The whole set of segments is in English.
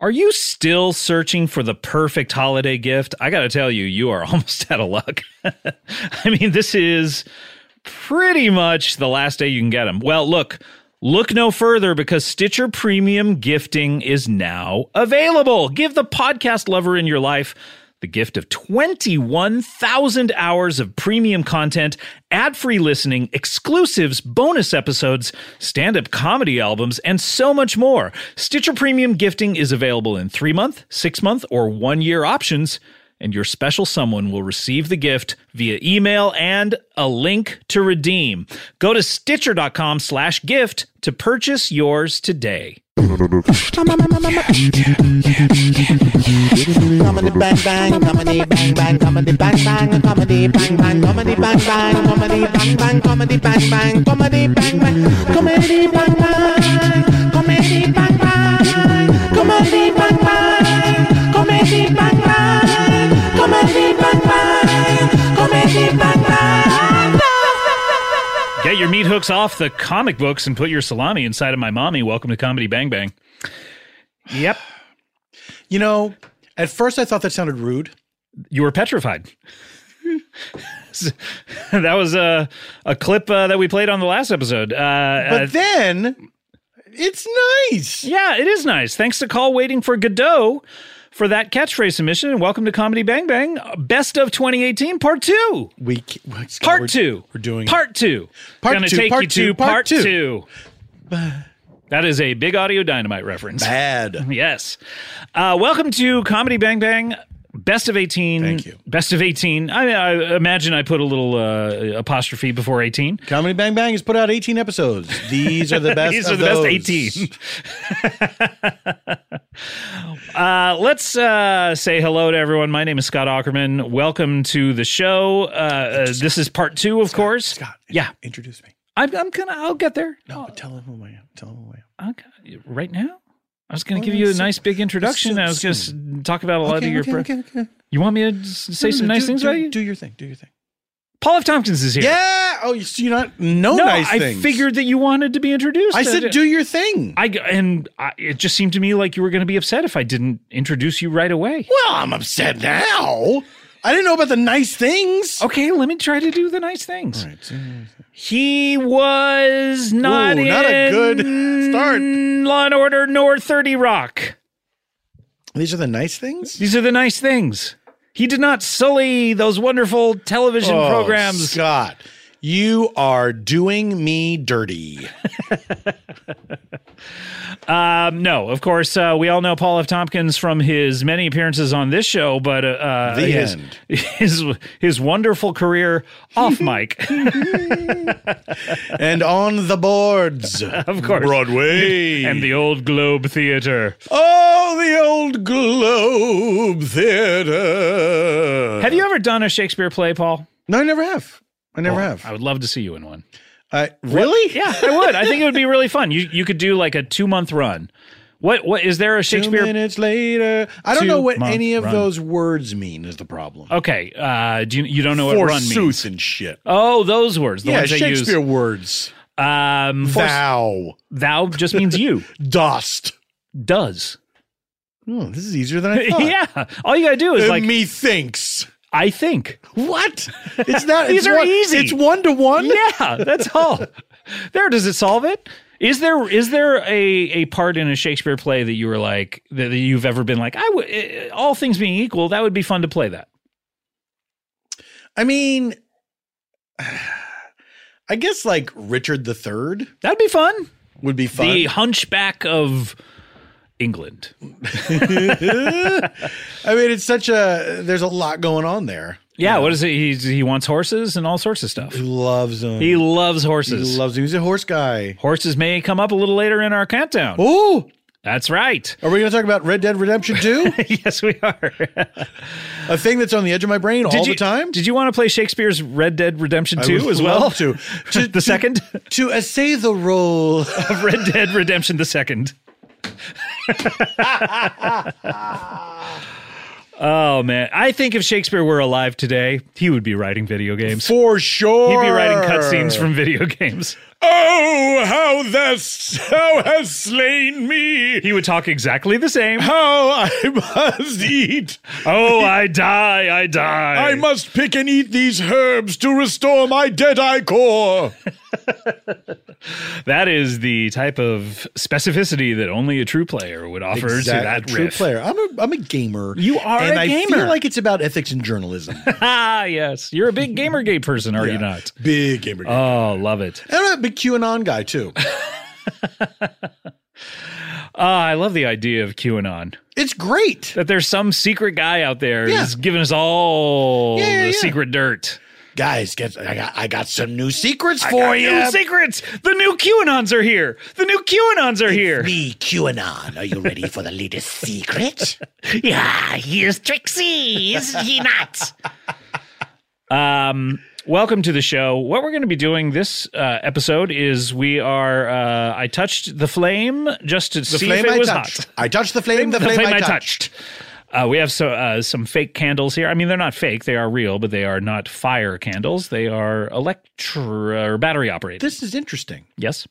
Are you still searching for the perfect holiday gift? I got to tell you, you are almost out of luck. I mean, this is pretty much the last day you can get them. Well, look, look no further because Stitcher Premium gifting is now available. Give the podcast lover in your life the gift of 21,000 hours of premium content, ad free listening, exclusives, bonus episodes, stand up comedy albums, and so much more. Stitcher Premium gifting is available in three month, six month, or one year options, and your special someone will receive the gift via email and a link to redeem. Go to stitcher.com slash gift to purchase yours today. Comedy bang bang, comedy bang bang, comedy bang bang, comedy bang bang, comedy bang bang, comedy bang bang, comedy bang bang, comedy bang bang, comedy bang bang, comedy bang bang, comedy bang bang, comedy bang bang, comedy bang bang, comedy bang bang. Get your meat hooks off the comic books and put your salami inside of my mommy. Welcome to Comedy Bang Bang. Yep. You know, at first I thought that sounded rude. You were petrified. that was a, a clip uh, that we played on the last episode. Uh, But uh, then it's nice. yeah, it is nice. Thanks to Call Waiting for Godot for that catchphrase submission. And welcome to Comedy Bang Bang, uh, Best of 2018, Part 2. We c- well, Scott, Part we're- 2. We're doing Part 2. Part Gonna two, take part you two, to part Part two. 2. That is a big audio dynamite reference. bad. Yes. Uh, welcome to Comedy Bang Bang. Best of 18. Thank you. Best of 18. I, I imagine I put a little uh, apostrophe before 18. Comedy Bang Bang has put out 18 episodes. These are the best. These of are the best those. 18. uh, let's uh, say hello to everyone. My name is Scott Ackerman. Welcome to the show. Uh, uh, this is part two, of course. Scott, Yeah. introduce me. I'm, I'm going to, I'll get there. No, but tell him who I am. Tell him who I am. Okay. Right now? I was going Well, to give you a let's- nice big introduction. let's- I was going to talk about a lot Okay, of your. okay, pro- okay, okay. You want me to s- say No, no, some no, nice do- things do, about you? Do your thing. Do your thing. Paul F. Tompkins is here. Yeah. Oh, you- so you're not no, no, nice I things. figured that you wanted to be introduced. I said, do your thing. I and I, it just seemed to me like you were going to be upset if I didn't introduce you right away. well, I'm upset now. I didn't know about the nice things. Okay, let me try to do the nice things. All right, so- He was not Ooh, in not a good start. Mm, Law and Order nor Thirty Rock. These are the nice things. These are the nice things. He did not sully those wonderful television Oh, programs. Scott, you are doing me dirty. Um, no, of course, uh, we all know Paul F. Tompkins from his many appearances on this show, but uh, uh, The his, end. his his wonderful career off mic. and on the boards. Of course. Broadway. and the old Globe Theater. Oh, the old Globe Theater. Have you ever done a Shakespeare play, Paul? Oh, No, I never have. I never have. I would love to see you in one. I, really? Yeah, I would. I think it would be really fun. You you could do like a two month run. What what is there a Two Shakespeare? minutes later. I don't Two know what month any of run. those words mean is the problem. Okay, uh, do you, you don't know what run Forsooth means? and shit. Oh, those words. The yeah, ones they use. Shakespeare words. Um, force- Thou. thou just means you Dost. does. Oh, this is easier than I thought. Yeah, all you gotta do is And like me thinks. I think. What? It's not. These it's are one, easy. It's one to one. Yeah, that's all. there, does it solve it? Is there is there a, a part in a Shakespeare play that you were like that, that you've ever been like I would eh, all things being equal that would be fun to play that I mean, I guess like Richard the Third that'd be fun would be fun. the Hunchback of England I mean, it's such a. There's a lot going on there. yeah what is it He's, he wants horses and all sorts of stuff He loves him. he loves horses loves him. He's a horse guy. horses may come up a little later in our countdown Oh, that's right are we going to talk about Red Dead Redemption 2? yes we are a thing that's on the edge of my brain all you, the time. did you want to play Shakespeare's Red Dead Redemption I two would as well love To, to the second. to essay the role. of Red Dead Redemption the second. oh man, I think if Shakespeare were alive today, he would be writing video games. For sure. He'd be writing cutscenes from video games. Oh, how thou thou hast slain me! He would talk exactly the same. How I must eat! Oh, I die, I die. I must pick and eat these herbs to restore my dead eye core. that is the type of specificity that only a true player would offer to that true riff. player. I'm a I'm a gamer. You are and a I gamer. feel like it's about ethics and journalism. Ah, yes. You're a big Gamergate person, are you not? Big gamer. gamer. Oh, love it. and I'm a big QAnon guy too. Ah, I love the idea of QAnon. It's great. That there's some secret guy out there Yeah. who's giving us all Yeah, yeah, the yeah. secret dirt. Guys, guess I got I got some new secrets for Got you. new secrets. The new QAnons are here. The new QAnons are here. Me QAnon. Are you ready for the latest secret? Yeah, here's Trixie, is he not? um, welcome to the show. What we're going to be doing this uh, episode is we are. Uh, I touched the flame just to see if it I was touched. hot. I touched the flame. The, The flame, I touched. Uh, we have so, uh, some fake candles here. I mean, they're not fake; they are real, but they are not fire candles. They are electro or battery operated. This is interesting. yes,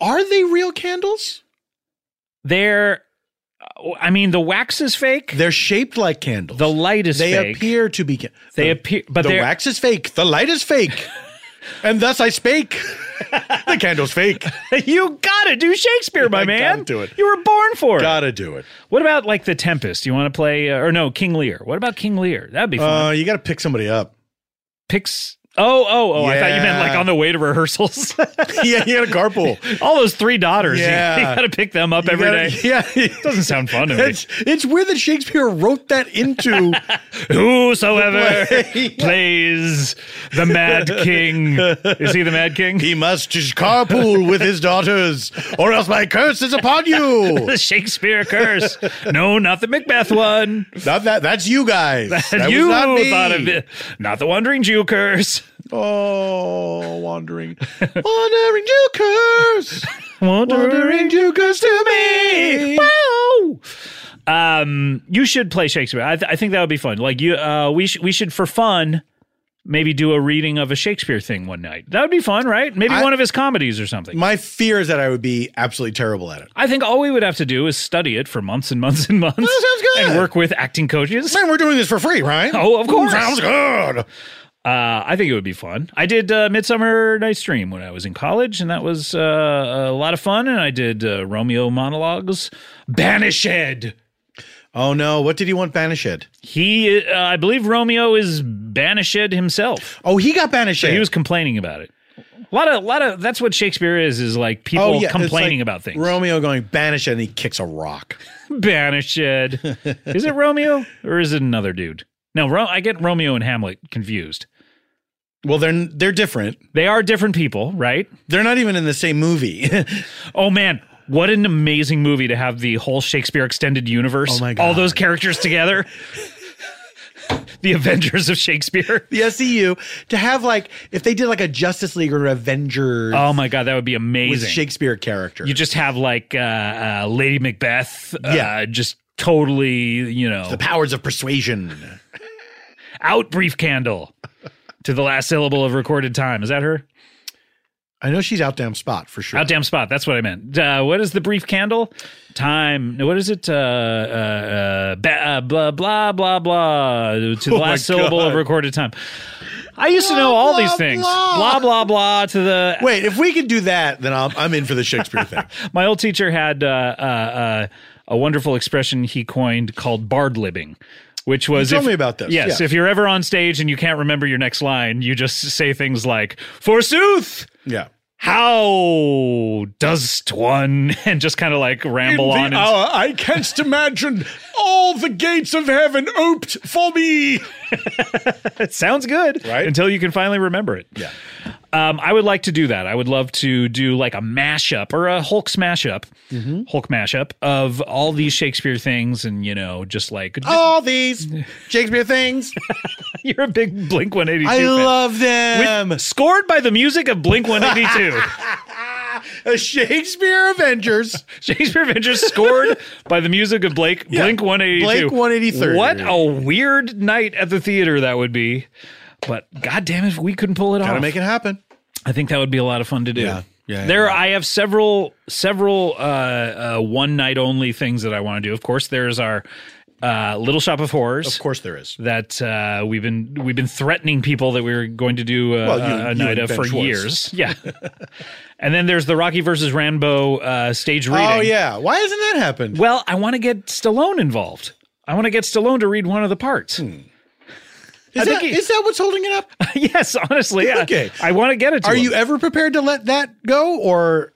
Are they real candles? they're. I mean, the wax is fake. They're shaped like candles. the light is they fake. appear to be. Ca- they the, appear, but the they're wax is fake. The light is fake. and thus I spake. the candle's fake. you gotta do Shakespeare, my I gotta man. do it. You were born for it. Gotta do it. What about like the Tempest? You want to play, uh, or no, King Lear? What about King Lear? That'd be fun. Uh, you gotta pick somebody up. Picks. Oh, oh, oh! I thought you meant like Yeah. on the way to rehearsals. yeah, you gotta carpool. All those three daughters, you- Yeah. you, gotta pick them up You every day. gotta- Yeah. Doesn't sound fun to me. It's, it's weird that Shakespeare wrote that into Whosoever Play. plays the Mad King, is he the Mad King? he must just carpool with his daughters, or else my curse is upon you. the Shakespeare curse. no, not the Macbeth one. Not that that's you guys. That you was not me. thought of it. Not the Wandering Jew curse. Oh, wandering, wandering Jew curse, Wandering wandering Jew curse to me. Wow. Um, you should play Shakespeare. I, th- I think that would be fun. Like you, uh, we sh- we should for fun, maybe do a reading of a Shakespeare thing one night. That would be fun, right? Maybe I- one of his comedies or something. My fear is that I would be absolutely terrible at it. I think all we would have to do is study it for months and months and months. sounds good. And work with acting coaches. Uh, Man, we're doing this for free, right? Oh, of course. Uh, Sounds good. I think it would be fun. I did uh, Midsummer Night's Dream when I was in college, and that was uh, a lot of fun. And I did uh, Romeo monologues. Banished. Oh no, what did he want banished? He, uh, I believe Romeo is banished himself. Oh, he got banished. He was complaining about it. A lot of, lot of. That's what Shakespeare is: is like people oh, yeah, it's complaining like about things. Romeo going banished, and he kicks a rock. banished. is it Romeo or is it another dude? No, Ro- I get Romeo and Hamlet confused. Well, they're they're different. They are different people, right? They're not even in the same movie. Oh man, what an amazing movie to have the whole Shakespeare extended universe, Oh, my all God. those characters together. the Avengers of Shakespeare. the SCU to have like if they did like a Justice League or Avengers Oh my god, that would be with amazing. Shakespeare character. you just have like uh, uh lady macbeth uh, Yeah. just totally you know the powers of persuasion. out brief candle to the last syllable of recorded time is that her I know she's out damn spot for sure. out damn spot that's what i meant uh, what is the brief candle time what is it uh uh, uh, ba- uh blah blah blah blah to the Oh my last syllable of God. recorded time i used to know all Blah, these blah, things blah. blah blah blah to the Wait, if we could do that, then I'm, I'm in for the Shakespeare thing. My old teacher had uh, uh, uh, a wonderful expression he coined called bard libbing, which was told if- me about this, Yes, yeah. if you're ever on stage and you can't remember your next line, you just say things like "Forsooth." Yeah. How does one and just kind of like ramble on? And, I canst imagine all the gates of heaven oped for me. it sounds good, Right? Until you can finally remember it. Yeah. Um, I would like to do that. I would love to do like a mashup or a Hulk smash up, Mm-hmm. Hulk mashup of all these Shakespeare things, and you know, just like All these Shakespeare things. You're a big Blink 182 I fan. love them. With- scored by the music of Blink 182. a Shakespeare Avengers. Shakespeare Avengers scored by the music of Blake Blink 182. Blink 183. What a weird night at the theater that would be. But god damn it, if we couldn't pull it Gotta off. make it happen. I think that would be a lot of fun to do. Yeah. Yeah, yeah, there, yeah. I have several several uh, uh, one night only things that I want to do. Of course, there's our uh, Little Shop of Horrors. Of course, there is. That uh, we've been we've been threatening people that we were going to do uh, Well, you- a you night of and Ben for Schwartz. years. Yeah. and then there's the Rocky versus Rambo uh, stage reading. Oh yeah, why hasn't that happened? Well, I want to get Stallone involved. I want to get Stallone to read one of the parts. Hmm. Is think that, he- is that what's holding it up? yes, honestly. Yeah. Okay. I want to get it. To Are him. you ever prepared to let that go, or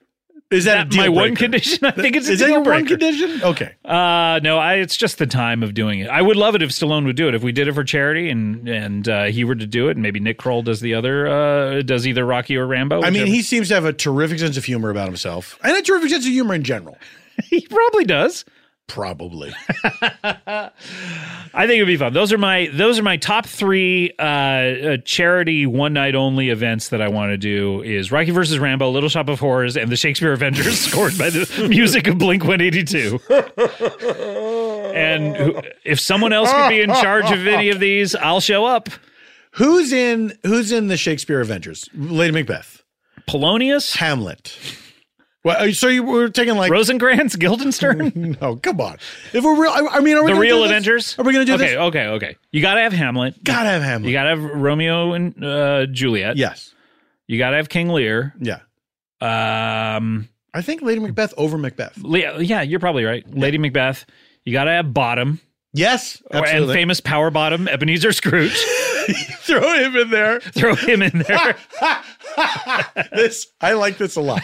is that, a my deal one breaker? condition? I think it's a Is that deal your one breaker. condition? Okay. Uh, no, I, it's just the time of doing it. I would love it if Stallone would do it. If we did it for charity and and uh, he were to do it, and maybe Nick Kroll does the other, uh, does either Rocky or Rambo. I mean, whichever- he seems to have a terrific sense of humor about himself and a terrific sense of humor in general. he probably does. Probably. I think it'd be fun. Those are my those are my top three uh, uh, charity one night only events that I want to do is Rocky versus Rambo, Little Shop of Horrors, and the Shakespeare Avengers scored by the music of Blink One Eighty Two. and who, if someone else could be in charge of any of these, I'll show up. who's in Who's in the Shakespeare Avengers? Lady Macbeth, Polonius, Hamlet. Well, uh, so you were taking like Rosencrantz, Guildenstern, no, come on. If we're real, I, I mean, are we the gonna do real this? Avengers. Are we going to do okay, oh. this? Okay, okay, You gotta have Hamlet. Gotta have Hamlet. You gotta have Romeo and uh, Juliet. yes. You gotta have King Lear. Yeah. Um, I think Lady Macbeth over Macbeth. Le- yeah, you're probably right. Lady Macbeth. You gotta have Bottom Yes, and absolutely. famous Power Bottom, Ebenezer Scrooge. Throw him in there. Throw him in there. this I like this a lot.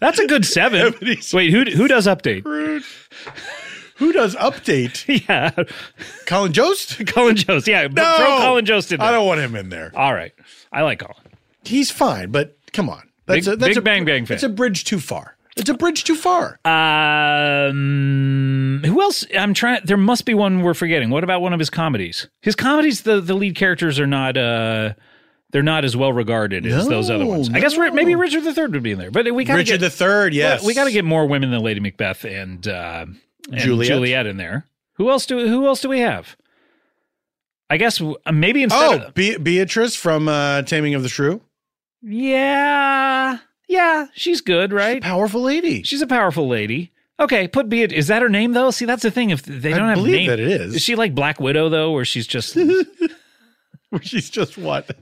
That's a good seven. Ebenezer Wait, who who does update? Who does update? Yeah, Colin Jost? Colin Jost. Yeah, No, throw Colin Jost in there. I don't want him in there. All right, I like Colin. He's fine, but come on. That's Big- a, that's big a, Bang Bang fan. It's a bridge too far. It's a bridge too far. Um, who else? I'm trying. There must be one we're forgetting. What about one of his comedies? His comedies, the the lead characters are not. uh they're not as well regarded as those other ones. I guess ri- maybe Richard III would be in there, but we gotta Richard get, the Third, yes. we got to get more women than Lady Macbeth and, uh, and Juliet. Juliet. in there. Who else do Who else do we have? I guess w- uh, maybe instead. Oh, of, Be- Beatrice from uh, Taming of the Shrew. yeah, yeah, she's good, right? Powerful lady. She's a powerful lady. Okay, put be it. Is that her name though? See, that's the thing. If they don't have a believe name, that it is. Is she like Black Widow though, or she's just She's just what?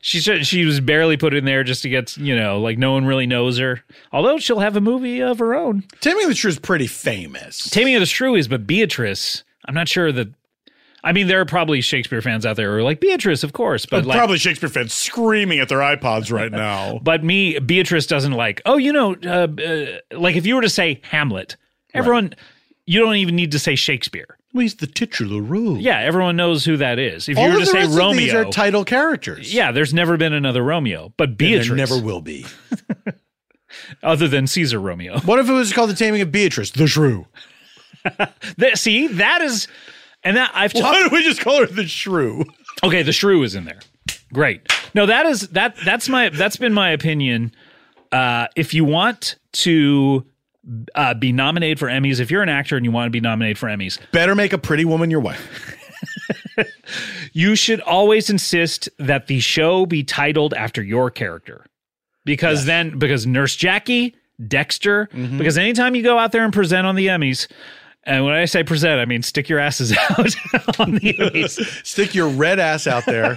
she's just, she was barely put in there just to get you know like no one really knows her. Although she'll have a movie of her own. Taming of the Shrew is pretty famous. Taming of the Shrew is, but Beatrice. I'm not sure that. I mean, there are probably Shakespeare fans out there who are like Beatrice, of course, but like. Probably Shakespeare fans screaming at their iPods right now. but me, Beatrice doesn't like. Oh, you know, uh, uh, like if you were to say Hamlet, everyone, you don't even need to say Shakespeare. Well, he's the titular role. Yeah, everyone knows who that is. If you were All to of the say rest Romeo, of these are title characters. yeah, there's never been another Romeo, but And Beatrice, there never will be. other than Caesar Romeo. What if it was called the Taming of Beatrice, the Shrew? That- see, that is, and that I've talked. Why don't we just call her the Shrew? Okay, the shrew is in there. Great. No, that is that that's my that's been my opinion. Uh, if you want to uh, be nominated for Emmys, if you're an actor and you want to be nominated for Emmys, Better make a pretty woman your wife. you should always insist that the show be titled after your character. Because then because Nurse Jackie, Dexter, Mm-hmm. because anytime you go out there and present on the Emmys, and when I say present, I mean stick your asses out on the Emmys. Stick your red ass out there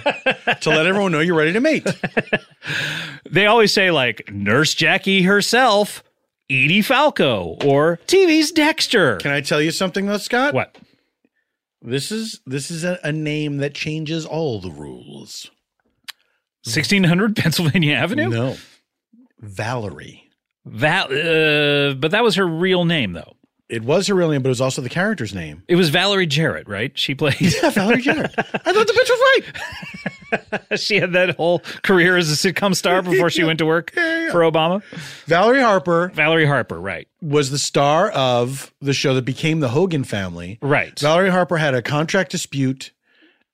to let everyone know you're ready to mate. they always say like Nurse Jackie herself, Edie Falco, or TV's Dexter. Can I tell you something though, Scott? what? This is this is a, a name that changes all the rules. Sixteen hundred Pennsylvania Avenue. No. Valerie. That, uh, but that was her real name though. It was her real name, but it was also the character's name. It was Valerie Jarrett, right? She played. Yeah, Valerie Jarrett. I thought the bitch was right. she had that whole career as a sitcom star before she went to work for Obama. Valerie Harper Valerie Harper, right? was the star of the show that became the Hogan family. Right. Valerie Harper had a contract dispute,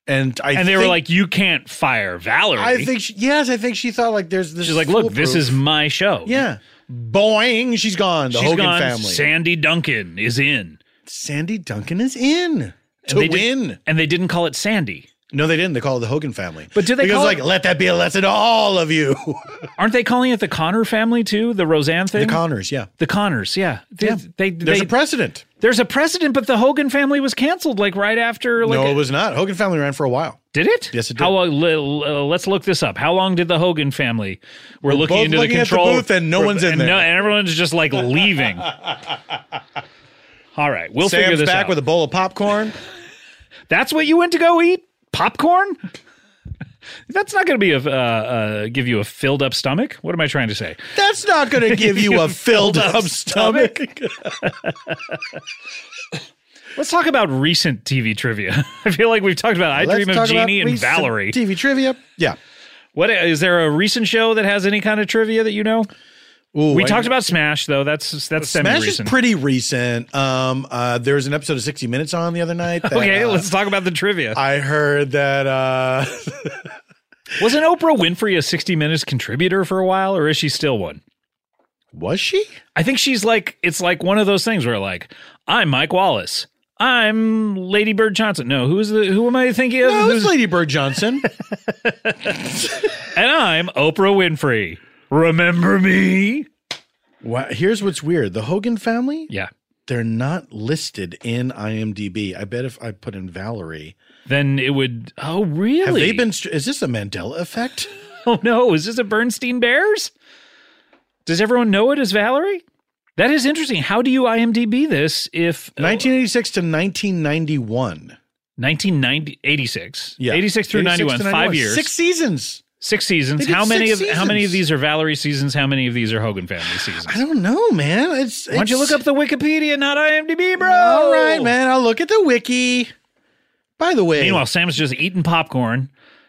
and I and they were think- like, "You can't fire Valerie." I think she, yes, I think she thought like there's this. she's like, "Look, this foolproof." is my show." yeah, boing. She's gone. The She's Hogan gone. family. Sandy Duncan is in. Sandy Duncan is in to they did- win. and they didn't call it Sandy. No, they didn't. They call it the Hogan family. But do they Because call like, it- let that be a lesson to all of you. Aren't they calling it the Connor family too? The Roseanne thing? the Connors, yeah. The Connors, yeah. They, Yeah. They, There's they- a precedent. there's a precedent, but the Hogan family was canceled like right after. Like, no, it was not. Hogan family ran for a while. Did it? Yes, it did. How long? li- uh, let's look this up. How long did the Hogan family? We're, looking both into looking the at the control booth and no we're- one's in and there. and everyone's just like leaving. All right, we'll figure Sam's this back out. with a bowl of popcorn. That's what you went to go eat? Popcorn? That's not going to be a uh, uh, give you a filled up stomach. What am I trying to say? That's not going to give you a filled up stomach. Let's talk about recent TV trivia. I feel like we've talked about I Let's Dream of talk about Jeannie and recent Valerie. TV trivia. Yeah. What is there a recent show that has any kind of trivia that you know? Ooh, We I- talked about Smash though. That's that's semi Smash is recent. pretty recent. Um, uh, there was an episode of 60 Minutes on the other night. That, Okay, uh, let's talk about the trivia. I heard that uh, Wasn't Oprah Winfrey a 60 Minutes contributor for a while, or is she still one? was she? I think she's like it's like one of those things where like I'm Mike Wallace, I'm Lady Bird Johnson. No, who's the who am I thinking of? No, it was Who's- Lady Bird Johnson. and I'm Oprah Winfrey. Remember me? Wow, here's what's weird: the Hogan family, Yeah. they're not listed in IMDb. I bet if I put in Valerie, Then it would. Oh, really? have they been? str- Is this a Mandela effect? Oh no! Is this a Bernstein Bears? Does everyone know it as Valerie? That is interesting. How do you IMDb this if uh, 1986 to 1991. 1986, Yeah, 86 through 86 to 91, five years, six seasons. six seasons. They did How many of six how many of seasons. these are Valerie seasons? How many of these are Hogan family seasons? I don't know, man. It's, Why don't you it's- look up the Wikipedia, not IMDb, bro? All right, man. I'll look at the wiki. By the way, Meanwhile, Sam's just eating popcorn,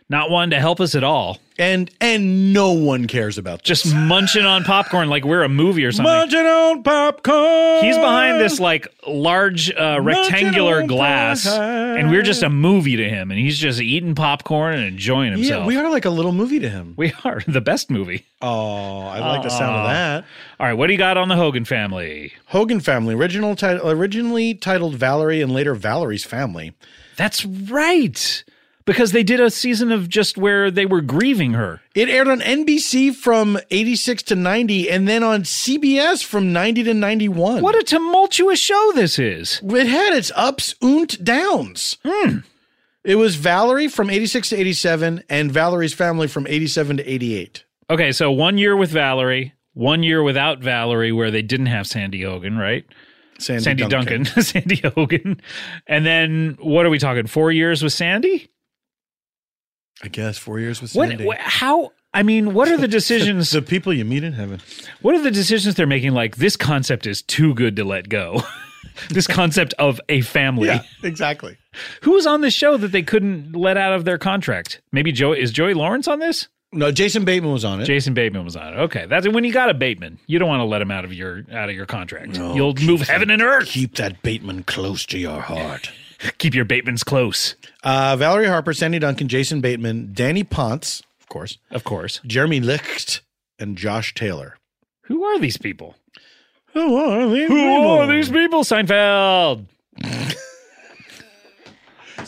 not one to help us at all, and and no one cares about this. just munching on popcorn like we're a movie or something. munching on popcorn. He's behind this like large uh, rectangular on glass, popcorn. and we're just a movie to him, and he's just eating popcorn and enjoying himself. Yeah, we are like a little movie to him. We are the best movie. Oh, I like the sound of that. All right, what do you got on the Hogan family? Hogan family, original title, originally titled Valerie and later Valerie's family. That's right. Because they did a season of just where they were grieving her. It aired on NBC from 86 to 90 and then on CBS from 90 to 91. What a tumultuous show this is. Hmm. it had its ups and downs. It was Valerie from 86 to 87 and Valerie's family from 87 to 88. Okay, so one year with Valerie, one year without Valerie, where they didn't have Sandy Hogan, right? Sandy, Sandy Duncan, Sandy Hogan. And then what are we talking? Four years with Sandy? I guess 4 years with What, Sandy. what how I mean, what are the decisions the people you meet in heaven. what are the decisions they're making like this concept is too good to let go? this concept of a family. exactly. Who was on this show that they couldn't let out of their contract? Maybe Joey is Joey Lawrence on this? No, Jason Bateman was on it. Jason Bateman was on it. Okay, that's when you got a Bateman. You don't want to let him out of your out of your contract. You'll move heaven and earth. Oh, Keep that Bateman close to your heart. Keep your Batemans close, Uh, Valerie Harper, Sandy Duncan, Jason Bateman, Danny Ponce, of course, of course. Jeremy Licht, and Josh Taylor. Who are these people? Who are these? Who are these people? Seinfeld.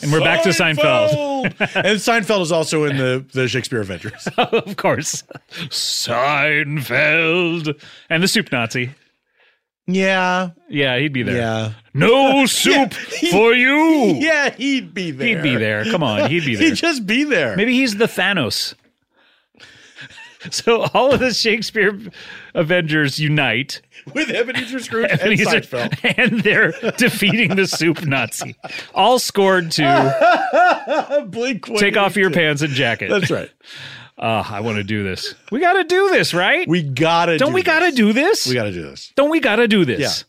and we're back to Seinfeld, and Seinfeld is also in the, the Shakespeare Adventures. of course. Seinfeld and the soup Nazi. yeah, Yeah, he'd be there. yeah, No soup for you. yeah. He'd be there. He'd be there. Come on, he'd be there. He'd just be there. Maybe he's the Thanos. So all of the Shakespeare Avengers unite, with Ebenezer Scrooge and Ebenezer- Seinfeld. and they're defeating the soup Nazi. All scored to Blink take off your 182. pants and jacket. That's right. Uh, I want to do this. We got to do this, right? We gotta. Don't do we got to this. do this? We gotta do this. Don't we got to do this?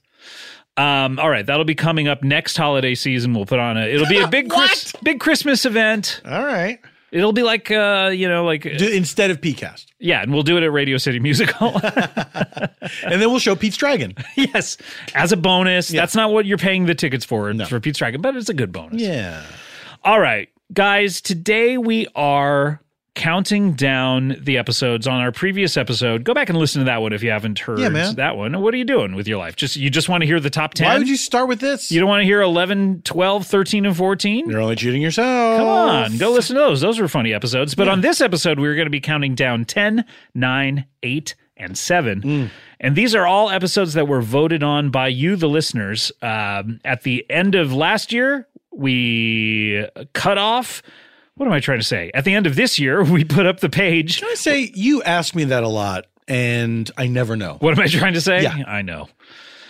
Um, all right, that'll be coming up next holiday season. We'll put on a. It'll be a big, Chris, big Christmas event. All right. It'll be like, uh, you know, like Do, instead of PCast, yeah, and we'll do it at Radio City Music Hall. and then we'll show Pete's Dragon. Yes, as a bonus. That's not what you're paying the tickets for No. for Pete's Dragon, but it's a good bonus. Yeah. All right, guys, today we are counting down the episodes on our previous episode. Go back and listen to that one if you haven't heard Yeah, man. that one. What are you doing with your life? Just you just want to hear the top 10? Why would you start with this? You don't want to hear 11, 12, 13 and 14? You're only cheating yourself. Come on, Oh. go listen to those. Those were funny episodes. But on this episode, we were going to be counting down 10, 9, 8, and 7. Mm. And these are all episodes that were voted on by you, the listeners. Um, at the end of last year, we cut off. What am I trying to say? At the end of this year, we put up the page. I say you ask me that a lot, and I never know. What am I trying to say? Yeah. I know.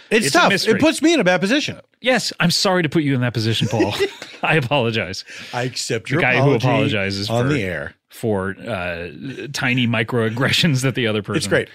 It's, It's a tough. mystery. It puts me in a bad position. Yes, I'm sorry to put you in that position, Paul. I apologize. I accept your guy who apology apologizes on for- the air. for uh, tiny microaggressions that the other person. Um, It's great.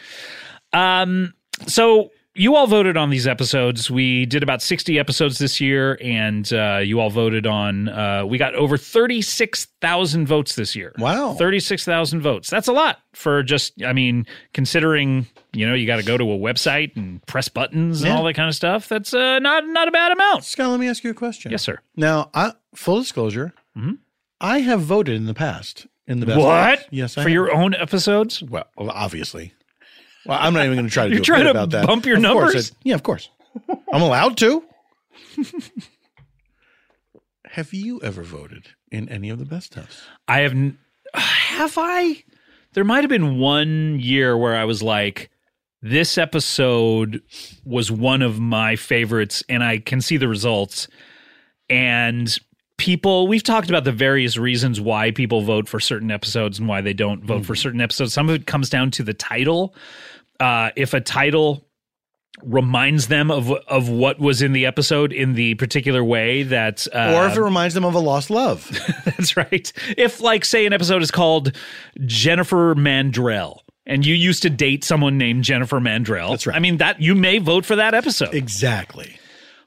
So you all voted on these episodes. We did about sixty episodes this year, and uh, you all voted on. Uh, we got over thirty six thousand votes this year. Wow. thirty six thousand votes. That's a lot for just. I mean, considering you know you got to go to a website and press buttons and Yeah. all that kind of stuff. That's uh, not not a bad amount. Scott, let me ask you a question. Yes, sir. Now, I, full disclosure, I have voted in the past in the best. Mm-hmm. What? Yes, I for have. your own episodes. Well, obviously. Well, I'm not even going to try to. You're do a trying bit to about that. bump your Of course, numbers? I- yeah, of course. I'm allowed to. have you ever voted in any of the best ofs? I have. n- Have I? There might have been one year where I was like, this episode was one of my favorites, and I can see the results. And people, we've talked about the various reasons why people vote for certain episodes and why they don't vote Mm. for certain episodes. Some of it comes down to the title. Uh, if a title reminds them of of what was in the episode in the particular way that uh, Or if it reminds them of a lost love. that's right. If, like, say, an episode is called Jennifer Mandrell, and you used to date someone named Jennifer Mandrell, That's right. I mean, that you may vote for that episode, exactly.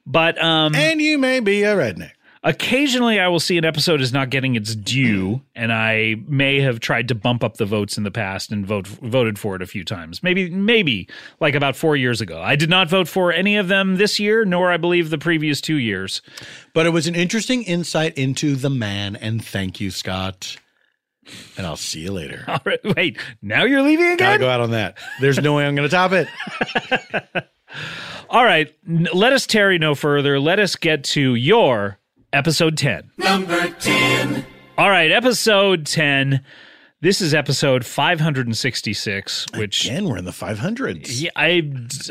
but um, And you may be a redneck. occasionally I will see an episode is not getting its due, and I may have tried to bump up the votes in the past and vote voted for it a few times. Maybe, maybe like about four years ago. I did not vote for any of them this year, nor I believe the previous two years. But it was an interesting insight into the man. And thank you, Scott. And I'll see you later. All right, wait, now you're leaving again? Gotta go out on that. There's no way I'm going to top it. All right, n- let us tarry no further. Let us get to your episode 10. Number 10. All right, episode 10. This is episode 566, which Again, we're in the 500s. yeah, I,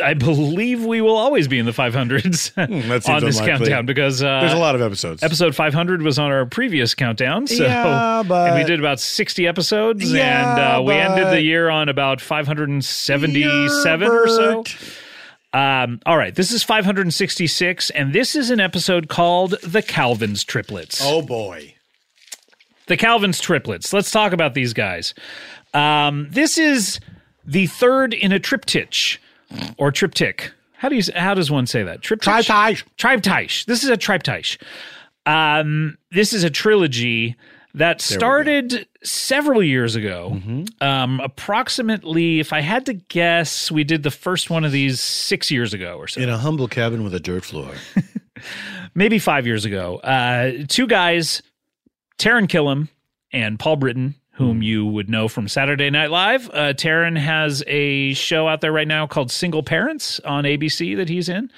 I believe we will always be in the 500s Hmm, that seems on this unlikely. countdown because uh, There's a lot of episodes. episode 500 was on our previous countdown. So Yeah, but- and we did about 60 episodes Yeah, and uh, we ended the but- year on about 577 or so. Yurt. Um, all right, this is 566, and this is an episode called The Calvin's Triplets. Oh, boy. The Calvin's Triplets. Let's talk about these guys. Um, this is the third in a triptych or triptych. How do you s- how does one say that? Triptych. Triptych. Triptych. This is a triptych. Um, this is a trilogy that started several years ago. Mm-hmm. Um, approximately, if I had to guess, we did the first one of these six years ago or so In a humble cabin with a dirt floor. maybe five years ago. Uh, two guys, Taryn Killam and Paul Britton, Hmm. whom you would know from Saturday Night Live. Uh, Taryn has a show out there right now called Single Parents on ABC that he's in.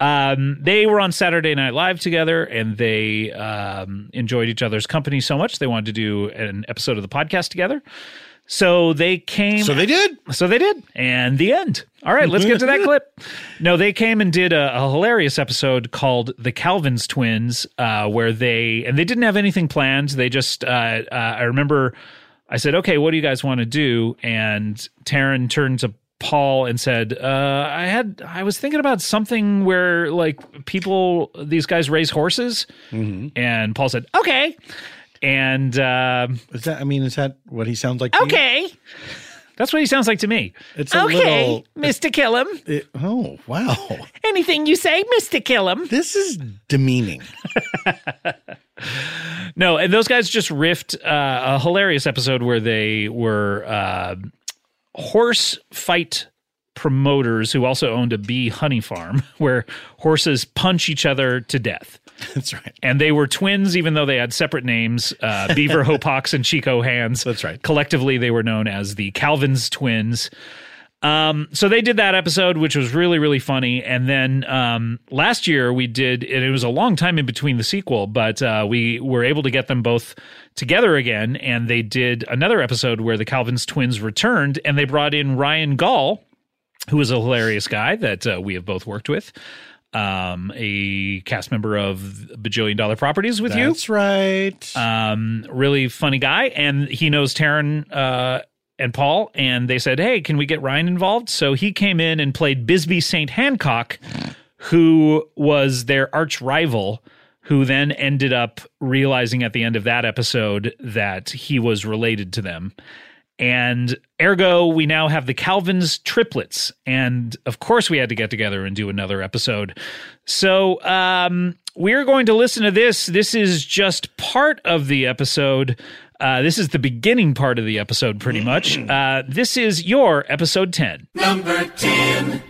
Um, they were on Saturday Night Live together, and they um, enjoyed each other's company so much they wanted to do an episode of the podcast together. So they came. So they did. So they did. And the end. All right, let's get to that clip. No, they came and did a, a hilarious episode called The Calvin's Twins, uh, where they, and they didn't have anything planned. They just, uh, uh, I remember I said, okay, what do you guys want to do? And Taryn turned to Paul and said, uh, I had, I was thinking about something where like people, these guys raise horses. Mm-hmm. And Paul said, okay. And, um, Is that? I mean, is that what he sounds like? to you? Okay. That's what he sounds like to me. It's a little- Mr. Killam. It- oh wow, Anything you say, Mr. Killam. this is demeaning. No, and those guys just riffed uh, a hilarious episode where they were uh, horse fight promoters who also owned a bee honey farm where horses punch each other to death. That's right. And they were twins, even though they had separate names uh, Beaver Hopox and Chico Hands. That's right. Collectively, they were known as the Calvin's twins. Um, so they did that episode, which was really, really funny. And then um, last year we did, and it was a long time in between the sequel, but uh, we were able to get them both together again. And they did another episode where the Calvin's twins returned and they brought in Ryan Gall, who is a hilarious guy that uh, we have both worked with, um, a cast member of Bajillion Dollar Properties with you That's right. um, really funny guy, and he knows Taryn uh, and Paul, and they said, "Hey, can we get Ryan involved?" So he came in and played Bisbee St. Hancock, who was their arch rival, who then ended up realizing at the end of that episode that he was related to them. And ergo, we now have the Calvin's triplets. And of course, we had to get together and do another episode. So um, we're going to listen to this. This is just part of the episode. Uh, this is the beginning part of the episode, pretty much. Uh, this is your episode 10. Number 10.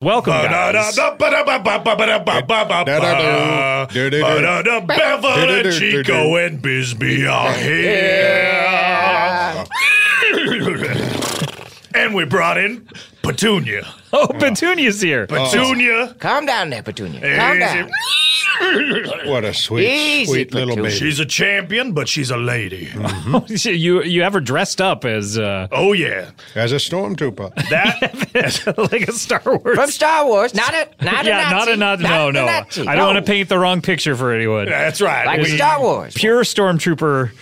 Welcome, guys. Bevel and Chico and Bisbee are here. And we brought in Petunia. Oh, Petunia's here. Petunia. Calm down there, Petunia. Calm down. What a sweet, Easy, sweet little Petunia. baby. She's a champion, but she's a lady. Mm. you you ever dressed up as uh, Mm-hmm. Oh, yeah. As a stormtrooper. That like a Star Wars? From Star Wars, not a not a yeah, Nazi, not a Nazi. No, no. Nazi. I don't want to paint the wrong picture for anyone. That's right. like We- in Star Wars. Pure stormtrooper,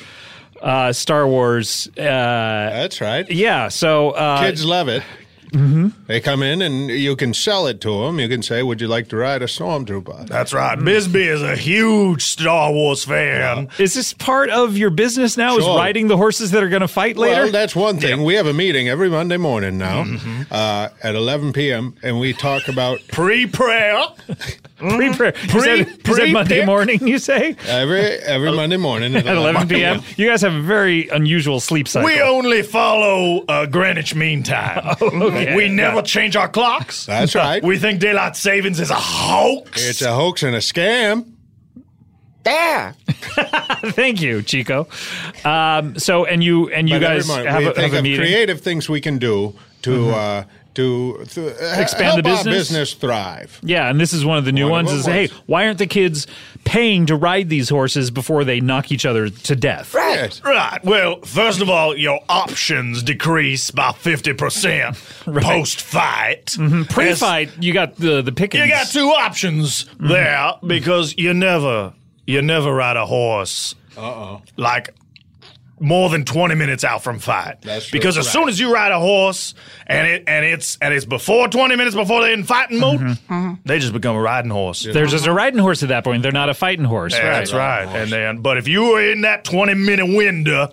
uh, Star Wars. Uh, That's right. yeah. So uh, Kids love it. They come in and you can sell it to them. You can say, "Would you like to ride a stormtrooper?" That's right. Bisbee is a huge Star Wars fan. is this part of your business now? Is Sure. riding the horses that are going to fight later? Mm-hmm. Well, that's one thing. We have a meeting every Monday morning now uh, at 11 p.m. and we talk about Mm-hmm. Pre prayer. pre pre. You said, you said pre- Monday pick? morning. You say every every Monday morning at at 11 p.m. You guys have a very unusual sleep cycle. We only follow uh, Greenwich Mean Time. Oh, We never change our clocks. That's right. We think daylight savings is a hoax. It's a hoax and a scam. There. Thank you, Chico. Um, so and you and you But every guys morning have we a, think have a of meeting. Mm-hmm. creative things we can do to uh, to th- Expand the help our business? business thrive. Yeah, and this is one of the new One of ones the is ones. hey, why aren't the kids paying to ride these horses before they knock each other to death? Right. Yes. Right. Well, first of all, your options decrease by 50% post fight. Mm-hmm. Pre-fight, you got the the pickings. Mm-hmm. You got two options there because you never you never ride a horse. Uh-oh. Like more than 20 minutes out from fight. That's true. because as soon as you ride a horse and it and it's and it's before 20 minutes before they're in fighting mode, Mm-hmm. they just become a riding horse. They're just a riding horse at that point. They're not a fighting horse. Yeah, That's right. And then, but if you were in that 20 minute window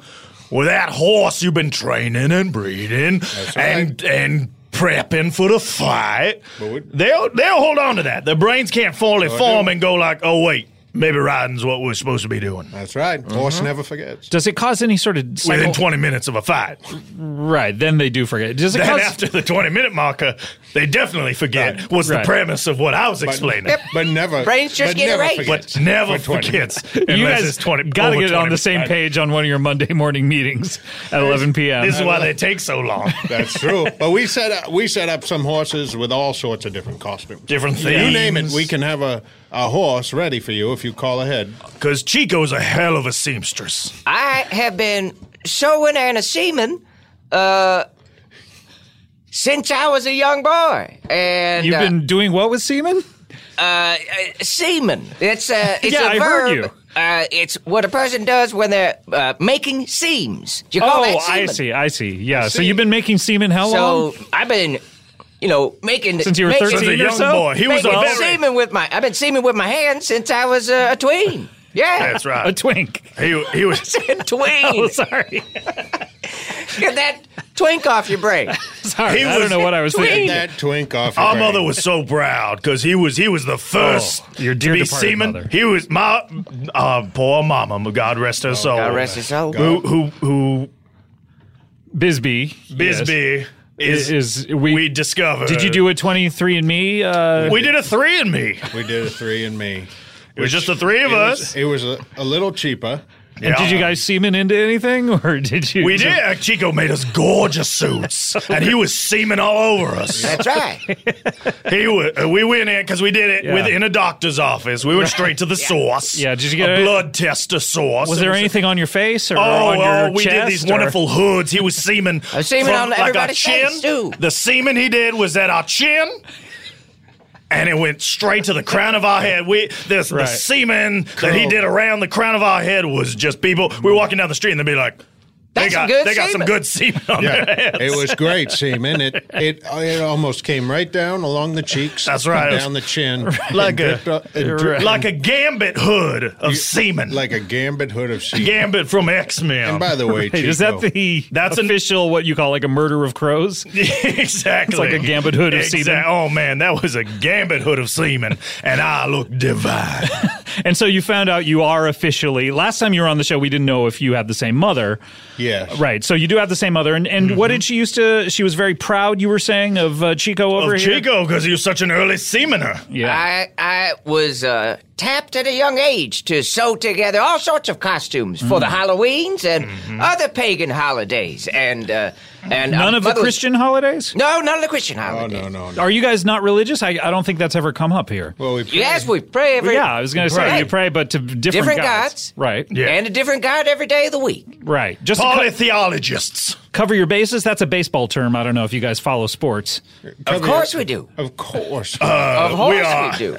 with that horse you've been training and breeding and, and prepping for the fight, But we- they'll, they'll hold on to that. Their brains can't fully Sure form do. and go like, oh, wait, maybe riding's what we're supposed to be doing. Mm-hmm. That's right. Horse never forgets. Does it cause any sort of psycho- Within 20 minutes of a fight. Right, then they do forget. Does it Then cause after the 20 minute marker, they definitely forget Right. what's Right. the premise of what I was explaining. But never. Brains just but get never erased. forgets. But never For 20 forgets. you unless guys it's 20, got to over get 20 on the same minutes. page on one of your Monday morning meetings at 11 p.m. This is why they take so long. That's true. But we set up we set up some horses with all sorts of different costumes. Different You name it, themes. we can have a, a horse ready for you if you call ahead. Because Chico's a hell of a seamstress. I have been sewing and a seaman uh, since I was a young boy. And You've uh, been doing what with semen? semen. It's a it's Yeah, a I verb. heard you. Uh, it's what a person does when they're uh, making seams. Do you call Oh, that semen? I see. I see. Yeah. So see. you've been making semen how long? So I've been, Oh you know, making Since you were making, 13 As a or young so? boy, he was a making very, semen with my. I've been semen with my hands since I was uh, a tween. Yeah, that's A right. twink. He, he was Oh, tween. sorry. Get that twink off your brain. Sorry, He I don't was know what I was thinking. That twink off. your our brain. mother was so proud because he was he was the first Oh, your dear to be departed seaman. mother. He was my uh, poor mama. God rest her soul. God rest his soul. Who who who Bisbee. yes. Bisbee is, is we, we discovered. did you do a 23 and me uh We did a three and me. We did a three and me. It was just the three of It was, us. it was a, a little cheaper. and did you Yeah. guys semen into anything or did you We did. Chico made us gorgeous suits, and he was seaming all over us. That's right. He was, we went in because we did it Yeah. within a doctor's office. We went straight to the source. Yeah, did you get a it? blood test of source? was there It anything on your face or Oh, on your oh, we chest did these or- wonderful hoods. He was semen. was semen from, on like, our everybody's chin. face, too. The semen he did was at our chin, and it went straight to the crown of our head. We this the Right. semen that he did around the crown of our head was just people. We were walking down the street and they'd be like, "They That's some got good they got some semen. good semen on their Yeah, heads." it was great semen. It it it almost came right down along the cheeks. That's right. and Down the chin, Like and a- dripped up- it dripped like a gambit hood of semen, like a gambit hood of semen. gambit from X Men. And by the way, Hey, Chico, is that the That's that's an- official what you call like a murder of crows? exactly. It's like a gambit hood of Exact- semen. Oh man, that was a gambit hood of semen, and I look divine. And so you found out you are officially. Last time you were on the show, we didn't know if you had the same mother. Yes. Mm-hmm. Right. So you do have the same mother. And and what did she used to? She was very proud. You were saying of uh, Chico over Of here. Chico, because he was such an early semener. Yeah. I I was uh, tapped at a young age to sew together all sorts of costumes for Mm-hmm. the Halloweens and other pagan holidays, and uh, and uh, None of the mother was- Christian holidays. No, none of the Christian Oh holidays. no no no. Are you guys not religious? I, I don't think that's ever come up here. Well, we Yes, we pray every yeah, I was going to say Right. you pray, but to different, Different gods. Right. Yeah. and a different god every day of the week. Right. Just to co- Polytheologists. cover your bases. That's a baseball term. I don't know if you guys follow sports. Of course we do. Of course. Uh, Of course we, are. do.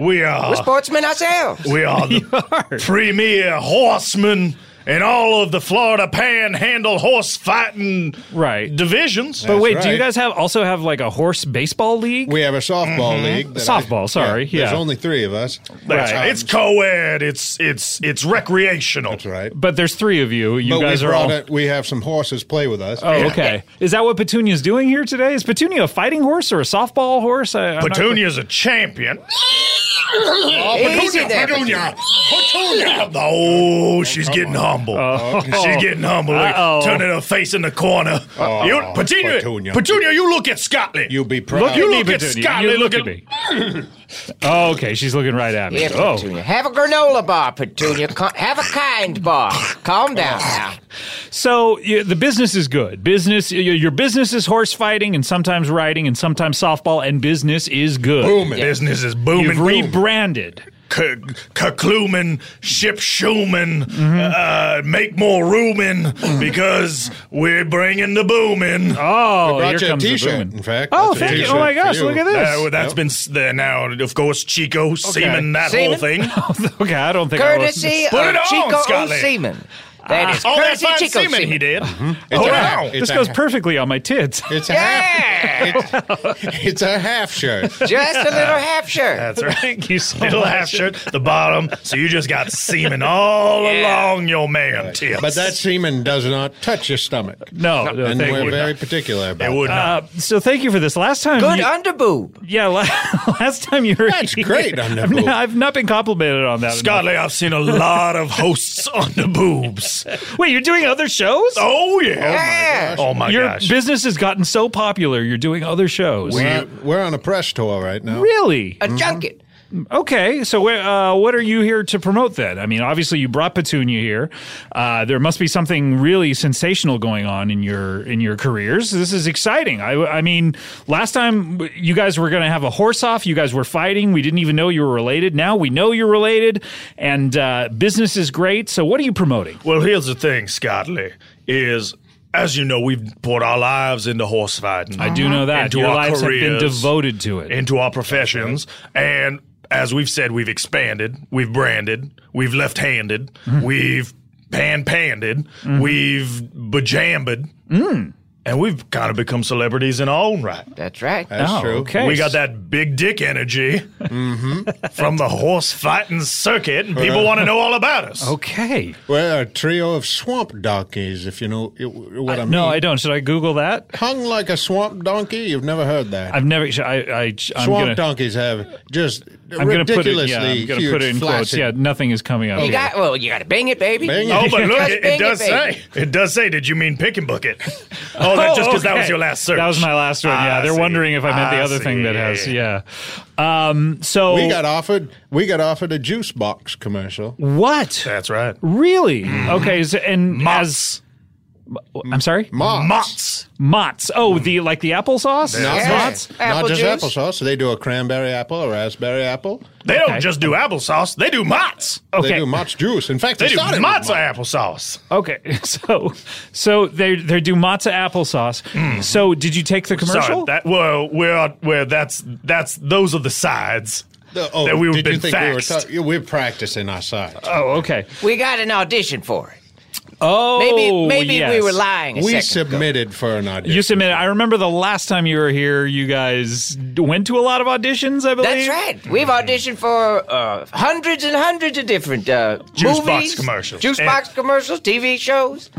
We are. Sportsmen ourselves. Oh. We are the premier horsemen in all of the Florida Panhandle horse fighting Right. divisions. But wait, do you right. guys have also have like a horse baseball league? we have a softball league. that I- Softball, sorry, There's yeah. only three of us. Mm-hmm. That's- right. It's co-ed. It's it's it's recreational. That's right. but there's three of you. You but guys we are brought all. it. We have some horses play with us. Oh, okay. Is that what Petunia's doing here today? Is Petunia a fighting horse or a softball horse? I, I'm not clear. Petunia's a champion. Oh, Oh, Easy there. Petunia, Petunia. Oh, she's getting humble. she's getting humble. Like, Oh. Uh-oh. turning her face in the corner. you, Petunia, Petunia, Oh, Petunia. you look at Scotland. You'll be proud. Look You at me, look at Petunia. Scotland, You look, look at me. oh, okay. She's looking right at me. Yeah, oh. Petunia. Have a granola bar, Petunia. Ca- Have a kind bar. Calm down now. So you, the business is good. Business, your, your business is horse fighting and sometimes riding and sometimes softball, and business is good. booming. Business is booming. You've rebranded. Kakluman, Ship Schuman, Mm-hmm. uh, make more roomin because we're bringing the boom in. Oh, Brought here you a comes the T-shirt. booming. In fact. Oh, That's a thank you. t-shirt Oh my for gosh, you. look at this. Uh, that's been s- there now. Of course, Chico semen that whole Semen? thing. okay, I don't think Courtesy Put of it on, Chico Scotland. Seaman. That is All that courtesy fine Chico semen, Seaman. he did. Mm-hmm. It's Oh, a- wow. it's I was. This a- goes perfectly on my tits. It's a half. Yeah, It's a half shirt. just a little half shirt. That's right. Thank you so Little much. half shirt, the bottom. So you just got semen all along your man tips. But that semen does not touch your stomach. No, no and thank we're you. very particular about it would not. Uh, so thank you for this. Last time, Good you- underboob. yeah, la- last time you were That's here- great on the I've, boob. not, I've not been complimented on that. enough. Scotty, I've seen a lot of hosts on the boobs. Wait, you're doing other shows? Oh yeah. Yeah. Oh my Your gosh. business has gotten so popular. You're doing other shows. We're, on, we're on a press tour right now. Really? Mm-hmm. A junket. Okay. So, where- uh, what are you here to promote then? I mean, obviously, you brought Petunia here. Uh, there must be something really sensational going on in your in your careers. This is exciting. I, I mean, last time w- you guys were going to have a horse off. You guys were fighting. We didn't even know you were related. Now we know you're related, and uh, business is great. So, what are you promoting? Well, here's the thing, Scotty, is as you know, we've poured our lives into horse fighting. I do know that Into your our lives have been careers. devoted to it. into our professions. And as we've said, we've expanded, we've branded, we've left handed, Mm. we've pan panded, Mm-hmm. we've bejambered, Mm. and we've kind of become celebrities in our own right. That's right. That's Oh, true. okay. We got that big dick energy Mm-hmm. from the horse fighting circuit, and people want to know all about us. Okay. Uh, We're a trio of swamp donkeys, if you know i- what I, mean. No, I don't. Should I Google that? Hung like a swamp donkey? You've never heard that. I've never. I. I I'm swamp gonna. donkeys have just I'm going to put it. ridiculously Yeah, I'm going to huge put it in quotes. flaccid. Yeah, nothing is coming up. You here. got well. You got to bang it, baby. Bang it. Oh, but look, it, Just bang it it, does baby. say. It does say. Did you mean pick and book it? Oh, that, just because that was okay. your last search. Ah, That was my last one. Yeah, I they're see. wondering if I meant the I other thing that has. see. Yeah. Um, so We got offered. We got offered a juice box commercial. what? That's right. Really? Mm-hmm. Okay. So, and as I'm sorry, Mott's. Mott's. Mott's. Oh, the like the applesauce. Not, Yeah. Mott's, Apple not just juice. applesauce. They do a cranberry apple, a raspberry apple. They don't just do applesauce. They do Mott's. They Okay. do Mott's juice. In fact, they, They do started with Mott's Mott's. applesauce. Okay. So, so they they do matzo applesauce. So, did you take the commercial? Mm. Sorry, that well, where where that's that's those are the sides. The- oh, that we would've did been you think we were, faxed. ta- yeah, we're practicing our sides. oh, okay. We got an audition for it. Oh, Maybe maybe we yes. were lying. A we second submitted for an audition. You submitted. I remember the last time you were here, you guys went to a lot of auditions. I believe That's right. We've auditioned for uh, hundreds and hundreds of different uh, Juice box movies, commercials. juice And- box commercials, TV shows.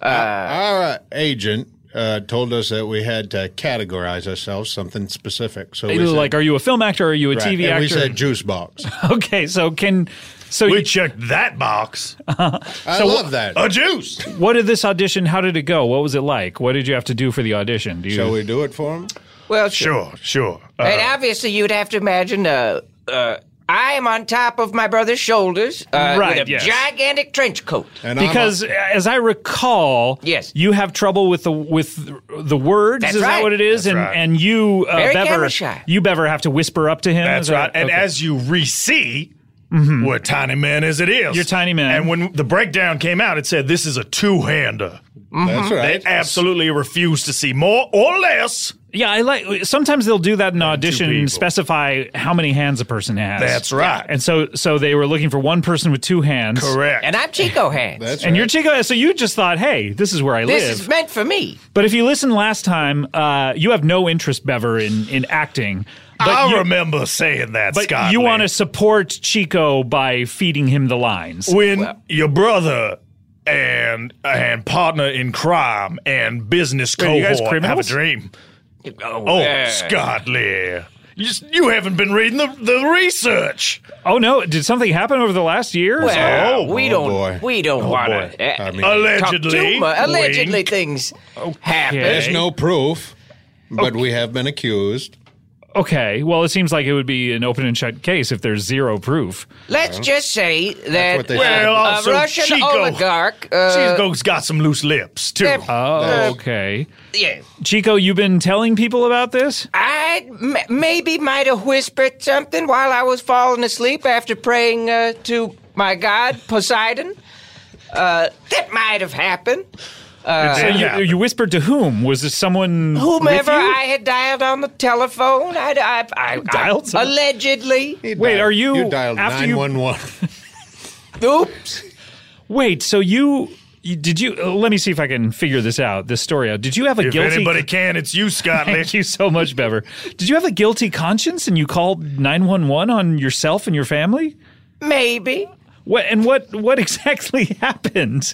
Our uh, agent uh, told us that we had to categorize ourselves something specific. So we They were like, are you a film actor? Or are you a right, TV and actor? we said juice box. okay, so can so We you- checked that box. I love that. A juice. what did this audition? How did it go? What was it like? What did you have to do for the audition? Do you? Shall we do it for him? Well, sure. Sure, sure. Uh, and obviously, you'd have to imagine. Uh, uh, I'm on top of my brother's shoulders uh, Right, with a yes. gigantic trench coat. And I'm a- because uh, as I recall, Yes. you have trouble with the with the words. That's is that right. what it is? and right. and you uh, Very Bever, camera shy. you Bever have to whisper up to him. that's is that- right. And okay. Mm-hmm. as you re-see, what tiny man as it is. You're tiny man. And when the breakdown came out, it said this is a two-hander. Mm-hmm. That's They right. absolutely refused to see more or less. yeah, I like. Sometimes they'll do that in audition, people. specify how many hands a person has. That's right. And so so they were looking for one person with two hands. Correct. And I'm Chico Hands. That's And right. your Chico, so you just thought, hey, this is where I this live. is meant for me. But if you listen last time, uh, you have no interest, Bever, in, in acting. But I you, remember saying that, but Scott. you Lee. want to support Chico by feeding him the lines. when your brother and and partner in crime and business Wait, you guys cohort have a criminals? dream. Oh, yeah. Scott Lee. You, s- you haven't been reading the, the research. Oh no! Did something happen over the last year? Well, Oh, we oh, don't. boy. We don't uh, want boy. to. I mean, Allegedly. Allegedly, Wink. things happen. There's no proof, but we have been accused. okay. Well, it seems like it would be an open and shut case if there's zero proof. Let's just say that what they a- said. Well, Oh, a also uh, Russian Chico. oligarch. Uh, Chico's got some loose lips, too. they're- Oh, okay. yeah, Chico, you've been telling people about this. I m- maybe might have whispered something while I was falling asleep after praying uh, to my god Poseidon. Uh, that might have happened. Uh, It did You, happen. you whispered to whom? Was this someone? Whomever with you? I had dialed on the telephone, I, I, I, I Dialed some- allegedly. Wait, are you- You dialed after you- nine one one. Oops. Wait. So you, you did you? uh, let me see if I can figure this out. This story out. Did you have a if guilty? anybody can, it's you, Scott Lee. Thank you so much, Bever. Did you have a guilty conscience and you called 911 on yourself and your family? Maybe. What and what what exactly happened?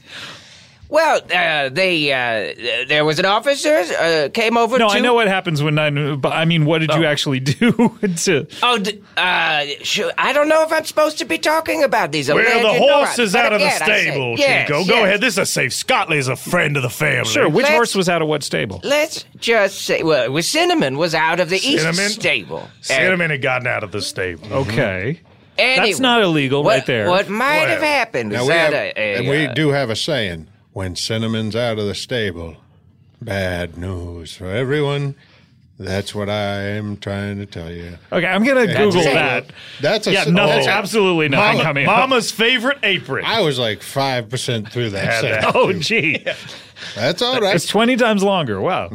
Well, uh, they uh, there was an officer uh, came over. No, to, I know what happens when nine but I mean what did you actually do to Oh, d- uh, sh- I don't know if I'm supposed to be talking about these. Where the alleged horse neurons, is but out of the again, I say, stable, yes, Chico. Go yes. ahead. This is a safe. Scott Lee's a friend of the family. Sure, which Let's- horse was out of what stable? Let's just say, well, it was Cinnamon was out of the Cinnamon? East Stable. Cinnamon had gotten out of the stable. Mm-hmm. Okay. And That's anyway, not illegal what, right there. What might Well, have happened Now is we that have, a, a, and we uh, do have a saying: when cinnamon's out of the stable, bad news for everyone. That's what I'm trying to tell you. Okay, I'm going to Google That's a- that. That's a Yeah, s- oh. nothing, that's a- absolutely nothing Mama- coming up. Mama's favorite apron. I was like five percent through that. Had sentence. that. Oh gee. That's all right. Mm-hmm. It's 20 times longer. Wow.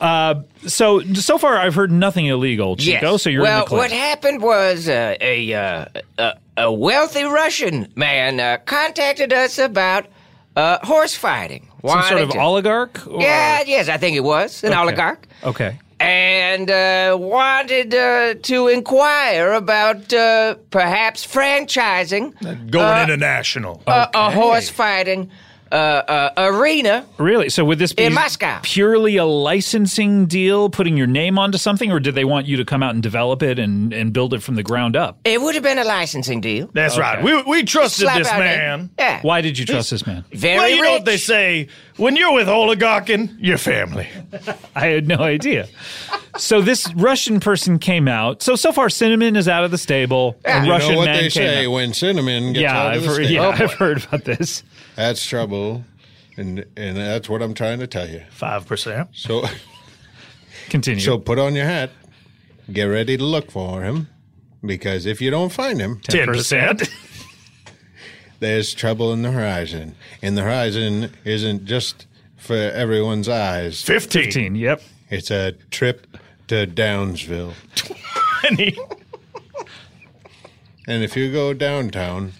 Uh, so so far I've heard nothing illegal, yes. Chico, so you're well, in the clear. what happened was uh, a, uh, a a wealthy Russian man uh, contacted us about uh, horse fighting. Some sort of Wanted to- oligarch or Yeah, yes, I think it was an oligarch. Okay. and uh, wanted uh, to inquire about uh, perhaps franchising Going international. a, a horse fighting uh, arena. Really? So would this be In Moscow. purely a licensing deal, putting your name onto something, or did they want you to come out and develop it and, and build it from the ground up? It would have been a licensing deal. That's right. We, we trusted Slap this out a- man. Yeah. Why did you trust this man? Very well, you know what rich. they say when you're with oligarchin, you're family. I had no idea. so this Russian person came out. So so far, cinnamon is out of the stable. and You Russian know what man they came say out. when cinnamon gets Yeah, out of I've the heard, state. Oh, yeah I've heard about this. That's trouble. And and that's what I'm trying to tell you. Five percent. So Continue. so put on your hat. Get ready to look for him. Because if you don't find him, Ten percent. there's trouble in the horizon. And the horizon isn't just for everyone's eyes. Fifteen. 15, yep. It's a trip to Downsville. Penny. And if you go downtown,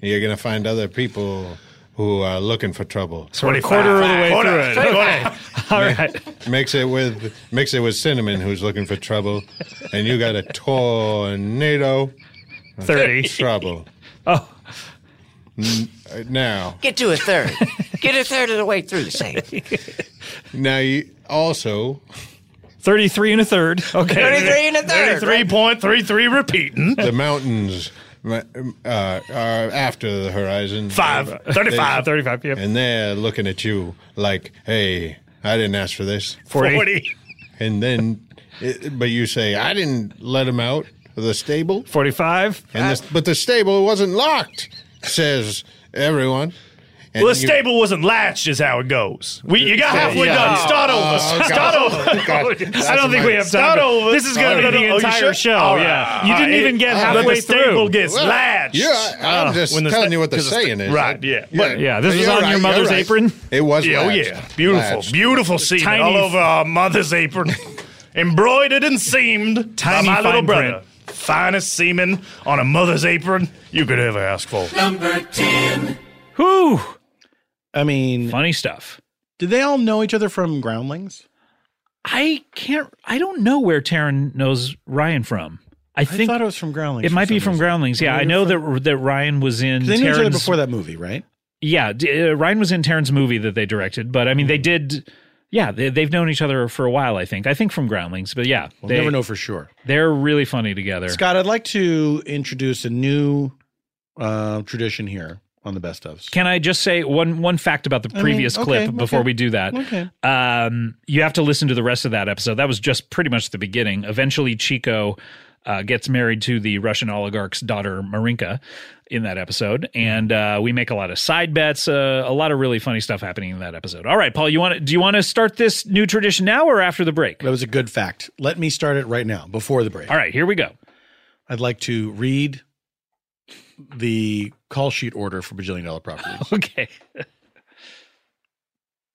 you're going to find other people who are looking for trouble. So we're a quarter of the way Hold through on. it. Hold Okay. on. All right. Mix it with mix it with cinnamon, who's looking for trouble, and you got a tornado 30. trouble. Oh. N- uh, Now, Get to a third. Get a third of the way through the same. now you also 33 and a third. Okay. 33 and a third. Thirty-three point three three. Repeating. the mountains uh, are after the horizon. Five. Thirty-five. 35, yep. and they're looking at you like, "Hey, I didn't ask for this." 40. Forty. And then, it, but you say, "I didn't let him out of the stable." 45. And the, but the stable wasn't locked, says everyone. And Well, the you- stable wasn't latched, is how it goes. We you got halfway yeah. done. Start over. Oh, Start God. over. God. I don't think we have time. Start for- over. This is going to Sorry. be the Oh, you entire sure? show. All right. yeah, All you didn't right. even get All right. halfway the stable through. gets Well, latched. Yeah, I- I'm Uh, just when the telling sta- you what the 'cause the saying sta- is. right, yeah. But- Yeah, this But was you're on your you're mother's apron? It was. Yeah, oh latched. yeah. Beautiful. Latched. Beautiful semen Tiny- all over our mother's apron. Embroidered and seamed Tiny by my little fine brother. print. Finest semen on a mother's apron you could ever ask for. Whew. I mean, Funny stuff. did they all know each other from Groundlings? I can't. I don't know where Taryn knows Ryan from. I, I think thought it was from Groundlings. it for might be some from reason. Groundlings. Yeah, I know that that Ryan was in. They knew each other Taryn's- before that movie, right? Yeah, d- uh, Ryan was in Taryn's movie that they directed, but I mean, Hmm. they did. Yeah, they, they've known each other for a while. I think. I think from Groundlings, but yeah, We'll they, never know for sure. They're really funny together. Scott, I'd like to introduce a new uh, tradition here on the best ofs. Can I just say one one fact about the mean, previous okay, clip before okay. we do that? Okay. Um, you have to listen to the rest of that episode. That was just pretty much the beginning. Eventually, Chico uh, gets married to the Russian oligarch's daughter, Marinka, in that episode, and uh, we make a lot of side bets. Uh, a lot of really funny stuff happening in that episode. All right, Paul, you want do you want to start this new tradition now or after the break? That was a good fact. Let me start it right now before the break. All right, here we go. I'd like to read the call sheet order for bajillion dollar properties. Okay.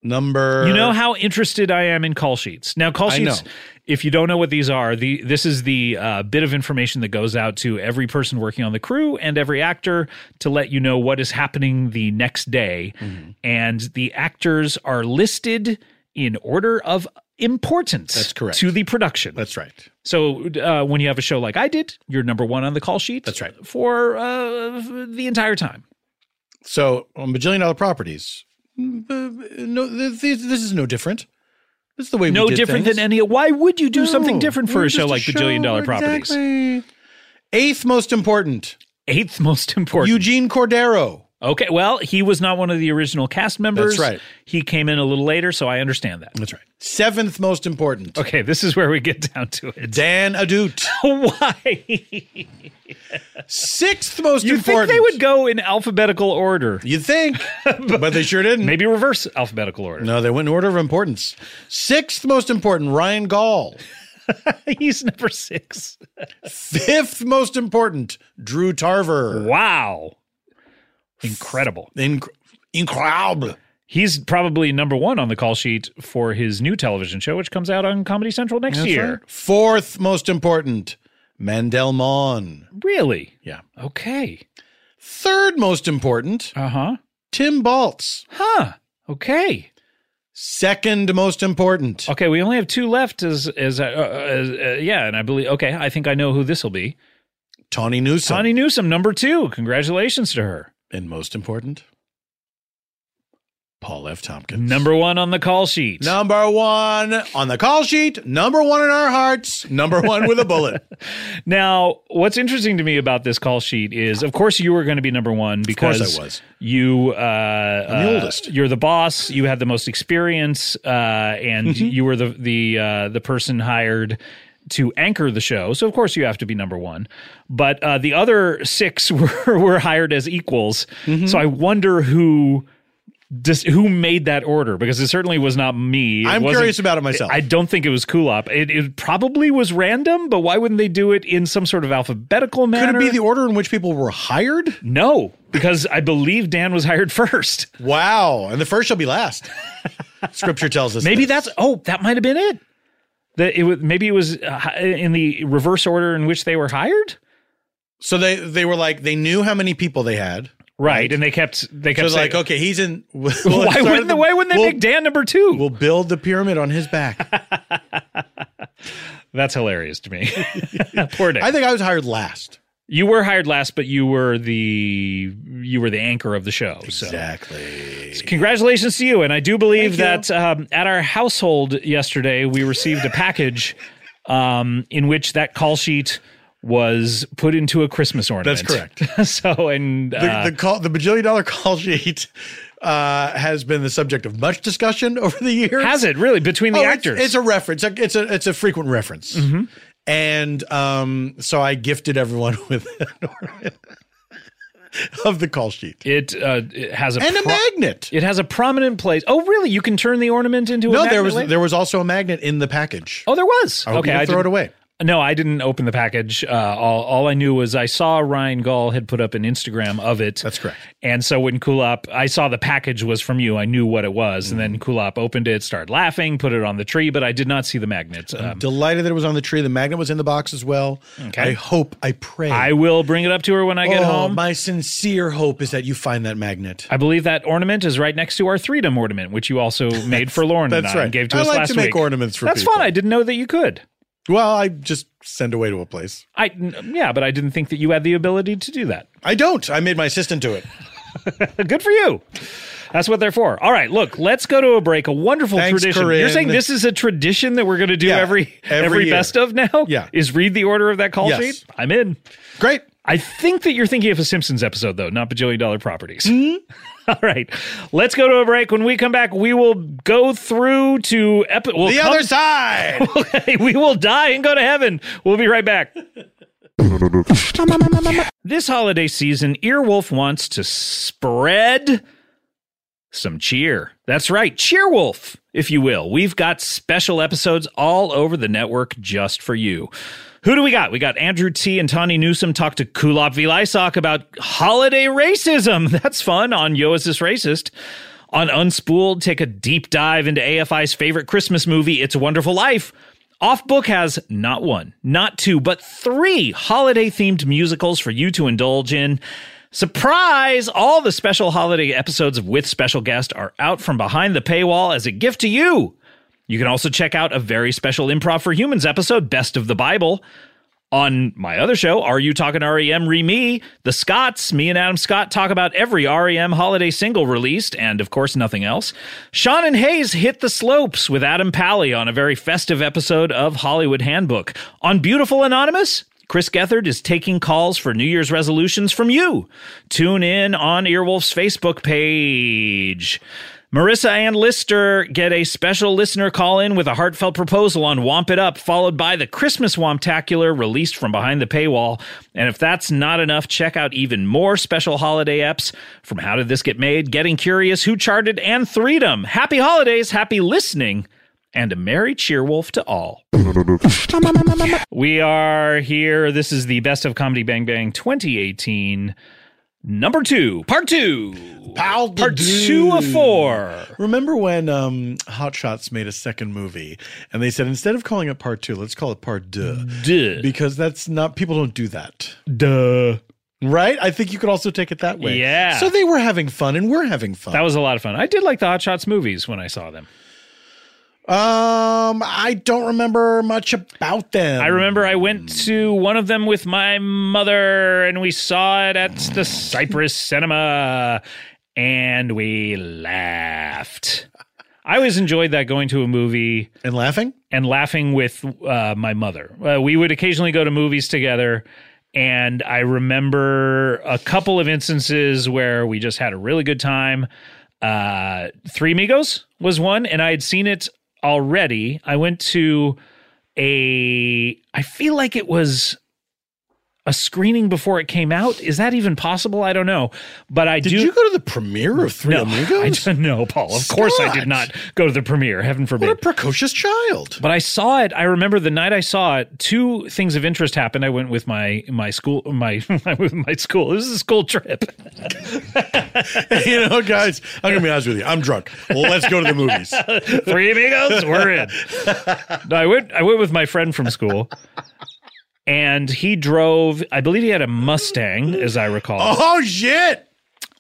Number You know how interested I am in call sheets. Now, call I sheets. know. If you don't know what these are, the this is the uh, bit of information that goes out to every person working on the crew and every actor to let you know what is happening the next day, Mm-hmm. and the actors are listed in order of importance. That's correct. to the production. That's right. so uh, when you have a show like I did, you're number one on the call sheet. That's right. for uh, the entire time. So on bajillion dollar properties, mm, uh, no, th- th- this is no different. This is the way No we did different things. than any. Why would you do something No, different for we're a show just like Bajillion Dollar Properties? exactly. Eighth most important, Eighth most important. Eugene Cordero. Okay, well, he was not one of the original cast members. right. He came in a little later, so I understand that. That's right. Seventh most important, Okay, this is where we get down to it. Dan Adut. Why? Sixth most You think important. they would go in alphabetical order? You think, but they sure didn't. Maybe reverse alphabetical order. No, they went in order of importance. Sixth most important, Ryan Gall. He's number six. Fifth most important, Drew Tarver. Wow. Incredible. Inc- incredible. He's probably number one on the call sheet for his new television show, which comes out on Comedy Central next year. Fourth most important, Mandel Mon. Really? Yeah. Okay. Third most important, Uh huh. Tim Baltz. Huh. Okay. Second most important, Okay, we only have two left. As as, uh, as uh, yeah, and I believe okay. I think I know who this will be. Tawny Newsom. Tawny Newsom, number two. Congratulations to her. And most important, Paul F. Tompkins. Number one on the call sheet. Number one on the call sheet, number one in our hearts, number one with a bullet. Now, what's interesting to me about this call sheet is, of course, you were going to be number one because course I was. you uh, I'm the uh, oldest. You're the boss. You had the most experience, uh, and Mm-hmm. you were the the uh, the person hired to anchor the show. So of course you have to be number one. But uh, the other six were were hired as equals. Mm-hmm. So I wonder who. Dis, who made that order? Because it certainly was not me. It I'm wasn't- curious about it myself. I don't think it was Kulop. It, it probably was random, but why wouldn't they do it in some sort of alphabetical manner? Could it be the order in which people were hired? no? Because I believe Dan was hired first. Wow. And the first shall be last. Scripture tells us. Maybe this. that's oh, that might have been it. That it was maybe it was uh, hi- in the reverse order in which they were hired. so they they were like they knew how many people they had. Right, and they kept they kept So they're saying, like, okay, he's in. we'll why start wouldn't the- they, why wouldn't they we'll- make Dan number 2 We'll build the pyramid on his back. That's hilarious to me. Poor Nick. I think I was hired last. you were hired last, but you were the you were the anchor of the show. So. Exactly. Congratulations to you. And I do believe that um, at our household yesterday, we received a package um, in which that call sheet was put into a Christmas ornament. correct. so, and The, uh, the call, the bajillion dollar call sheet, uh, has been the subject of much discussion over the years. has it really between the Oh, it's- actors? Mm-hmm. It's, a reference. It's a it's a frequent reference. And um, so I gifted everyone with an ornament of the call sheet it, uh, it has a and a pro- magnet. It has a prominent place. Oh, really? You can turn the ornament into a no, there magnet was later? there was also a magnet in the package. Oh, there was. I hope you didn't throw it didn't- away. No, I didn't open the package. Uh, all, all I knew was I saw Ryan Gall had put up an Instagram of it. That's correct. And so when Kulop, I saw the package was from you. I knew what it was. And Mm-hmm. then Kulop opened it, started laughing, put it on the tree, but I did not see the magnet. Um, Delighted that it was on the tree. The magnet was in the box as well. I hope. I pray. I will bring it up to her when I get oh, home. My sincere hope is that you find that magnet. I believe that ornament is right next to our freedom ornament, which you also made for Lauren and that's I right. and gave to I us like last to make week. ornaments for That's people. fun. I didn't know that you could. Well, I just send away to a place. I yeah, but I didn't think that you had the ability to do that. I don't. I made my assistant do it. Good for you. That's what they're for. All right, look, let's go to a break. A wonderful Thanks, tradition. Corinne. You're saying this is a tradition that we're going to do Yeah, every every, every year. best of now? Yeah. Is read the order of that call Yes. sheet? I'm in. Great. I think that you're thinking of a Simpsons episode, though, not bajillion dollar properties. Hmm? All right. Let's go to a break. When we come back, we will go through to epi- we'll The come- other side. we will die and go to heaven. We'll be right back. this holiday season, Earwolf wants to spread some cheer. That's right, Cheerwolf, if you will. We've got special episodes all over the network just for you. Who do we got? We got Andrew T. and Tawny Newsom talk to Kulop Vilaysack about holiday racism. That's fun on Yo Is This Racist. On Unspooled, take a deep dive into AFI's favorite Christmas movie, It's a Wonderful Life. Off Book has not one, not two, but three holiday themed musicals for you to indulge in. Surprise! All the special holiday episodes of With Special Guest are out from behind the paywall as a gift to you. You can also check out a very special Improv for Humans episode, Best of the Bible. On my other show, Are You Talking REM Re Me? The Scots, me and Adam Scott talk about every REM holiday single released, and of course, nothing else. Sean and Hayes hit the slopes with Adam Pally on a very festive episode of Hollywood Handbook. On Beautiful Anonymous, Chris Gethard is taking calls for New Year's resolutions from you. Tune in on Earwolf's Facebook page. Marissa and Lister get a special listener call in with a heartfelt proposal on Womp It Up, followed by the Christmas Womptacular released from behind the paywall. And if that's not enough, check out even more special holiday apps from How Did This Get Made, Getting Curious, Who Charted, and Freedom. Happy holidays, happy listening, and a merry cheerwolf to all. We are here. This is the Best of Comedy Bang Bang 2018, number two, part two. Pal Part Dude. two of four. Remember when um, Hot Shots made a second movie and they said instead of calling it part two, let's call it part deux. Duh. Because that's not, people don't do that. Duh. Right? I think you could also take it that way. Yeah. So they were having fun and we're having fun. That was a lot of fun. I did like the Hot Shots movies when I saw them. um, I don't remember much about them. I remember I went Mm. to one of them with my mother and we saw it at the Cypress Cinema. and we laughed. I always enjoyed that going to a movie And laughing? and laughing with uh, my mother. Uh, we would occasionally go to movies together. And I remember a couple of instances where we just had a really good time. Uh, Three Migos was one, and I had seen it already. I went to a, I feel like it was a screening before it came out. Is that even possible? I don't know. But I Did do. you go to the premiere of Three no, I Amigos? don't know, Paul. Of course, I did Scott! not go to the premiere. Heaven forbid. what a precocious child. But I saw it. I remember the night I saw it. Two things of interest happened. I went with my my school my with my school. This is a school trip. you know, guys, I'm going to be honest with you. I'm drunk. Well, let's go to the movies. Three amigos, we're in. No, I went. I went with my friend from school, and he drove. I believe he had a Mustang, as I recall, Oh, shit.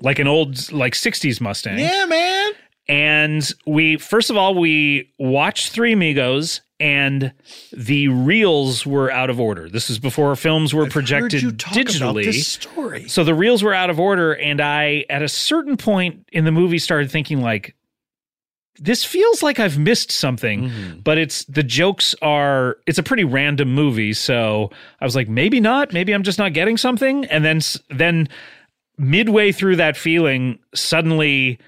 like an old like '60s Mustang. Yeah, man. And we first of all we watched Three Amigos. And the reels were out of order. This is before films were projected Heard you talk digitally. about this story. So the reels were out of order, and I, at a certain point in the movie, started thinking like, this feels like I've missed something. Mm-hmm. But it's the jokes are it's a pretty random movie, so I was like, maybe not. Maybe I'm just not getting something. And then s- then midway through that feeling, suddenly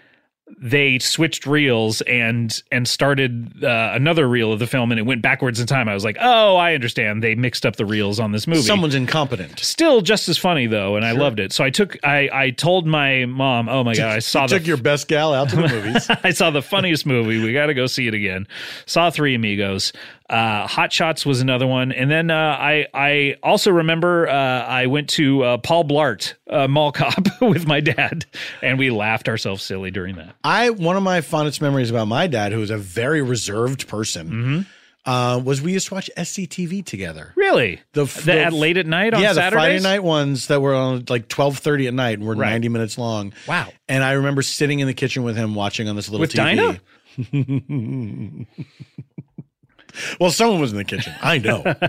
they switched reels and and started uh, another reel of the film and it went backwards in time i was like oh i understand they mixed up the reels on this movie Someone's incompetent. still just as funny though, and I loved it. So I took I I told my mom, oh my god, I saw the Took your best gal out to the movies. I saw the funniest movie. We got to go see it again. Saw Three Amigos. Uh, Hot Shots was another one, and then uh, I I also remember uh, I went to uh, Paul Blart uh, Mall Cop with my dad, and we laughed ourselves silly during that. I one of my fondest memories about my dad, who was a very reserved person, uh, was we used to watch SCTV together. Mm-hmm. Really, the, The f- the at f- late at night on yeah, the Friday Saturdays? night ones that were on like twelve thirty at night and were ninety minutes long. Wow. And I remember sitting in the kitchen with him watching on this little With TV. Dinah? well, someone was in the kitchen. I know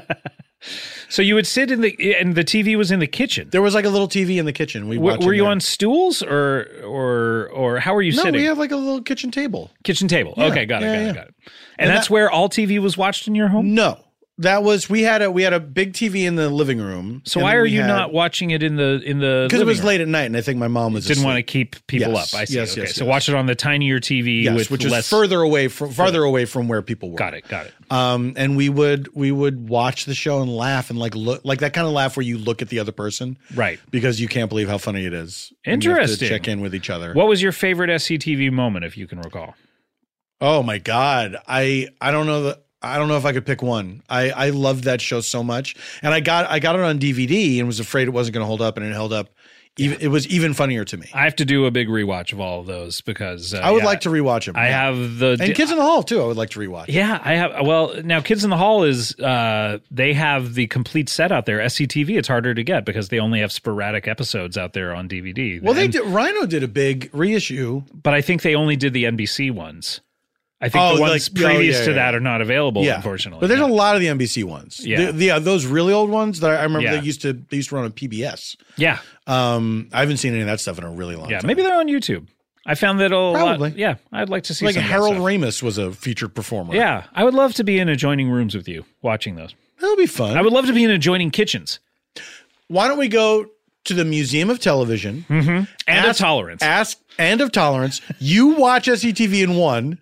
So you would sit in the and the TV was in the kitchen. there was like a little TV in the kitchen. We Were, watched were it you there. on stools or or or how were you No, sitting? we have like a little kitchen table. Kitchen table. okay, got it, yeah, got yeah. it, got it. And, that's where all TV was watched in your home. No, that was we had a we had a big TV in the living room. So why are you not watching it in the in the? Because it living was room? late at night, and I think my mom was Didn't asleep. want to keep people Yes, up. I see. yes, okay, yes, so yes. watch it on the tinier TV Yes, with which less. is further away from farther away from where people were. Got it. Got it. Um, and we would we would watch the show and laugh and like look like that kind of laugh where you look at the other person, Right. Because you can't believe how funny it is. And you have to Interesting. check in with each other. What was your favorite SCTV moment, if you can recall? Oh my god, I I don't know that. I don't know if I could pick one. I, I loved that show so much, and I got I got it on DVD and was afraid it wasn't going to hold up, and it held up. Even it was even funnier to me. I have to do a big rewatch of all of those because uh, I would yeah, like to rewatch it. I have the and Kids in the Hall too. I would like to rewatch. Yeah, I have. Well, now Kids in the Hall is uh, they have the complete set out there. SCTV, it's harder to get because they only have sporadic episodes out there on DVD. Well, they And- did. Rhino did a big reissue. but I think they only did the NBC ones. I think Oh, the ones like- oh, previous yeah, to yeah, that yeah. are not available, yeah, unfortunately. But there's yeah. a lot of the NBC ones. Yeah. The- the- yeah, those really old ones that I, I remember Yeah. they used to they used to run on PBS. yeah, Um, I haven't seen any of that stuff in a really long yeah. time. Maybe they're on YouTube. I found that a lot. Probably. Yeah, I'd like to see like some of that Harold stuff. Ramis was a featured performer. Yeah, I would love to be in adjoining rooms with you watching those. that would be fun. I would love to be in adjoining kitchens Why don't we go to the Museum of Television? Mm-hmm. and Ask- a tolerance. Ask and of tolerance. You watch SCTV in one,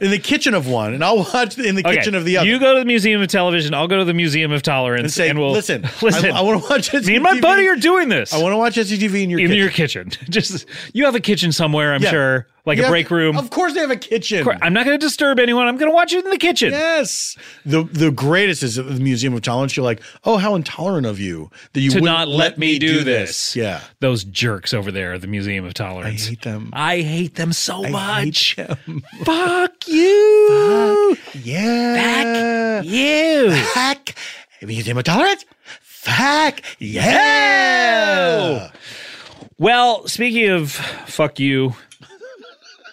in the kitchen of one, and I'll watch in the Uh-huh. Okay, kitchen of the other. You go to the Museum of Television. I'll go to the Museum of Tolerance, and say, we'll "Listen, I- listen. I, want to watch SCTV. me and my buddy are doing this. I want to watch SCTV in your in kitchen. your kitchen. Just you have a kitchen somewhere, I'm Yeah. sure, like You a have- break room. Of course, they have a kitchen. I'm not going to disturb anyone. I'm going to watch it in the kitchen. Yes. The the greatest is at the Museum of Tolerance. You're like, oh, how intolerant of you that you to wouldn't not let, me do this. Yeah. Those jerks over there at the Museum of I Tolerance. hate them. I hate them so I hate much. them. Fuck you. Yeah. Fuck you. Fuck. Museum of Tolerance. Fuck. Yeah. Well, speaking of fuck you,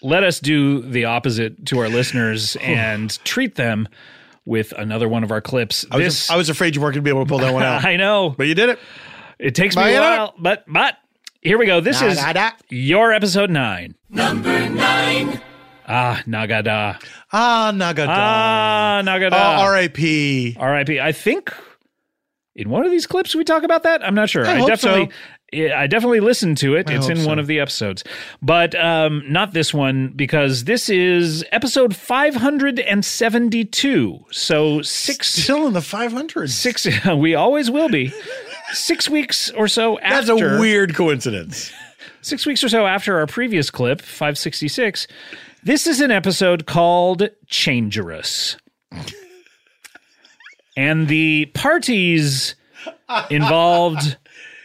let us do the opposite to our listeners and treat them with another one of our clips. I was, this I was afraid you weren't going to be able to pull that one out, I know. but you did it. It takes me a Buy it while, but but Here we go. This is Nagada. your episode nine. Number nine. Ah, Nagada. Ah, Nagada. Ah, Nagada. Ah, R.I.P. R.I.P. I think in one of these clips we talk about that. I'm not sure. I, hope definitely. yeah, I definitely listened to it. it's hope in one of the episodes, but um, not this one because this is episode 572. So six, Still in the 500. six. We always will be six weeks or so That's after. a weird coincidence. six weeks or so after our previous clip, 566, this is an episode called Changerous. and the parties involved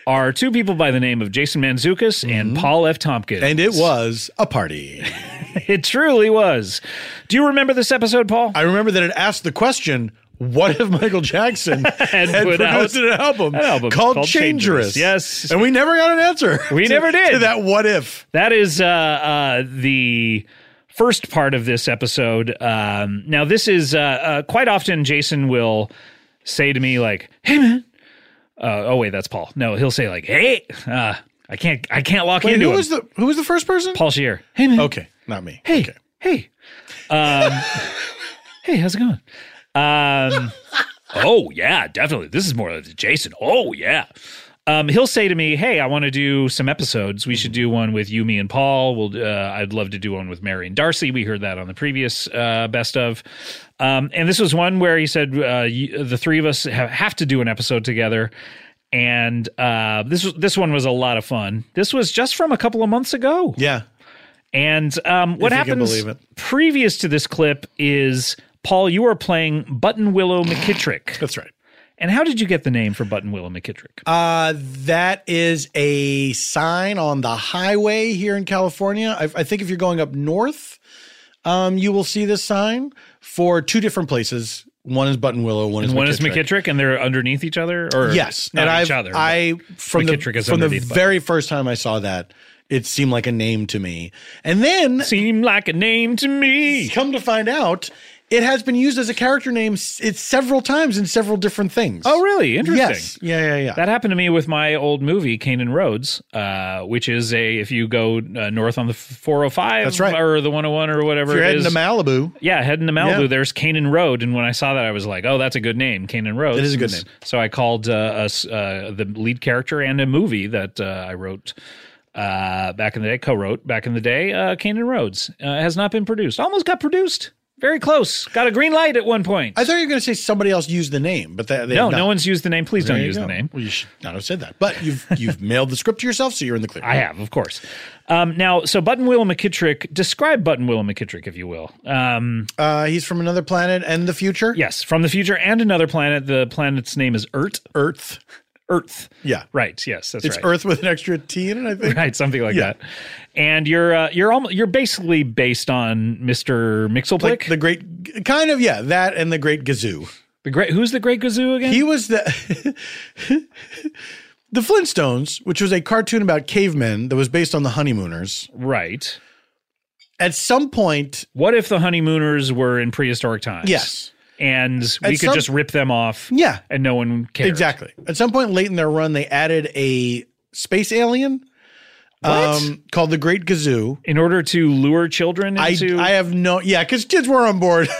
are two people by the name of Jason Manzukis and Paul F. Tompkins. Mm-hmm. And it was a party. It truly was. Do you remember this episode, Paul? I remember that it asked the question, what if Michael Jackson had, put out produced an album, an album called, called Changerous? Changerous? Yes. And we never got an answer. We to- never did. To that what if. That is uh, uh, the first part of this episode. Um, now, this is uh, uh, quite often Jason will say to me like, "Hey, man." Uh, oh wait, that's Paul. No, he'll say like, "Hey, uh, I can't, I can't lock Wait, into who him." was the who was the first person? Paul Shear. Hey man. Okay, not me. Hey, Okay. hey. Um, hey, how's it going? Um, oh yeah, definitely. This is more of Jason. Oh yeah. Um, he'll say to me, "Hey, I want to do some episodes. We should do one with you, me, and Paul. We'll. Uh, I'd love to do one with Mary and Darcy. We heard that on the previous uh, best of. Um, and this was one where he said uh, you, the three of us have, have to do an episode together. And uh, this was- this one was a lot of fun. This was just from a couple of months ago. Yeah. And um, what If you can happens believe it. previous to this clip is Paul, you are playing Button Willow McKittrick. That's right. And how did you get the name for Button Willow McKittrick? Uh, that is a sign on the highway here in California. I, I think if you're going up north, um, you will see this sign for two different places. One is Button Willow, one is and one McKittrick. is McKittrick, and they're underneath each other, or Yes, not and each I've, other. but- I from McKittrick the is from the underneath Button. very first time I saw that, it seemed like a name to me. And then seem like a name to me. come to find out, it has been used as a character name. s- It's several times in several different things. Oh, really? Interesting. Yes. Yeah, yeah, yeah. That happened to me with my old movie, Canaan Roads, uh, which is a if you go uh, north on the 405 That's right. or the 101 or whatever if you're it heading is. to Malibu, Yeah, heading to Malibu, Yeah. there's Canaan Road, and when I saw that, I was like, "Oh, that's a good name, Canaan Road." It is a good And s- name. So I called uh, us uh, the lead character and a movie that uh, I wrote uh, back in the day, co-wrote back in the day, uh, Canaan Roads uh, has not been produced. Almost got produced, very close. Got a green light at one point. I thought you were going to say somebody else used the name, but that they no, have not. no one's used the name. Please There don't you use go. the name. Well, you should not have said that. But you've you've mailed the script to yourself, so you're in the clear. I have, of course. Um, now, so Button Willow McKittrick, describe Button Willow McKittrick, if you will. Um, Uh, he's from another planet and the future. yes, from the future and another planet. The planet's name is Ert. Earth. Earth. Yeah, Right. Yes, that's it's right. Earth with an extra T in it. I think. Right, something like Yeah. that. And you're uh, you're almost you're basically based on Mr. Mixelplick. Like the, the great, kind of yeah, that and the great Gazoo. great who's the great Gazoo again? He was the the Flintstones, which was a cartoon about cavemen that was based on the Honeymooners. right. At some point, What if the honeymooners were in prehistoric times? yes, And we At could some- just rip them off yeah, and no one cared. Exactly. At some point late in their run, they added a space alien um, called the Great Gazoo. In order to lure children I, into I have no, yeah, because kids were on board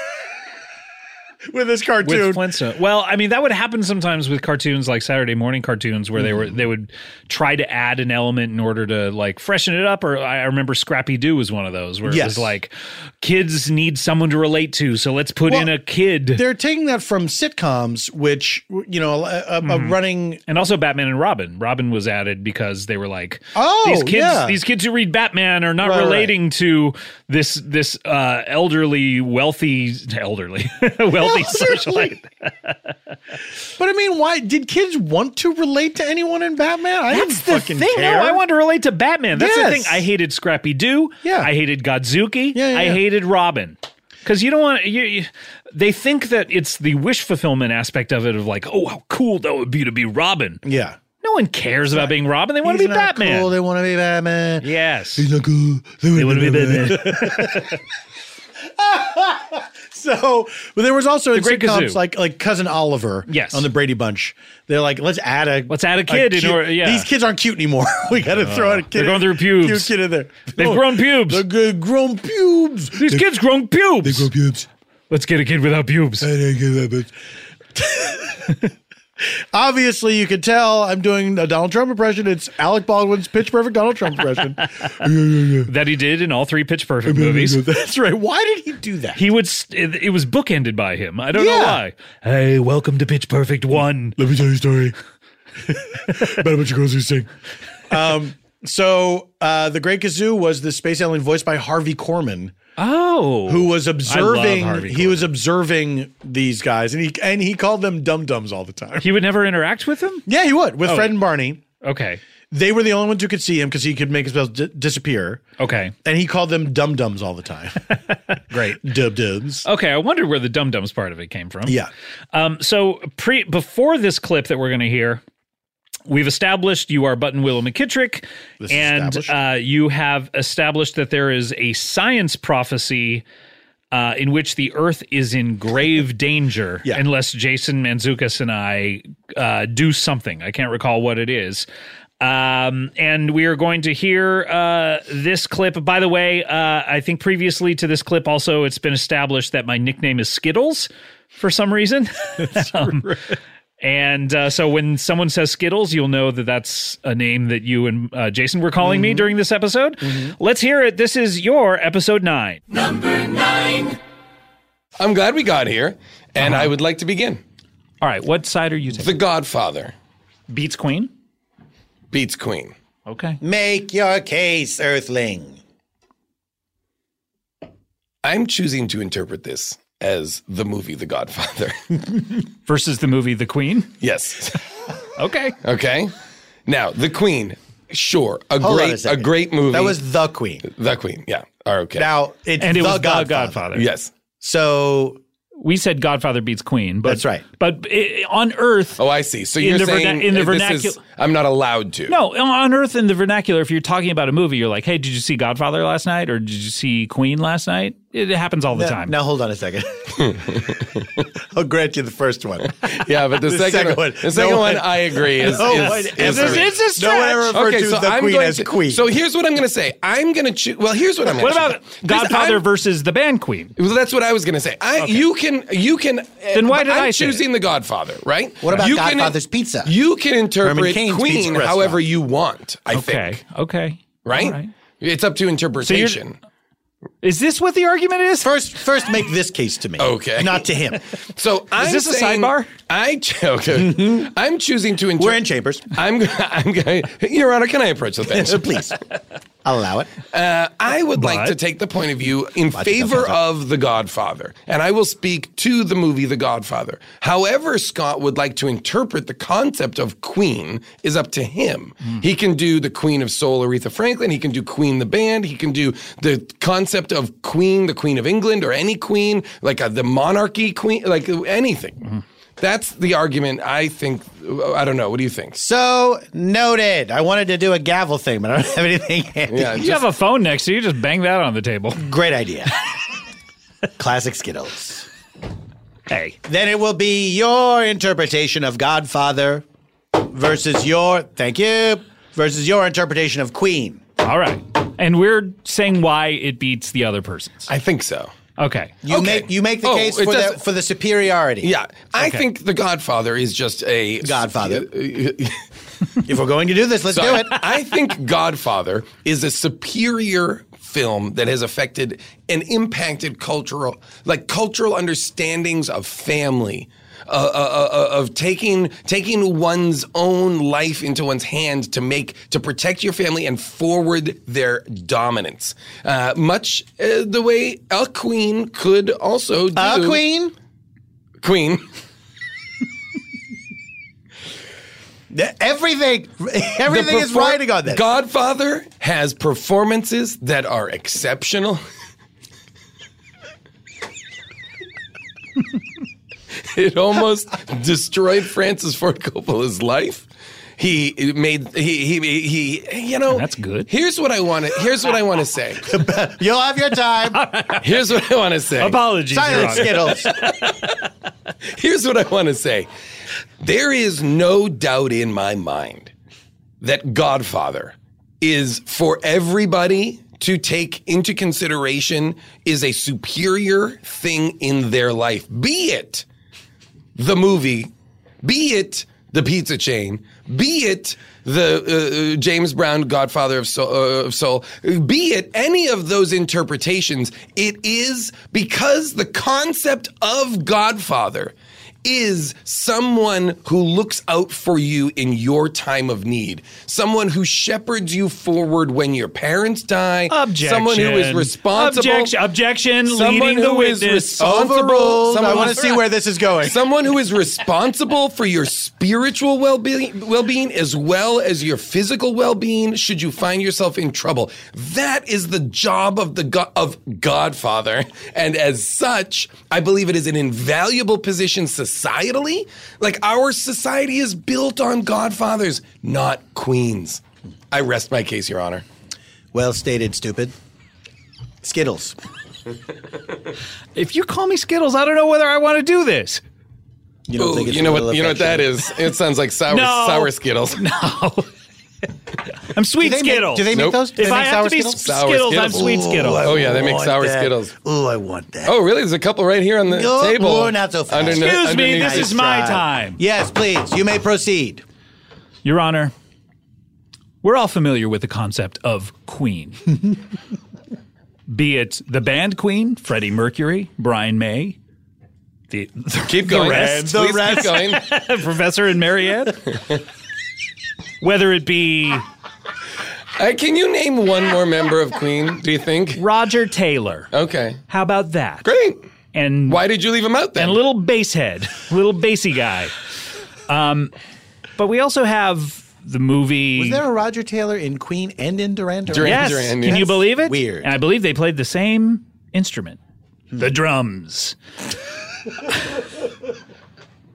with this with cartoon. Flintstone. Well, I mean that would happen sometimes with cartoons like Saturday morning cartoons where they Mm-hmm. were they would try to add an element in order to like freshen it up. Or I remember Scrappy Doo was one of those where it was Yes. like kids need someone to relate to, so let's put Well, in a kid. They're taking that from sitcoms, which, you know, a, a, a running. Mm-hmm. And also Batman and Robin. Robin was added because they were like, Oh, these kids, yeah. these kids who read Batman are not Right, right. relating to this this uh, elderly, wealthy, elderly, wealthy socialite." But I mean, why did kids want to relate to anyone in Batman? I That's didn't the fucking thing. No, care. I want to relate to Batman. That's the Yes. thing. I hated Scrappy Doo. Yeah. I hated Godzuki. Yeah, yeah, I yeah. hated Robin. Because you don't want you, you. They think that it's the wish fulfillment aspect of it, of like, oh, how cool that would be to be Robin. yeah. No one cares about being Robin. They want to He's be not Batman. Cool. They want to be Batman. yes. He's not cool. They want to be Batman. So, but there was also in Great sitcoms Kazoo. like like cousin Oliver, Yes. on the Brady Bunch. They're like, let's add a Let's add a kid in cute- order- yeah. these kids aren't cute anymore. we got to throw in a kid. they're going in- through pubes. Cute kid in there. They've Oh, grown pubes. They're good grown pubes. These They're kids grown pubes. grown pubes. Let's get a kid without pubes. I didn't give that bitch. Obviously, you can tell I'm doing a Donald Trump impression. It's Alec Baldwin's pitch perfect Donald Trump impression. that he did in all three Pitch Perfect movies. That's right. Why did he do that? He would. s- It, it was bookended by him. I don't know Yeah. why. Hey, welcome to Pitch Perfect One. Let me tell you a story about a bunch of girls who sing. Um, so, uh, the Great Kazoo was the space alien voiced by Harvey Korman, Oh, who was observing. Harvey He was observing these guys, and he and he called them dum dums all the time. he would never interact with him. Yeah, he would with Fred and Barney. Oh. Okay, They were the only ones who could see him because he could make himself di- disappear. okay, And he called them dum dums all the time. great. dub dubs. Okay, I wondered where the dum dums part of it came from. Yeah. Um, so pre before this clip that we're going to hear, we've established you are Button Willow McKittrick, This is and established. uh, you have established that there is a science prophecy. Uh, in which the Earth is in grave danger Yeah. unless Jason Manzukas and I uh, do something. I can't recall what it is. Um, and we are going to hear uh, this clip. By the way, uh, I think previously to this clip, also, it's been established that my nickname is Skittles for some reason. Um, And uh, so when someone says Skittles, you'll know that that's a name that you and uh, Jason were calling Mm-hmm. me during this episode. Let's hear it. This is your episode nine. I'm glad we got here, and Uh-huh. I would like to begin. All right, what side are you taking? The Godfather Beats Queen? beats Queen. Okay. Make your case, Earthling. I'm choosing to interpret this as the movie The Godfather. Versus the movie The Queen? yes. Okay. Okay. Now, The Queen, sure, a Hold on a great a, second. great movie. That was the Queen. The Queen. Yeah. Are okay. Now it's And it the was Godfather. The Godfather. yes. So We said Godfather beats Queen, but That's right. But i on Earth, Oh, I see. So In you're the verna- saying in the this is, vernacu- I'm not allowed to. no, on Earth in the vernacular, if you're talking about a movie, you're like, "Hey, did you see Godfather last night, or did you see Queen last night?" It happens all the now, time. now hold on a second. I'll grant you the first one. Yeah, but the, The second, second one, one. the second No one, one- I agree. Is, no is, one is ever- the- It's a stretch. No one ever referred to the Queen going as Queen. So here's what I'm going to say. I'm going to choose. Well, here's what I'm. what gonna about choose. Because Godfather I'm- versus the band Queen? Well, that's what I was going to say. I you can you can. Then why did I'm I say choosing the Godfather, right? What about Godfather's Pizza? You can Herman interpret Cain's Queen Pizza however you want. I Okay. think Okay. right? All It's up to interpretation. Is this what the argument is? First, first make this case to me. Okay. Not to him. So, I'm this a saying- sidebar? I ch- okay. I'm choosing to interpret. Mm-hmm. We're in chambers. I'm g- I'm going. Your Honor, can I approach the bench? Please. I'll allow it. Uh, I would like But- to take the point of view in it, favor that's all. of The Godfather, and I will speak to the movie The Godfather. However, Scott would like to interpret the concept of Queen is up to him. Hmm. He can do the Queen of Soul, Aretha Franklin. He can do Queen the band. He can do the concept of Queen, the Queen of England, or any Queen, like uh the monarchy Queen, like uh, anything. Hmm. That's the argument. I think. I don't know. What do you think? So noted. I wanted to do a gavel thing, but I don't have anything. handy. Yeah, you have a phone next to you. Just bang that on the table. Great idea. Classic Skittles. Hey. Then it will be your interpretation of Godfather versus your thank you versus your interpretation of Queen. All right. And we're saying why it beats the other person's. I think so. Okay. You Okay. make you make the Oh, case it for the, doesn't- for the superiority. Yeah, I think The Godfather is just a uh, Godfather. If we're going to do this, let's So do I- it. I think Godfather is a superior film that has affected and impacted cultural, like cultural understandings of family. Uh, uh, uh, uh, of taking taking one's own life into one's hands to make to protect your family and forward their dominance, uh, much uh, the way a queen could also do. A queen? queen, Th- Everything everything is perfor- riding on this. Godfather has performances that are exceptional. it almost destroyed Francis Ford Coppola's life. He made he he he. he- You know, That's good. Here's what I want to. Here's what I want to say. You'll have your time. Here's what I want to say. Apologies, Your Silent Honor. Skittles. Here's what I want to say. There is no doubt in my mind that Godfather is for everybody to take into consideration is a superior thing in their life. Be it the movie, be it the pizza chain, be it the uh, uh, James Brown Godfather of Soul, uh, of Soul, be it any of those interpretations, it is because the concept of Godfather is someone who looks out for you in your time of need, someone who shepherds you forward when your parents die, Objection. someone who is responsible. Objection. objection Someone leading the who is witness. responsible. Overruled. I Someone- want to see where this is going. Someone who is responsible for your spiritual well-being, well-being as well as your physical well-being should you find yourself in trouble. That is the job of the go- of Godfather. And as such, I believe it is an invaluable position societally. Like our society is built on Godfathers, not queens. I rest my case, Your Honor. Well stated, stupid. Skittles. If you call me Skittles, I don't know whether I want to do this. You Ooh, you know what you know what that is? It sounds like sour No. sour Skittles. I'm sweet Do they Skittles. make, do they make Nope. those? Do if they I make have sour to be Skittles? Sour Skittles, I'm Skittles. sweet Ooh, Skittles. I- Oh, yeah, they make sour Skittles. Oh, I want that. Oh, really? There's a couple right here on the No, table. no, not so fast. Underneath- Excuse me, underneath- this is my time. Yes, please. You may proceed. Your Honor, we're all familiar with the concept of Queen. Be it the band Queen, Freddie Mercury, Brian May, the, Keep going. rest. Please keep going. Professor and Marianne. Whether it be Uh, can you name one more member of Queen? Do you think? Roger Taylor. Okay, How about that? great. And Why did you leave him out then? and little bass head, little bassy guy. Um, but we also have the movie. Mm. Was there a Roger Taylor in Queen and in Duran Duran? Duran yes, Duran, can yes. you believe it? weird. And I believe they played the same instrument, the drums.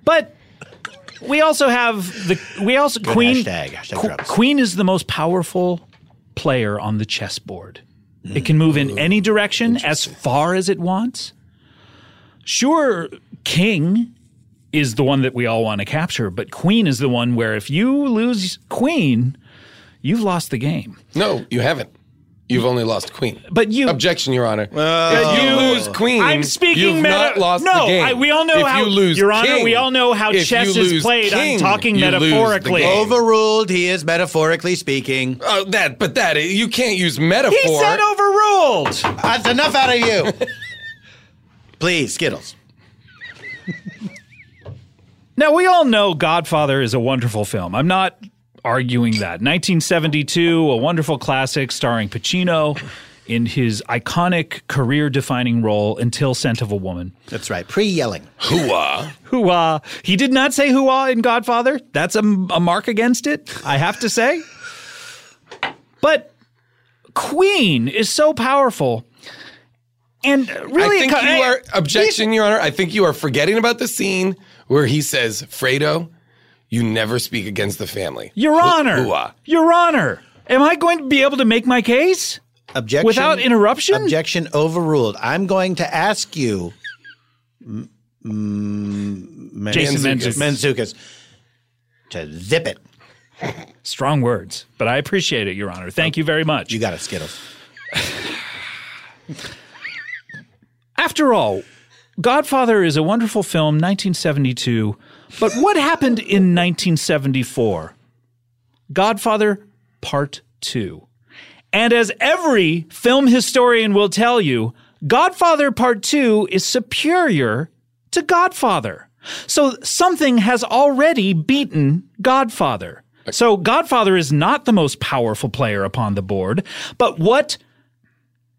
but we also have the we also Queen. hashtag, hashtag Qu- drums. Queen is the most powerful player on the chessboard. It can move in any direction as far as it wants. Sure, King is the one that we all want to capture, but Queen is the one where if you lose Queen, you've lost the game. no, you haven't. You've only lost Queen. But you, Objection, Your Honor. if you lose Queen, I'm speaking. You've meta- not lost no, the game. I, we all know if how. you lose Your Honor, King, we all know how if chess you is lose played. King, I'm talking you lose the metaphorically. game. Overruled. He is metaphorically speaking. Oh, that, but that you can't use metaphor. He said oh, overruled. That's enough out of you. please, Skittles. Now we all know Godfather is a wonderful film. I'm not arguing that. 1972, a wonderful classic starring Pacino in his iconic career-defining role until Scent of a Woman. That's right. Pre yelling. Hooah. Hooah. He did not say hooah in Godfather. That's a, a mark against it, I have to say. But Queen is so powerful. And really, I think it co- you are objection, Your Honor. I think you are forgetting about the scene where he says, "Fredo, you never speak against the family." Your Honor. hooah. Your Honor. Am I going to be able to make my case? Objection. Without interruption? Objection overruled. I'm going to ask you, Jason Menzies. Menzies. Manzukas, to zip it. Strong words, but I appreciate it, Your Honor. Thank you very much. You got it, Skittles. After all, Godfather is a wonderful film, 1972. But what happened in 1974? Godfather Part 2. And as every film historian will tell you, Godfather Part 2 is superior to Godfather. So something has already beaten Godfather. So Godfather is not the most powerful player upon the board, but what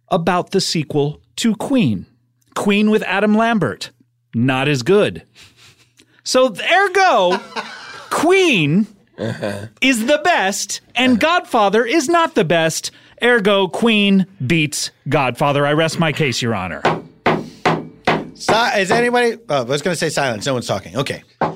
about the sequel to Queen? Queen with Adam Lambert. Not as good. So ergo, Queen is the best and Godfather is not the best. Ergo, Queen beats Godfather. I rest my case, Your Honor. Si- is anybody? Oh, I was going to say silence. No one's talking. Okay.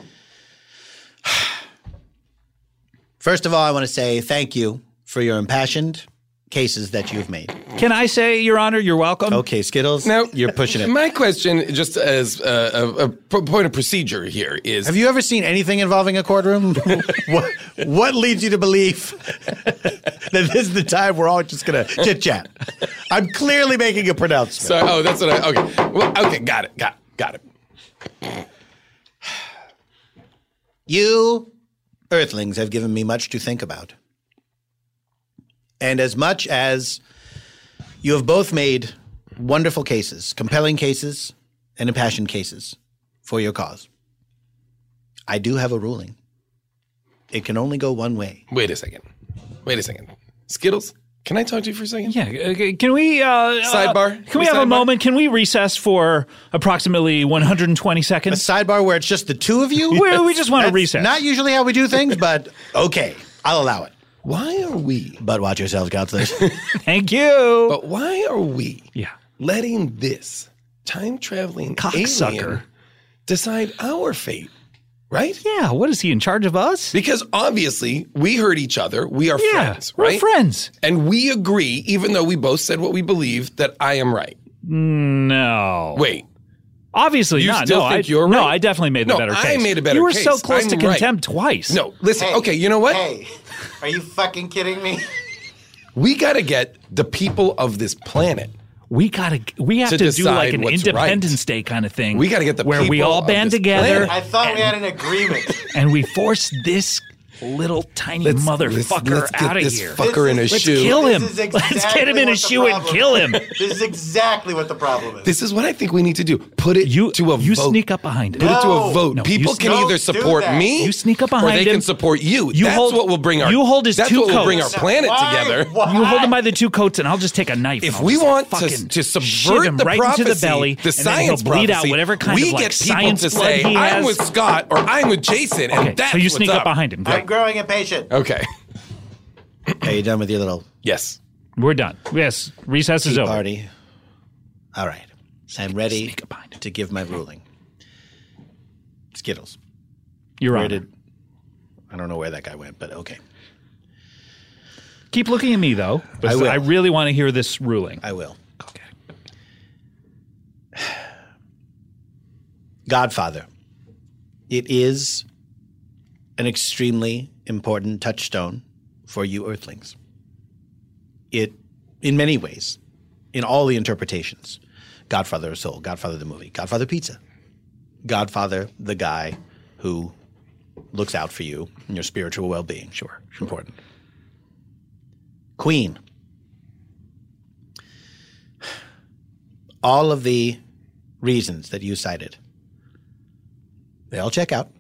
First of all, I want to say thank you for your impassioned cases that you've made. Can I say, Your Honor, you're welcome? Okay, Skittles, Now- you're pushing it. My question, just as uh, a, a p- point of procedure here, is Have you ever seen anything involving a courtroom? what, what leads you to believe that this is the time we're all just going to chit chat? I'm clearly making a pronouncement. So, oh, that's what I. Okay. Well, okay. Got it. Got got it. You earthlings have given me much to think about. And as much as you have both made wonderful cases, compelling cases, and impassioned cases for your cause, I do have a ruling. It can only go one way. Wait a second. Wait a second. Skittles, can I talk to you for a second? Yeah, okay, can we uh, Sidebar? uh, Can, Can we we have a sidebar? moment? Can we recess for approximately 120 A seconds? sidebar where it's just the two of you? We- we just want to That's recess. Not usually how we do things, but okay, I'll allow it. Why are we? But watch yourselves, counselors. Thank you. But why are we Yeah. letting this time traveling Cocksucker. decide our fate? Right? Yeah. What is he in charge of us? Because obviously we hurt each other. We are Yeah, friends, we're right? friends. And we agree, even though we both said what we believe, that I am right. Mm, No. Wait. Obviously You not. still no, think I, you're no, right? I definitely made the No, better I case. made a better You were so case. close to I'm right. contempt twice. No, listen. okay, you know what? are you fucking kidding me? We got to get the people of this planet. we gotta we have to, To do like decide an what's right. Independence Day kind of thing. We gotta get the where we people all of band this together planet. thought we had an agreement. and we force this little tiny motherfucker let's get out of this here. Fucker in a Let's shoe. kill him. This is Let's get exactly him in a what the shoe and problem kill him. This is exactly what the problem is. This is what I think we need to do. Put it You to a you vote. sneak up behind him. Put it to a No. vote. No, People you can don't either do support that. me, You sneak up or behind they him. can support you. You that's hold- what will bring our. you hold his That's two what will bring our coats. planet together. You hold him by the two coats, and I'll just take a knife. and If I'll we just want to, fucking to shove subvert him the right prophecy, into the belly, the and then he'll science bleed prophecy, out whatever kind we of like get people science to blood say, he "I'm has. with Scott" or "I'm with Jason," and okay, that's so you what's sneak up. behind him. Great. growing impatient. Okay. Are you done with your little Yes. We're done. Yes, recess is over. party? All right. I'm ready Sneak up behind him. to give my ruling. Skittles. You're Where on. did I don't know where that guy went, but okay. Keep looking at me though. because will. I really want to hear this ruling. I will. Okay. Godfather. It is an extremely important touchstone for you earthlings. It, in many ways, in all the interpretations Godfather of Soul, Godfather the movie, Godfather Pizza, Godfather the guy who looks out for you and your spiritual well being. Sure, important. Queen. All of the reasons that you cited they all check out.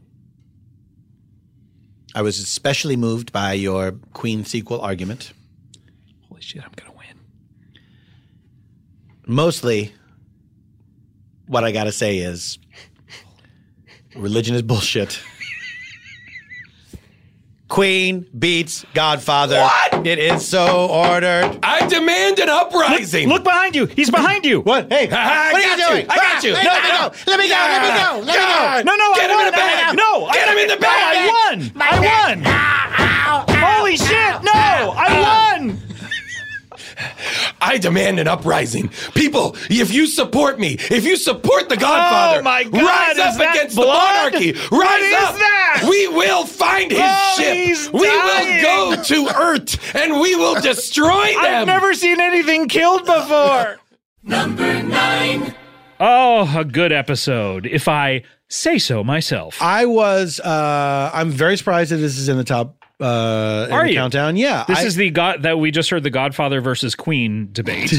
I was especially moved by your Queen sequel argument, Holy shit, I'm gonna win. mostly what I got to say is religion is bullshit. Queen beats Godfather. What? It is so ordered. I demand an uprising. Look behind you. He's behind you. What? Hey, I what are you got you. doing? Ah, I got you. No, no, no. Let me go. Let me go. Let me go. No, no, Get I him won. in the bag. No, I- Get him in the bag. I won. I won. Holy shit! No, I won. I demand an uprising. People, if you support me, if you support the Godfather, Oh my God, rise is up that against the blood? monarchy. Rise What is up. that? We will find his Oh, ship. he's we dying. will go to Earth and we will destroy them. I've never seen anything killed before. Number nine. Oh, a good episode, if I say so myself. I was. Uh, I'm very surprised that this is in the top. Uh, in Are the you? countdown? Yeah. this I- is the God that we just heard the Godfather versus Queen debate.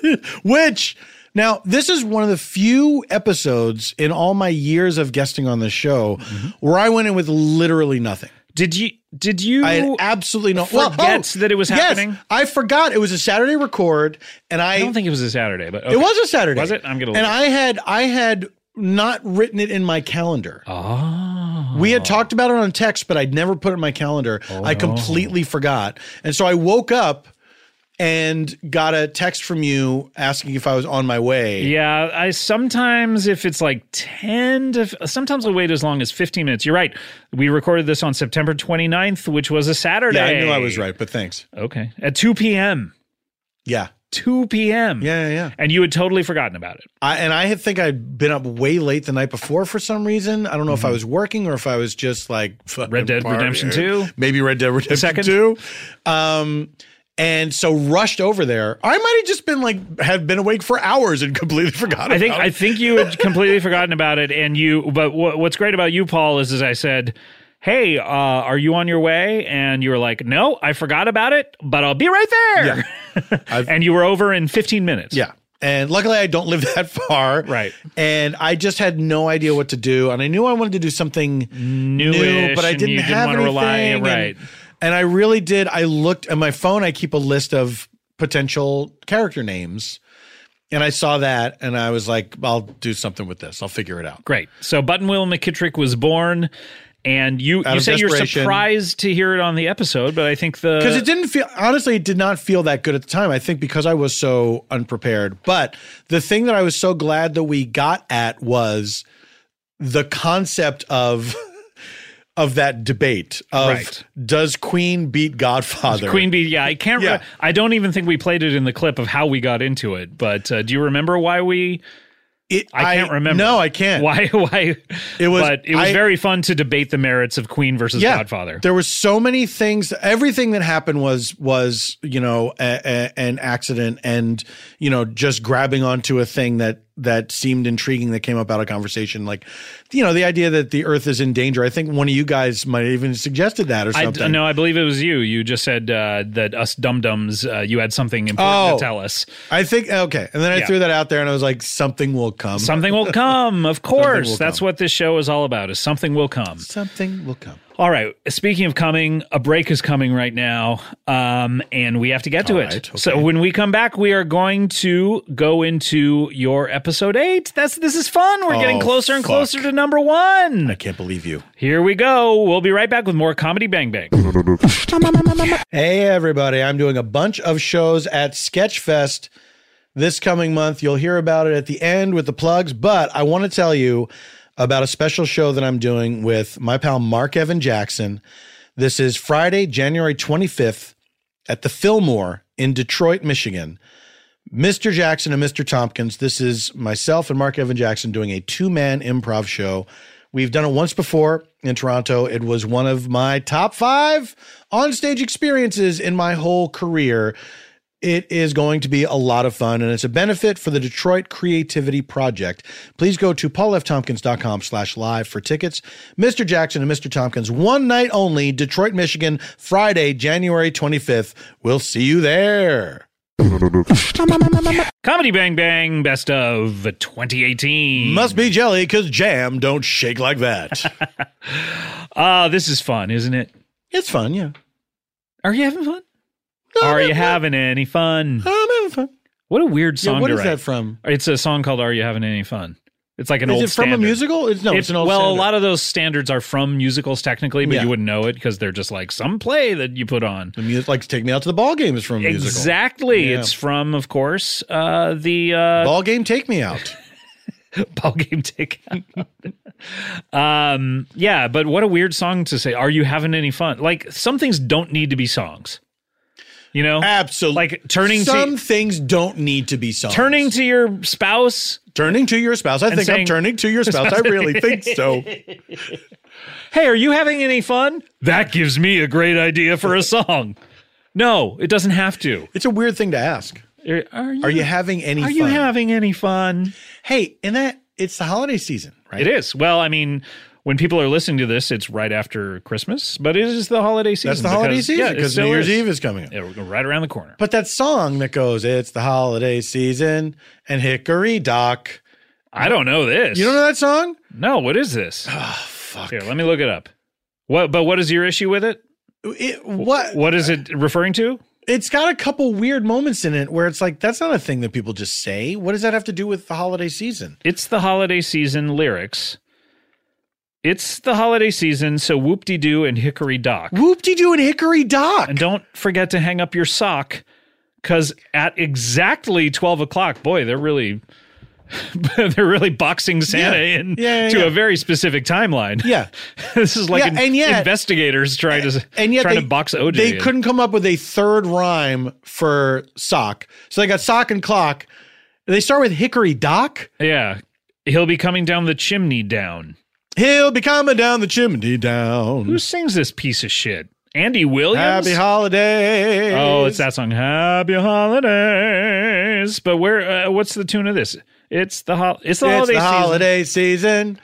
Which now this is one of the few episodes in all my years of guesting on the show where I went in with literally nothing. did you? Did you? I had absolutely no oh, forgets that it was happening? Yes, I forgot it was a Saturday record, and I, I don't think it was a Saturday, but it was a Saturday. Was it? I'm gonna And look. I had I had not written it in my calendar. Oh. We had talked about it on text, but I'd never put it in my calendar. I completely forgot. And so I woke up and got a text from you asking if I was on my way. Yeah, I sometimes if it's like 10 to sometimes I wait as long as 15 minutes. You're right. We recorded this on September 29th, which was a Saturday. Yeah, I knew I was right, but thanks. Okay. At 2 p.m. Yeah. 2 p.m. Yeah, yeah, yeah. And you had totally forgotten about it. I, and I had think I'd been up way late the night before for some reason. I don't know if I was working or if I was just like fucking Mm-hmm. Red Dead partying. Redemption 2. maybe Red Dead Redemption Second. Two, um, and so rushed over there. I might have just been like had been awake for hours and completely forgot. I think about I it. think you had completely forgotten about it, and you. But wha- what's great about you, Paul, is as I said, "Hey, uh, are you on your way?" And you were like, "No, I forgot about it, but I'll be right there." and you were over in 15 minutes. Yeah. And luckily, I don't live that far. Right. And I just had no idea what to do. And I knew I wanted to do something new, Newish, but I and didn't you didn't have wanna rely- anything. right. And, and I really did. I looked at my phone, I keep a list of potential character names. And I saw that and I was like, I'll do something with this. I'll figure it out. Great. So Buttonwheel McKittrick was born, and you you of say you're desperation. surprised to hear it on the episode, but I think the because it didn't feel honestly it did not feel that good at the time i think because i was so unprepared but the thing that i was so glad that we got at was the concept of of that debate of Right. does queen beat godfather Queen Bee. Yeah, I can't. Yeah. Re- I don't even think we played it in the clip of how we got into it. But uh, do you remember why we? It- I can't remember. no i can't Why? Why? It was- But it was I- very fun to debate the merits of Queen versus yeah, Godfather. There were so many things. Everything that happened was was you know a, a- an accident, and you know just grabbing onto a thing that that seemed intriguing that came up out of conversation. Like you know the idea that the Earth is in danger. I think one of you guys might have even suggested that or I something. d- no, I believe it was you. You just said uh, that us dum dums, uh, you had something important Oh. to tell us. I think okay, and then I Yeah. threw that out there, and I was like, something will come. Something will come, of course. will That's come. what this show is all about. Is something will come. something will come. All right. Speaking of coming, a break is coming right now, um, and we have to get to it. right, okay. So when we come back, we are going to go into your episode eight. That's this is fun. We're getting Oh, closer and fuck. closer to number one. I can't believe you. Here we go. We'll be right back with more comedy bang bang. Hey, everybody. I'm doing a bunch of shows at Sketchfest this coming month. You'll hear about it at the end with the plugs, but I want to tell you about a special show that I'm doing with my pal Mark Evan Jackson. This is Friday, January 25th at the Fillmore in Detroit, Michigan. Mr. Jackson and Mr. Tompkins, this is myself and Mark Evan Jackson doing a two man improv show. We've done it once before in Toronto. It was one of my top five on stage experiences in my whole career. It is going to be a lot of fun, and it's a benefit for the Detroit Creativity Project. Please go to paulftompkins.com slash live for tickets. Mr. Jackson and Mr. Tompkins, one night only, Detroit, Michigan, Friday, January 25th. We'll see you there. comedy bang bang, best of 2018. Must be jelly because jam don't shake like that. Ah, this is fun, isn't it? it's fun, yeah. Are you having fun? No, Are I'm you having- having any fun? I'm having fun. What a weird Yeah, song what to is write. that from? It's a song called "Are You Having Any Fun." It's like an Is old it from a standard. musical? It's no, it's, It's- an old well, standard. a lot of those standards are from musicals technically, but Yeah. you wouldn't know it because they're just like some play that you put on. the music like take me out to the ball game is from a musical. Exactly. Yeah. It's from, of course, uh, the uh, Ball game take me out. ball game take. um, yeah, but what a weird song to say. Are you having any fun? Like some things don't need to be songs. You know, Absolutely. Like turning to- Some things don't need to be songs. turning to your spouse. turning to your spouse. I think saying- I'm turning to your spouse. I really think so. Hey, are you having any fun? That gives me a great idea for a song. No, it doesn't have to. It's a weird thing to ask. Are, are you? Are you having any Are fun? you having any fun? hey, and that it's the holiday season, right? It is. Well, I mean, when people are listening to this, it's right after Christmas, but it is the holiday season. That's the holiday because- yeah, season it because still New Year's is. Eve is coming up. Yeah, we're right around the corner. But that song that goes, it's the holiday season and Hickory Dock. I don't know this. You don't know that song? No, what is this? Oh, fuck. Here, let me look it up. What? But what is your issue with it? It, what? What is it referring to? It's got a couple weird moments in it where it's like, that's not a thing that people just say. What does that have to do with the holiday season? It's the holiday season lyrics. It's the holiday season, so whoop de doo and hickory dock. Whoop de doo and Hickory Dock. And don't forget to hang up your sock because at exactly twelve o'clock, boy, they're really they're really boxing Santa Yeah. in Yeah, yeah, to yeah. a very specific timeline. Yeah. this is like Yeah, in- and yet- investigators trying to and yet trying they, to box OJ. They in. couldn't come up with a third rhyme for sock, so they got sock and clock. They start with Hickory Dock. Yeah, he'll be coming down the chimney down. He'll be coming down the chimney down. Who sings this piece of shit? Andy Williams. Happy holidays. Oh, it's that song. Happy holidays. But where? Uh, what's the tune of this? It's the hol. It's the It's holiday the season. holiday season.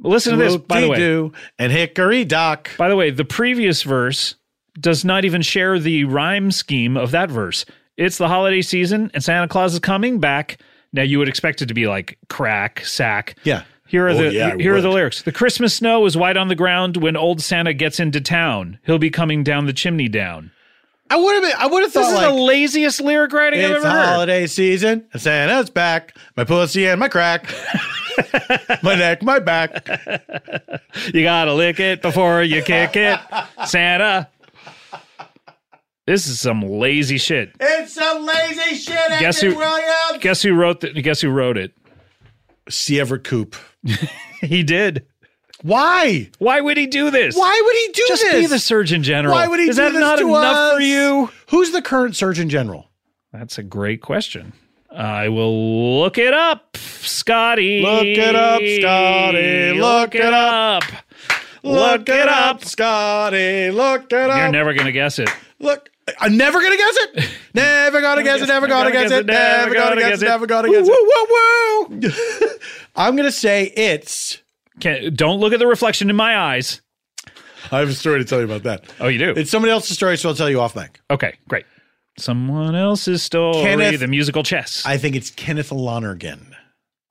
Listen to this, by the way. Whoop-dee-doo and Hickory Dock. By the way, the previous verse does not even share the rhyme scheme of that verse. It's the holiday season, and Santa Claus is coming back. Now you would expect it to be like crack sack. Yeah. Here are the Oh, yeah, I here are the would. lyrics. The Christmas snow is white on the ground when old Santa gets into town. He'll be coming down the chimney down. I would have. been- I would have This thought is like the laziest lyric writing I've it's ever heard. holiday season. And Santa's back. My pussy and my crack. my neck, my back. You gotta lick it before you kick it, Santa. This is some lazy shit. It's some lazy shit. Guess who- Williams. Guess who wrote the, Guess who wrote it? See Everett Koop. He did. Why? Why would he do this? Why would he do Just this? be the Surgeon General. Why would he Is do that this not to enough for us? you? Who's the current Surgeon General? That's a great question. I will look it up, Scotty. Look it up, Scotty. Look it up. Look it up. Scotty. Look it You're up. never gonna guess it. Look. I'm never gonna guess it. Never gonna guess it. Never gonna guess it. Never gonna guess it. Never gonna guess it. Woo, woo, woo, woo. I'm gonna say it's. Can't, don't look at the reflection in my eyes. I have a story to tell you about that. Oh, you do. It's somebody else's story, so I'll tell you off mic. Okay, great. Someone else's story, Kenneth- the musical chess. I think it's Kenneth Lonergan.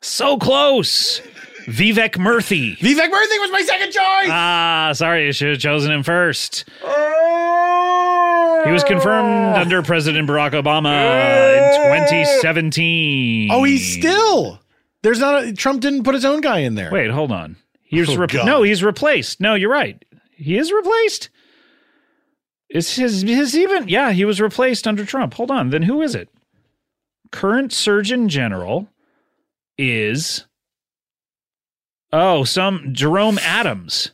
so close. Vivek Murthy. Vivek Murthy was my second choice. Ah, sorry, you should have chosen him first. Oh! He was confirmed under President Barack Obama in 2017. oh, he's still. There's not a Trump didn't put his own guy in there. Wait, hold on. He's Oh, re- God. no, he's replaced. No, you're right. He is replaced. Is his his even? Yeah, he was replaced under Trump. Hold on. Then who is it? Current Surgeon General is oh some Jerome Adams,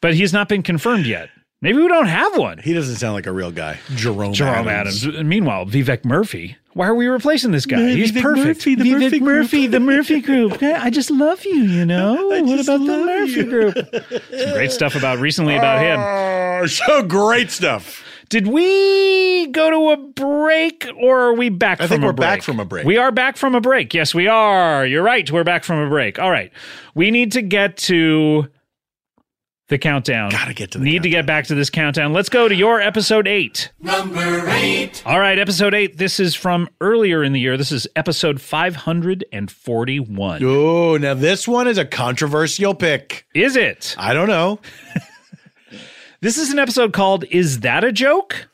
but he's not been confirmed yet. Maybe we don't have one. He doesn't sound like a real guy. Jerome. Jerome Adams. Meanwhile, Vivek Murphy. Why are we replacing this guy? Mur- He's Vivek perfect. Murphy, the Vivek Murphy group. Murphy, the Murphy Group. I just love you, you know. What just about the love Murphy you. Group? Some great stuff about recently about him. Oh, so great stuff. Did we go to a break or are we back I from think a we're break? back from a break. We are back from a break. Yes, we are. You're right. We're back from a break. All right. We need to get to the countdown. Gotta get to the Need to get back to this countdown. Let's go to your episode 8. Number eight. All right, episode eight. This is from earlier in the year. This is episode 541. Oh, now this one is a controversial pick. Is it? I don't know. This is an episode called Is That a Joke?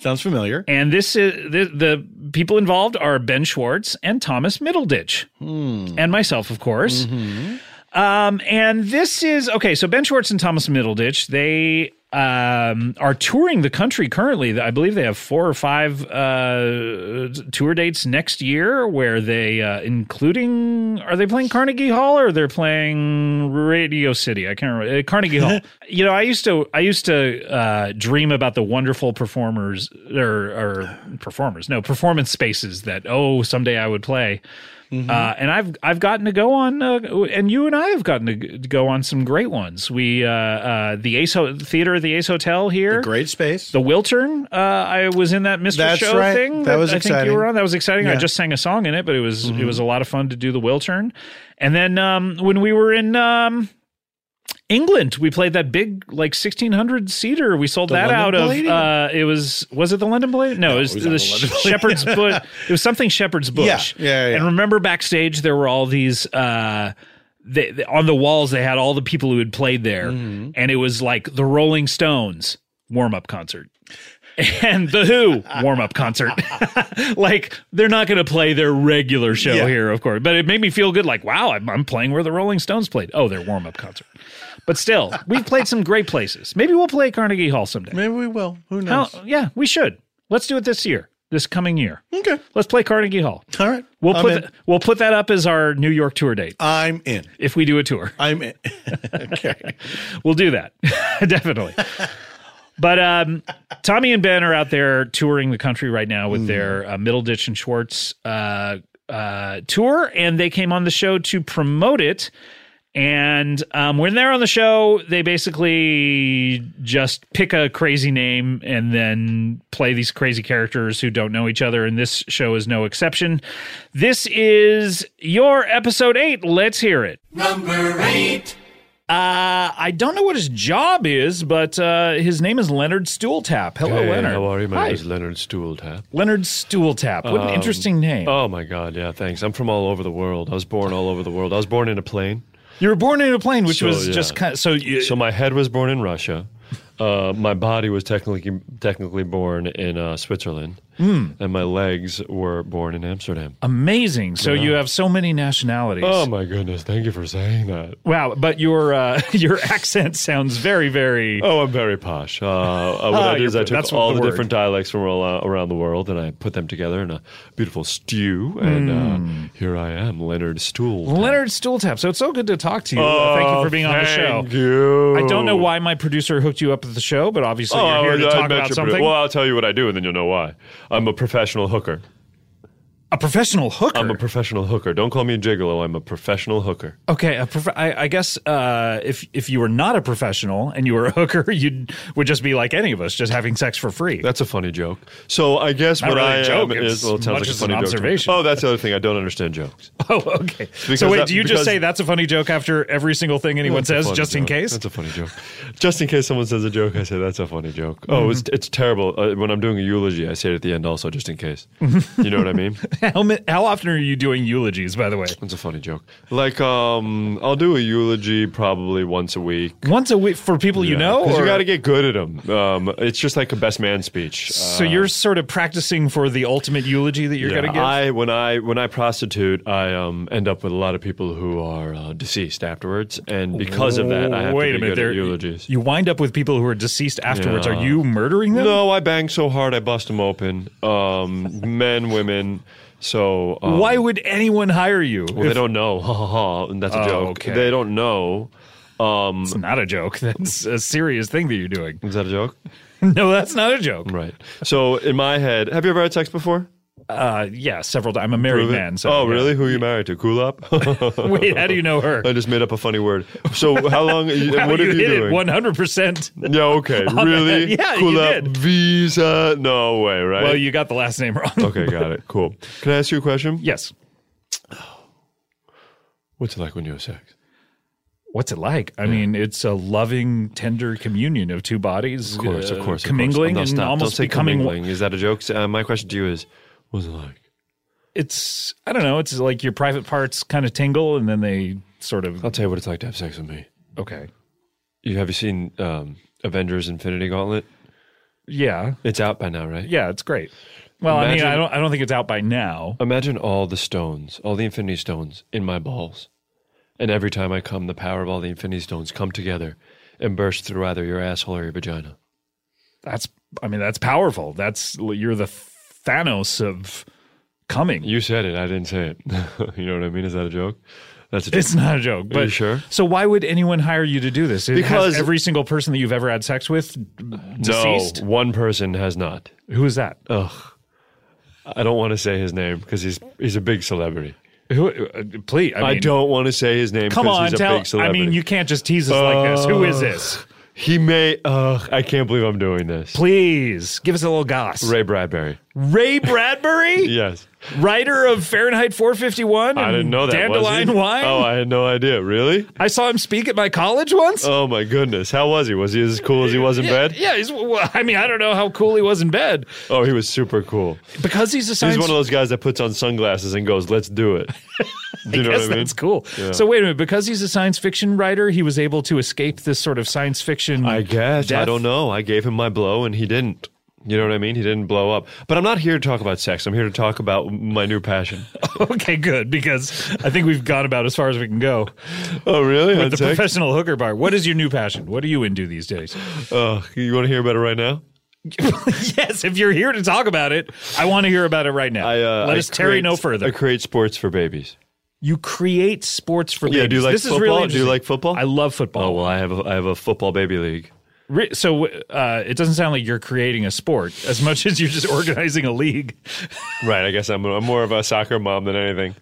Sounds familiar. And this is the, the people involved are Ben Schwartz and Thomas Middleditch, Hmm. and myself, of course. Mm-hmm. Um, and this is okay. So Ben Schwartz and Thomas Middleditch, they um, are touring the country currently. I believe they have four or five uh, tour dates next year, where they, uh, including, are they playing Carnegie Hall or they're playing Radio City? I can't remember. Uh, Carnegie Hall. you know, I used to, I used to uh, dream about the wonderful performers or, or performers, no performance spaces that oh someday I would play. Mm-hmm. Uh, and I've I've gotten to go on, uh, and you and I have gotten to g- go on some great ones. We uh, uh, the Ace Ho- Theater, the Ace Hotel here, the, Great space. Wiltern. Uh, I was in that Mr. That's Show right. thing. That was I think you exciting. were on. That was exciting. I Yeah. Mm-hmm. just sang a song in it, but it was it was a lot of fun to do the Wiltern. And then um, when we were in um, England, we played that big like sixteen hundred seater. We sold that London out of. Palladium? Uh, it was was it the London Palladium? No, it was, it was the, not the London Palladium. Shepherd's Bush. It was something Shepherd's Bush. Yeah, yeah, yeah. And remember backstage there were all these. Uh, they, they- on the walls they had all the people who had played there, Mm-hmm. and it was like the Rolling Stones warm up concert. And the Who warm up concert. like, they're not going to play their regular show Yeah. here, of course. But it made me feel good. Like, wow, I'm, I'm playing where the Rolling Stones played. Oh, their warm up concert. But still, we've played some great places. Maybe we'll play Carnegie Hall someday. Maybe we will. Who Oh, knows? yeah, we should. Let's do it this year, this coming year. Okay. Let's play Carnegie Hall. All right. We'll I'm put in. th- we'll put that up as our New York tour date I'm in. if we do a tour. I'm in. okay. We'll do that. Definitely. But um, Tommy and Ben are out there touring the country right now with their uh, Middle Ditch and Schwartz uh, uh, tour, and they came on the show to promote it. And um, when they're on the show, they basically just pick a crazy name and then play these crazy characters who don't know each other. And this show is no exception. This is your episode eight. Let's hear it. Uh, I don't know what his job is, but uh, his name is Leonard Stooltap. Hello, Hey, Leonard. How are you? My Hi. name is Leonard Stooltap. Leonard Stooltap. What Um, an interesting name. Oh my God! Yeah, thanks. I'm from all over the world. I was born all over the world. I was born in a plane. You were born in a plane, which So, was yeah. just kind of, so. You, So my head was born in Russia. Uh, my body was technically technically born in uh, Switzerland, hmm, and my legs were born in Amsterdam. amazing. So you have so many nationalities. Oh my goodness! Thank you for saying that. Wow, but your uh, your accent sounds very, very. Ah, Oh, I'm very posh. Uh, uh, what I did You're is I pre- took that's what all the the word- different dialects from all, uh, around the world and I put them together in a beautiful stew. And Hmm. uh, here I am, Leonard Stool. Leonard Stooltap. So it's so good to talk to you. Uh, thank you for being on the show. Oh, Thank you. I don't know why my producer hooked you up with the show, but obviously Oh, you're here I- to I talk met about your something. produ- Well, I'll tell you what I do, and then you'll know why. I'm a professional hooker. a professional hooker. I'm a professional hooker. Don't call me a gigolo. I'm a professional hooker. okay, a prof- I, I guess uh, if if you were not a professional and you were a hooker, you would just be like any of us, just having sex for free. That's a funny joke. So I guess Not what really I a joke, am it's is well, it sounds like much a as an funny joke to me. observation. Oh, that's the other thing. I don't understand jokes. oh, okay. Because So wait, that- do you just because- say that's a funny joke after every single thing anyone That's a says, funny just in joke. case? That's a funny joke. Just in case someone says a joke, I say that's a funny joke. Oh, Mm-hmm. it's it's terrible. Uh, when I'm doing a eulogy, I say it at the end also, just in case. you know what I mean? How, mi- how often are you doing eulogies, by the way? It's a funny joke. Like, um, I'll do a eulogy probably once a week. Once a week for people you know? because or- you got to get good at them. Um, it's just like a best man speech. so you're sort of practicing for the ultimate eulogy that you're uh, Yeah, going to give? I when I when I prostitute, I um, end up with a lot of people who are uh, deceased afterwards, and because of that, I have Oh, Wait to a be minute. good there- at eulogies. You wind up with people who are deceased afterwards. Yeah. Are you murdering them? No, I bang so hard I bust them open. Um, men, women. So um, Why would anyone hire you? Well, if they don't know. Ha ha ha. And that's a Oh, joke. okay. They don't know. Um, it's not a joke. That's a serious thing that you're doing. is that a joke? No, that's not a joke. Right. So in my head, have you ever had sex before? Uh, yeah, several times. I'm a married Prove it. man. So oh, yeah. really? Who are you married to? Kulop? Wait, how do you know her? I just made up a funny word. So how long? Wow, what you are you hit doing? it 100%. yeah. Okay. Really? Yeah, you Kulop did. visa? No way. Right. Well, you got the last name wrong. okay. Got it. Cool. Can I ask you a question? Yes. What's it like when you have sex? What's it like? I mean, it's a loving, tender communion of two bodies. Of course, of uh, course, Commingling of course. and almost becoming one. commingling. Is that a joke? Uh, my question to you is, what's it like? It's, I don't know, it's like your private parts kind of tingle and then they sort of. I'll tell you what it's like to have sex with me. Okay. You have you seen um, Avengers: Infinity Gauntlet? Yeah. It's out by now, right? Yeah, it's great. Well, I Imagine- mean, I don't, I don't think it's out by now. Imagine all the stones, all the Infinity Stones, in my balls, and every time I come, the power of all the Infinity Stones come together and burst through either your asshole or your vagina. That's, I mean, that's powerful. That's you're the Thanos of coming. You said it. I didn't say it. you know what I mean? Is that a joke? That's a joke. it's not a joke. But you sure? So why would anyone hire you to do this? It has Because- every single person that you've ever had sex with, deceased. No, one person has not. Who is that? Ugh. I don't want to say his name because he's he's a big celebrity. Who? Uh, please, I, I, mean, don't want to say his name. Come 'cause on, he's a tell. Big I celebrity. Oh. mean, you can't just tease us like this. Who is Ugh. this? He may. Ugh, I can't believe I'm doing this. Please give us a little goss. Ray Bradbury. Ray Bradbury, Yes, writer of Fahrenheit 451. I and didn't know that. was he? Dandelion Wine. Oh, I had no idea. Really? I saw him speak at my college once. Oh my goodness. How was he? Was he as cool as he was in yeah, bed? yeah, he's. Well, I mean, I don't know how cool he was in bed Oh, he was super cool. because he's a science. He's one of those guys that puts on sunglasses and goes, "Let's do it." Do you know Yes, what I mean? that's cool. So wait a minute, because he's a science fiction writer, he was able to escape this sort of science fiction. I guess. I death? don't know. I gave him my blow and he didn't. You know what I mean? He didn't blow up. But I'm not here to talk about sex. I'm here to talk about my new passion. Okay, good, because I think we've gone about as far as we can go. oh, really? The Uh, professional hooker bar. What is your new passion? What are you into these days? you want to hear about it right now? yes, if you're here to talk about it, I want to hear about it right now. Let Uh, I us tarry create- no further. I create sports for babies. you create sports for Yeah, babies. do you like this football? Is really do you interesting. like football? I love football. Oh well, I have a, I have a football baby league. Re- So uh, it doesn't sound like you're creating a sport as much as you're just organizing a league. Right, I guess I'm, I'm more of a soccer mom than anything.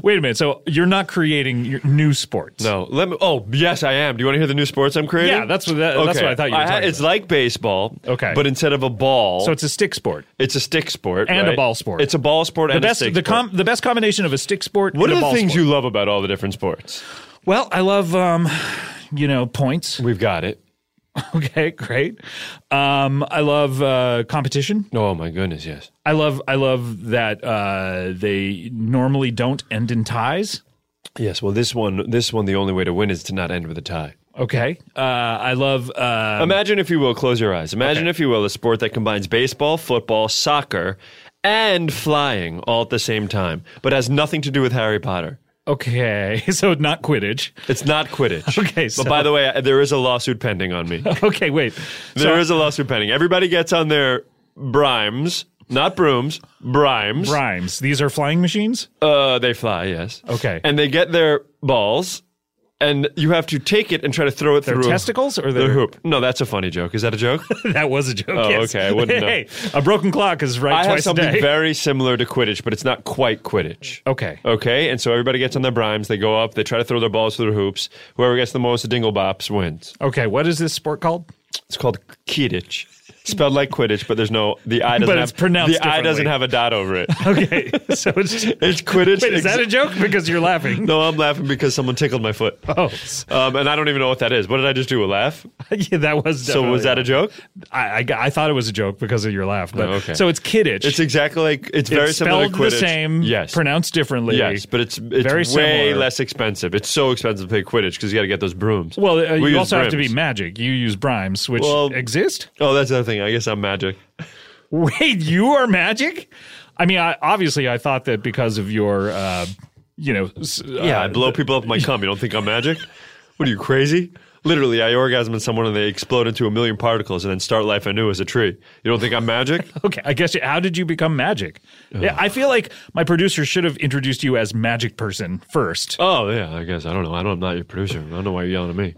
Wait a minute. So you're not creating your new sports. No, let me. Oh, yes, I am. Do you want to hear the new sports I'm creating? Yeah, that's what that- that's what I thought you were talking It's like baseball. Okay. but instead of a ball, So it's a stick sport. it's a stick sport And a right? ball sport. It's a ball sport The and best, a stick the, sport. com- the best combination of a stick sport. What are and a the ball things sport. you love about all the different sports? Well, I love, um, you know, points. We've got it. Okay, great. Um, I love uh, competition. Oh my goodness, yes. I love I love that uh, they normally don't end in ties. Yes, well, this one, this one, the only way to win is to not end with a tie. Okay, uh, I love. Uh, Imagine, if you will, close your eyes. Imagine, if you will, a sport that combines baseball, football, soccer, and flying all at the same time, but has nothing to do with Harry Potter. okay, so not Quidditch. It's not Quidditch. Okay, so- but by the way, I- there is a lawsuit pending on me. Okay, wait. There is a lawsuit pending. Everybody gets on their brimes, not brooms, brimes. Rhymes. These are flying machines. Uh, they fly, yes. Okay. And they get their balls, and you have to take it and try to throw it Their through a- testicles or their- hoop. No, that's a funny joke. Is that a joke? that was a joke. Oh, yes. okay, I wouldn't know. hey, a broken clock is right I have twice a something day. very similar to Quidditch, but it's not quite Quidditch. okay. Okay, and so everybody gets on their brimes. They go up. They try to throw their balls through the hoops. Whoever gets the most dinglebops wins. Okay. What is this sport called? It's called Quidditch, spelled like Quidditch, but there's no the I doesn't But have it's pronounced the I doesn't differently. have a dot over it. Okay. So it's just, It's Quidditch. wait, is that a joke? Because you're laughing. No, I'm laughing because someone tickled my foot. Oh, Um, and I don't even know what that is. What did I just do? A laugh? yeah, that was. So was definitely- that a joke? I, I, I thought it was a joke because of your laugh. But Oh, okay. so it's kiddish. It's exactly like it's very it's similar spelled to the Quidditch. same. Yes. Pronounced differently. Yes, but it's it's Very way similar. less expensive. It's so expensive to play Quidditch because you got to get those brooms. Well, uh, We you use also have to be brims. magic. You use brimes, which Well- exist. Oh, that's the other thing. I guess I'm magic. Wait, you are magic? I mean, I, obviously, I thought that because of your, uh, you know, s- Yeah, uh, I blow people up with my cum. You don't think I'm magic? What are you crazy? Literally, I orgasm in someone and they explode into a million particles and then start life anew as a tree. You don't think I'm magic? Okay, I guess. How did you become magic? Yeah, I feel like my producer should have introduced you as magic person first. oh yeah, I guess I don't know. I don't, I'm not your producer. I don't know why you're yelling at me.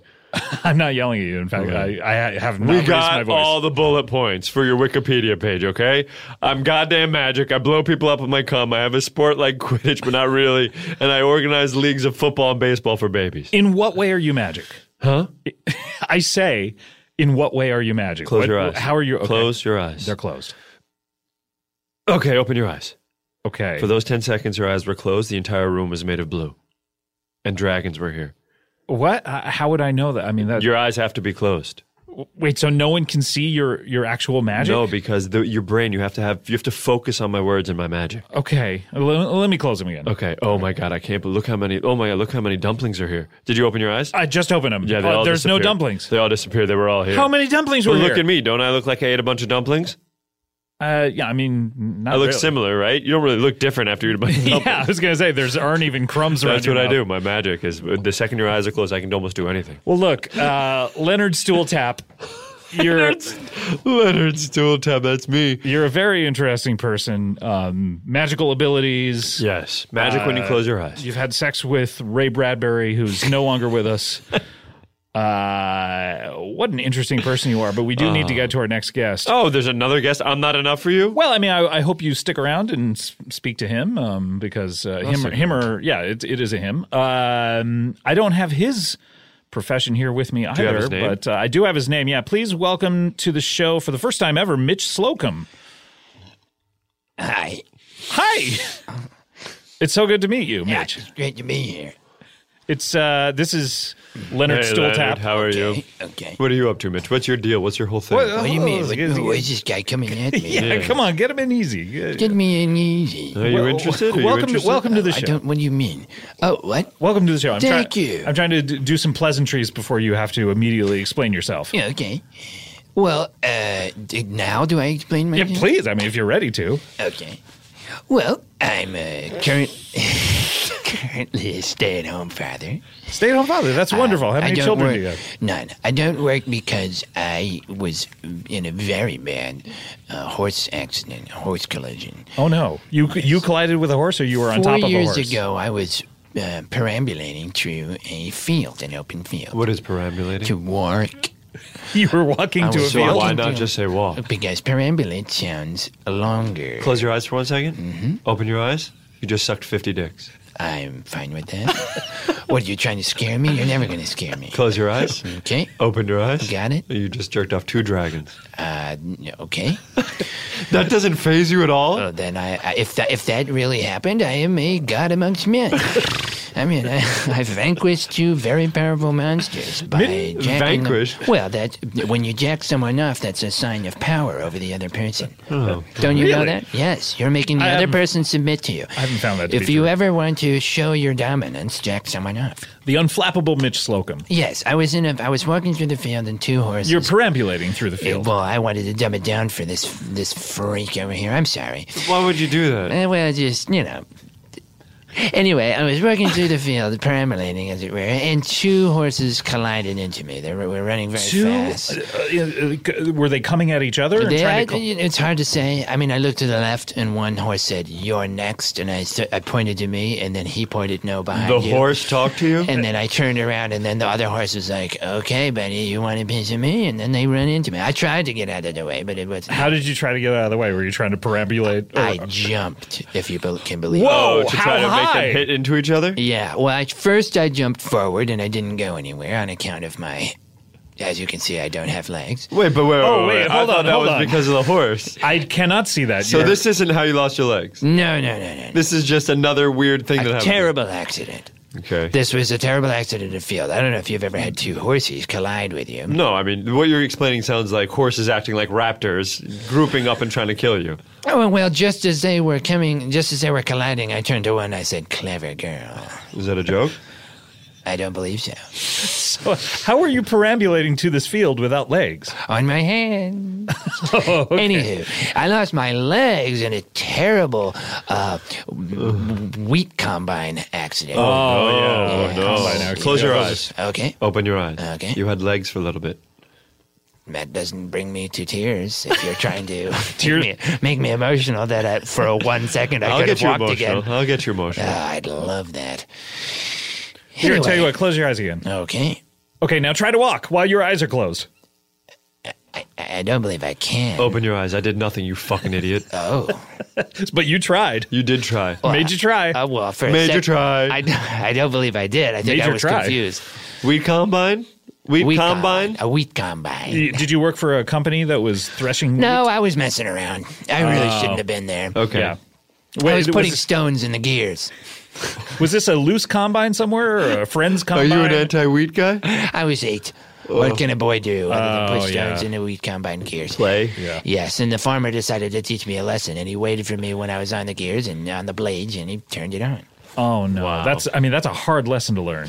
I'm not yelling at you. In fact, Okay. I, I have not We raised my got voice. all the bullet points for your Wikipedia page, okay? I'm goddamn magic. I blow people up with my cum. I have a sport like Quidditch, but not really. And I organize leagues of football and baseball for babies. in what way are you magic? Huh? I say, in what way are you magic? Close What- your eyes. How are you? Okay. Close your eyes. They're closed. Okay, open your eyes. Okay. For those 10 seconds your eyes were closed, the entire room was made of blue. And dragons were here. what? Uh, how would I know that? I mean, that. Your eyes have to be closed. Wait, so no one can see your your actual magic? No, because the, your brain, you have to have, you have to focus on my words and my magic. Okay, L- Uh, let me close them again. Okay. Oh my God, I can't. But look how many. Oh my God, look how many dumplings are here. Did you open your eyes? I just opened them. Yeah, they Oh, all there's no disappeared. dumplings. They all disappeared. They were all here. How many dumplings were Well, look here? at me. Don't I look like I ate a bunch of dumplings? Uh, yeah, I mean, not I look really. similar, right? You don't really look different after you eat a bunch of dumplings. Yeah, I was gonna say there's aren't even crumbs around. That's your what I mouth. do. My magic is the second your eyes are closed, I can almost do anything. Well, look, uh, Leonard Stool Tap, you're Leonard Stool Tab, that's me. you're a very interesting person. Um, magical abilities. Yes. Magic when you Uh, close your eyes. You've had sex with Ray Bradbury, who's no longer with us. Uh, what an interesting person you are, but we do need Uh, to get to our next guest. Oh, there's another guest. I'm not enough for you? Well, I mean, I, I hope you stick around and s- speak to him um, because uh, him, or, him or yeah, it, it is a him. Um, I don't have his profession here with me either, you have his name? but uh, I do have his name. Yeah, please welcome to the show for the first time ever, Mitch Slocum. Hi. Hi, it's so good to meet you, Yeah, Mitch. it's great to be here. It's uh, this is Leonard Hey, Stooltap. Leonard, how are you? Okay. What are you up to, Mitch? What's your deal? What's your whole thing? What do you mean? What, who is this guy coming at me? Oh, yeah, come on, get him in easy. Uh, Get me in easy. Are you interested? Are you welcome, to, interested? welcome to the I show. don't. What do you mean? Oh, what? Welcome to the show. I'm Thank trying- you. I'm trying to d- do some pleasantries before you have to immediately explain yourself. Yeah, okay. Well, uh, d- now do I explain Yeah, myself? please. I mean, if you're ready to. Okay. Well, I'm uh, current. currently a stay-at-home father. Stay-at-home father. That's wonderful. How I many don't children work, do you have? None. I don't work because I was in a very bad uh, horse accident, horse collision. Oh no! You you collided with a horse, or you were on Four top of a years horse? ago, I was uh, perambulating through a field, an open field. What is perambulating? To walk. You were walking I to a was field. Why walking not to- just say walk? Because perambulate sounds longer. Close your eyes for one Mm-hmm. Open your eyes. You just sucked 50 dicks. I'm fine with that. what are you trying to scare me? You're never going to scare me. Close your eyes. Okay. Open your eyes. Got it. You just jerked off two dragons. Uh, n- okay. that doesn't phase you at all. then I, I if that if that really happened, I am a god amongst men. I mean, I, I vanquished two very powerful monsters by Mid- jacking them- vanquished? Well, that when you jack someone off, that's a sign of power over the other person. Oh, Don't you know really? that? Yes, you're making the I other haven't- person submit to you. I haven't found that. To If be you true. ever want to show your dominance, jack someone off. the unflappable Mitch Slocum. Yes, I was in a. I was walking through the field and two horses. You're perambulating through the field. Well, I wanted to dumb it down for this this freak over here. I'm sorry. Eh, Why would you do that? well, just you know. Anyway, I was walking through the field, perambulating as it were, and two horses collided into me. They were, were running very Two, fast. uh, uh, uh, were they coming at each other? and They- trying I- to co- it's hard to say. I mean, I looked to the left, and one horse said, "You're next," and I, st- I pointed to me, and then he pointed no behind The you. horse talked to you, and then I turned around, and then the other horse was like, "Okay, buddy, you want a piece of me?" And then they ran into me. I tried to get out of the way, but it was. How did you try to get out of the way? Were you trying to perambulate? I jumped, if you bel- can believe. Whoa, it. to try to make them hit into each other? Yeah. Well, I, first I jumped forward, and I didn't go anywhere on account of my. As you can see, I don't have legs. Wait, but wait, Oh, wait, I hold thought on, that hold was on. because of the horse. I cannot see that. So You're- this isn't how you lost your legs. No, no, no, no. This is just another weird thing that happened. Terrible accident. Okay. This was a terrible accident in the field. I don't know if you've ever had two horses collide with you. No, I mean what you're explaining sounds like horses acting like raptors, grouping up and trying to kill you. Oh well, just as they were coming, just as they were colliding, I turned to one. I said, "Clever girl." Is that a joke? I don't believe so. So how are you perambulating to this field without legs? Oh, On my hand. Anywho, I lost my legs in a terrible uh, w- wheat combine accident. Oh, Oh, no. Close your eyes. Okay. Open your eyes. Okay. You had legs for a little bit. That doesn't bring me to tears. If you're trying to make, me, make me emotional, that I, for a one second I I'll could get have you walked emotional. again. I'll get you emotional. Ah, I'd love that. Here, tell you Anyway. what. Close your eyes again. Okay. Okay, now try to walk while your eyes are closed. I, I don't believe I can. Open your eyes. I did nothing, you fucking idiot. oh. but you tried. You did try. Well, Made I- you try. Uh, well, for a Made sec- you try. I, don't- I don't believe I did. I think Made I you was try. confused. Wheat combine? Wheat, Wheat combine? A wheat combine. Y- Did you work for a company that was threshing? No, I was messing around. I really Oh. shouldn't have been there. Okay. Yeah. I was Wait, putting was- stones in the gears. Was this a loose combine somewhere or a friend's combine? anti-wheat guy? I was eight. What can a boy do other than Oh, put stones yeah. in the wheat combine gears? Play. Yeah. Yes, and the farmer decided to teach me a lesson, and he waited for me when I was on the gears and on the blades, and he turned it on. Oh no, that's. I mean, that's a hard lesson to learn.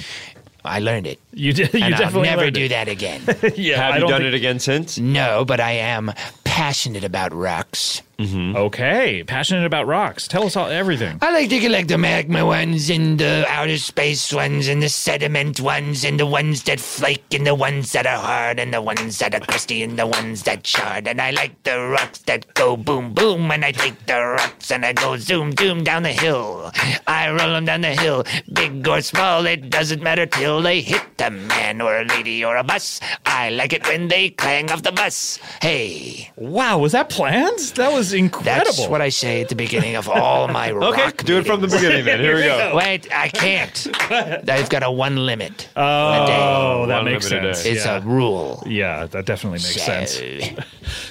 I learned it. You did. You and I'll definitely never learned do it. that again. yeah, Have I you don't done it think- again since? no, but I am passionate about rocks. Mm-hmm. Okay, passionate about rocks. Tell us all everything. I like to collect the magma ones and the outer space ones and the sediment ones and the ones that flake and the ones that are hard and the ones that are crusty and the ones that shard. And I like the rocks that go boom boom and I take the rocks and I go zoom zoom down the hill. I roll them down the hill, big or small, it doesn't matter till they hit a man or a lady or a bus. I like it when they clang off the bus. Hey. Wow, was that planned? That was incredible. That's what I say at the beginning of all my Okay, rock do it from the meetings. beginning then. Here we go. Wait, I can't. I've got a one limit. a day. Oh, that makes sense. It's yeah. a rule. Yeah, that definitely makes So- sense.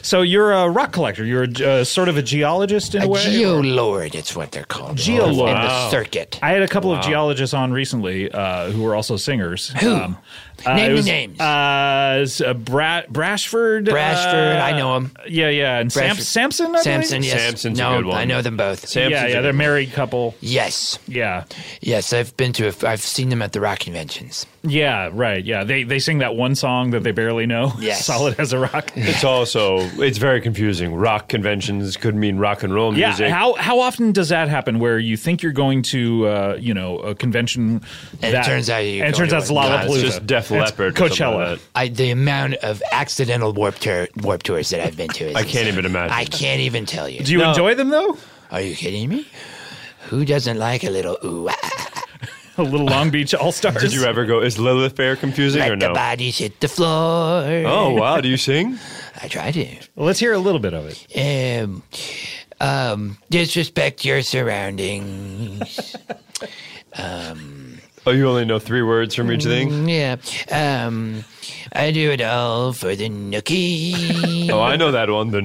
So you're a rock collector. You're a, uh, sort of a geologist in a, A way. geolord, it's what they're called. Geolord. In the Wow. circuit. I had a couple Wow. of geologists on recently uh, who were also singers. Um, Who? Name it the was, names. Uh, s- uh, Bra- Brashford. Brashford, uh, I know him. Yeah, yeah. And Sam- Brashford. Samson, I believe? Samson, yes. Samson's a no, good one. I know them both. yeah, yeah. They're married couple. Yes. Yeah. Yes, I've been to, a, I've seen them at the rock conventions. Yeah, right. Yeah. They they sing that one song that they barely know. Yes. Solid as a rock. It's also So it's very confusing. Rock conventions could mean rock and roll yeah, music. how how often does that happen? Where you think you're going to, uh, you know, a convention, And that- it turns out you. and it turns out it's Lollapalooza, It's Coachella. I, the amount of accidental warp tour, warp tours that I've been to. Is I can't even imagine. I can't even tell you. Do you No. enjoy them though? Are you kidding me? Who doesn't like a little ooh? a Ah, little Long Beach All Stars. Did you ever go? Is Lilith Fair confusing let or no? the bodies hit the floor. Oh wow! Do you sing? I try to. Well, let's hear a little bit of it. Um, um, disrespect your surroundings. um, Oh, you only know three words from each thing. mm, Yeah. Um, I do it all for the nookie. Oh, I know that one. The